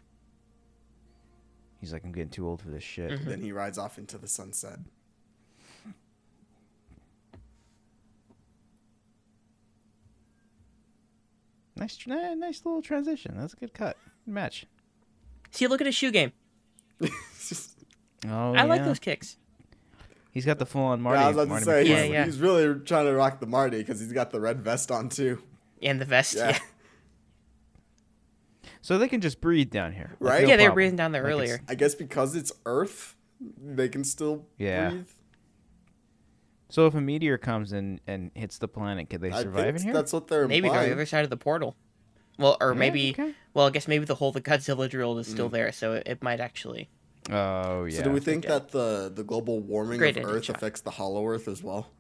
S2: He's like, I'm getting too old for this shit.
S3: Mm-hmm.
S1: Then he rides off into the sunset.
S2: Nice, tr- ni- nice little transition. That's a good cut. Good match.
S3: See, look at his shoe game.
S1: It's just-
S2: Oh,
S3: I like
S2: yeah.
S3: those kicks.
S2: He's got the full on Marty.
S1: yeah, I was about
S2: Marty
S1: to say,
S2: McFly
S1: he's,
S3: Yeah,
S2: look.
S3: yeah.
S1: he's really trying to rock the Marty because he's got the red vest on too.
S3: And the vest.
S1: Yeah.
S3: Yeah,
S2: So they can just breathe down here. Like,
S1: Right?
S2: no
S1: Yeah,
S3: they were
S2: problem.
S3: breathing down there
S2: Like, it's-
S3: earlier.
S1: I guess because it's Earth, they can still
S2: Yeah.
S1: breathe.
S2: So if a meteor comes in and hits the planet, could they
S1: I
S2: survive in
S1: think
S2: here?
S1: That's what they're
S3: Maybe they're on the
S1: implying.
S3: other side of the portal. Well, or
S2: Yeah,
S3: maybe.
S2: okay.
S3: Well, I guess maybe the hole the Godzilla drilled is still there, so it, it might actually.
S2: Oh yeah.
S1: So do we think
S3: Okay.
S1: that the the global warming
S3: Great
S1: of
S3: ending
S1: Earth
S3: shot.
S1: affects the Hollow Earth as well?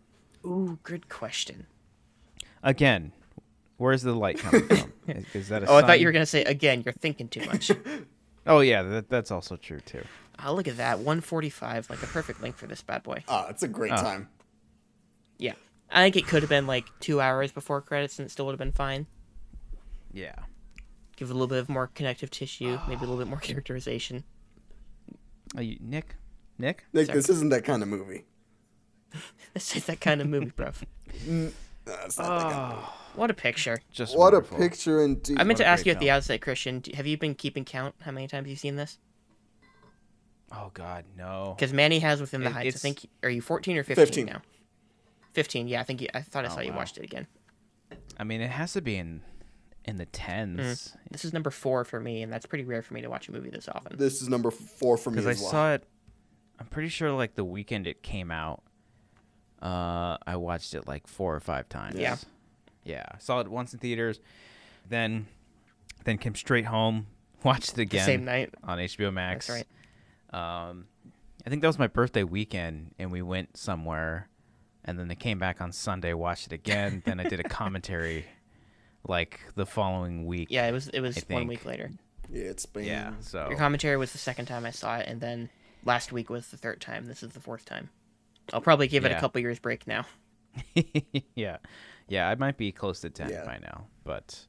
S3: Ooh, good question.
S2: Again, where's the light coming from? is, is that a
S3: Oh, I thought you were
S2: sun?
S3: gonna say again. You're thinking too much.
S2: Oh yeah, that, that's also true too.
S3: Ah, look at that. 145, like a perfect length for this bad boy.
S1: Ah, it's a great
S2: Ah.
S1: time.
S3: Yeah, I think it could have been like two hours before credits, and it still would have been fine.
S2: Yeah.
S3: Give it a little bit of more connective tissue, maybe a little bit more characterization.
S2: Are you, Nick, Nick,
S1: Nick, this isn't that kind of movie.
S3: This is that kind of movie, bruv.
S1: No, Mm. it's not that kind of movie.
S3: What a picture.
S2: just
S1: What
S2: Ah, wonderful.
S1: a picture indeed.
S3: I meant
S2: What
S3: to
S2: a
S3: ask
S2: great
S3: you at the
S2: film.
S3: outset, Christian. do- Have you been keeping count? How many times you've seen this?
S2: Oh God, no.
S3: Because Manny has within the
S2: It-
S3: heights. I
S2: it's-
S3: think. Are you 14 or 15,
S1: 15.
S3: now? 15. Yeah, I think. You, I thought I saw you
S2: Oh, wow.
S3: watched it again.
S2: I mean, it has to be in in the tens
S3: This is number four for me, and that's pretty rare for me to watch a movie this often.
S1: This is number f- four for me
S2: because
S1: as
S2: I
S1: well.
S2: saw it. I'm pretty sure like the weekend it came out. Uh, I watched it like four or five times.
S3: Yeah.
S2: Yeah, I saw it once in theaters, then then came straight home, watched it
S3: the
S2: again
S3: same night.
S2: on HBO Max.
S3: right.
S2: Um, I think that was my birthday weekend, and we went somewhere, and then they came back on Sunday, watched it again. then I did a commentary, like the following week.
S3: Yeah, it was. It was one
S2: think.
S3: week later.
S1: Yeah, it's been
S2: Yeah. So
S3: Your commentary was the second time I saw it, and then last week was the third time. This is the fourth time. I'll probably give it
S2: Yeah.
S3: a couple years break now.
S2: yeah, yeah, I might be close to ten
S1: Yeah.
S2: by now, but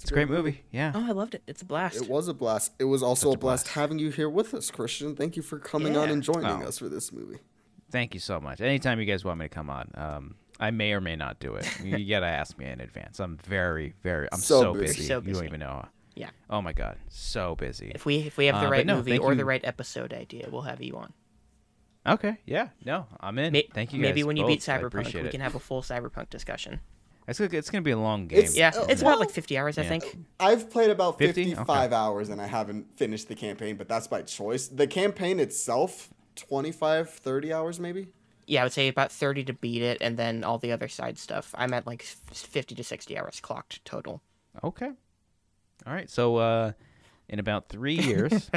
S2: it's, a great movie. Yeah.
S3: Oh, I loved it. It's a blast.
S1: It was a blast. It was also
S2: Such
S1: a
S2: a blast.
S1: blast, having you here with us, Christian. Thank you for coming on
S3: Yeah.
S1: and joining
S2: Oh.
S1: us for this movie.
S2: Thank you so much. Anytime you guys want me to come on, um, I may or may not do it. you gotta ask me in advance. I'm very, very, I'm
S1: So
S2: so,
S1: busy.
S2: busy.
S3: So
S2: You
S3: busy.
S2: don't even know.
S3: Yeah.
S2: Oh my god, so busy.
S3: If we if we have
S2: Uh,
S3: the
S2: but
S3: right
S2: no,
S3: movie
S2: thank
S3: or the
S2: you.
S3: right episode idea, we'll have you on.
S2: Okay. Yeah. No, I'm in.
S3: May-
S2: Thank you.
S3: Maybe
S2: guys
S3: when you
S2: both.
S3: beat
S2: I
S3: Cyberpunk,
S2: appreciate
S3: we
S2: it.
S3: can have a full Cyberpunk discussion.
S2: It's gonna- it's gonna be a long game.
S1: It's-
S3: Yeah,
S1: Oh,
S3: it's
S1: well-
S3: about like 50 hours, I
S2: Yeah.
S3: think.
S1: I've played about
S2: 50?
S1: 55 hours and I haven't finished the campaign, but that's by choice. The campaign itself, 25, 30 hours maybe?
S3: Yeah, I would say about 30 to beat it, and then all the other side stuff. I'm at like f- 50 to 60 hours clocked total.
S2: Okay. All right. So uh, in about three years,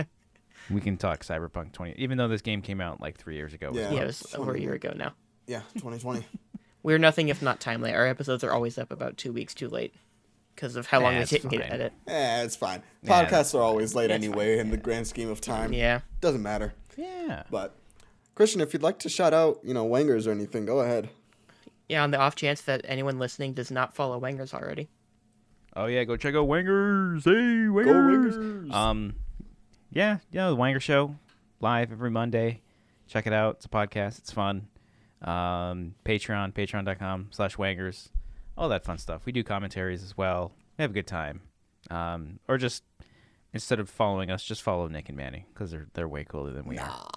S2: we can talk Cyberpunk 20. Even though this game came out like three years ago.
S1: Yeah.
S3: Yeah, it was over a year ago now.
S1: Yeah, 2020.
S3: We're nothing if not timely. Our episodes are always up about two weeks too late because of how long
S2: Nah,
S3: we
S2: it's
S3: didn't get
S2: fine.
S3: edit.
S1: eh, it's fine.
S2: Yeah, that's
S1: Podcasts are always late
S3: That's
S1: anyway in the grand scheme of time.
S3: Yeah.
S1: Doesn't matter.
S2: Yeah.
S1: But Christian, if you'd like to shout out, you know, Wangers or anything, go ahead.
S3: Yeah, on the off chance that anyone listening does not follow Wangers already.
S2: Oh yeah, go check out Wangers. Hey, Wangers.
S1: Wangers.
S2: Um, yeah, yeah, the Wanger Show, live every Monday. Check it out. It's a podcast. It's fun. Um, Patreon, patreon.com slash Wangers. All that fun stuff. We do commentaries as well. We have a good time. Um, or just instead of following us, just follow Nick and Manny because they're they're way cooler than we are.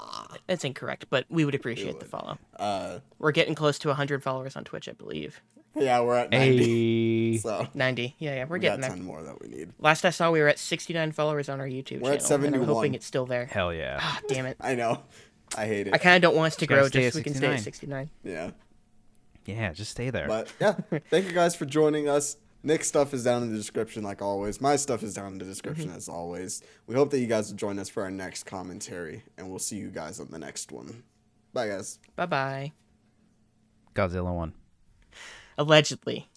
S3: That's incorrect, but we would appreciate the follow.
S1: Uh,
S3: We're getting close to 100 followers on Twitch, I believe.
S1: yeah, we're at 90.
S2: Hey,
S1: So
S3: 90. Yeah, yeah, we're
S1: we got
S3: getting there.
S1: 10 more that we need.
S3: Last I saw, we were at 69 followers on our YouTube
S1: We're at
S3: channel. and I'm
S1: 71.
S3: hoping it's still there.
S2: hell yeah.
S3: Ah, damn it.
S1: I know. I hate it.
S3: I kind of don't want us to
S2: gotta
S3: grow
S2: stay
S3: just so
S2: at
S3: we can stay at
S2: 69.
S3: 69.
S1: yeah.
S2: Yeah, just stay there.
S1: But yeah, thank you guys for joining us. Nick's stuff is down in the description, like always. My stuff is down in the description,
S3: Mm-hmm.
S1: as always. We hope that you guys will join us for our next commentary, and we'll see you guys on the next one. Bye, guys.
S3: Bye bye.
S2: Godzilla one.
S3: Allegedly.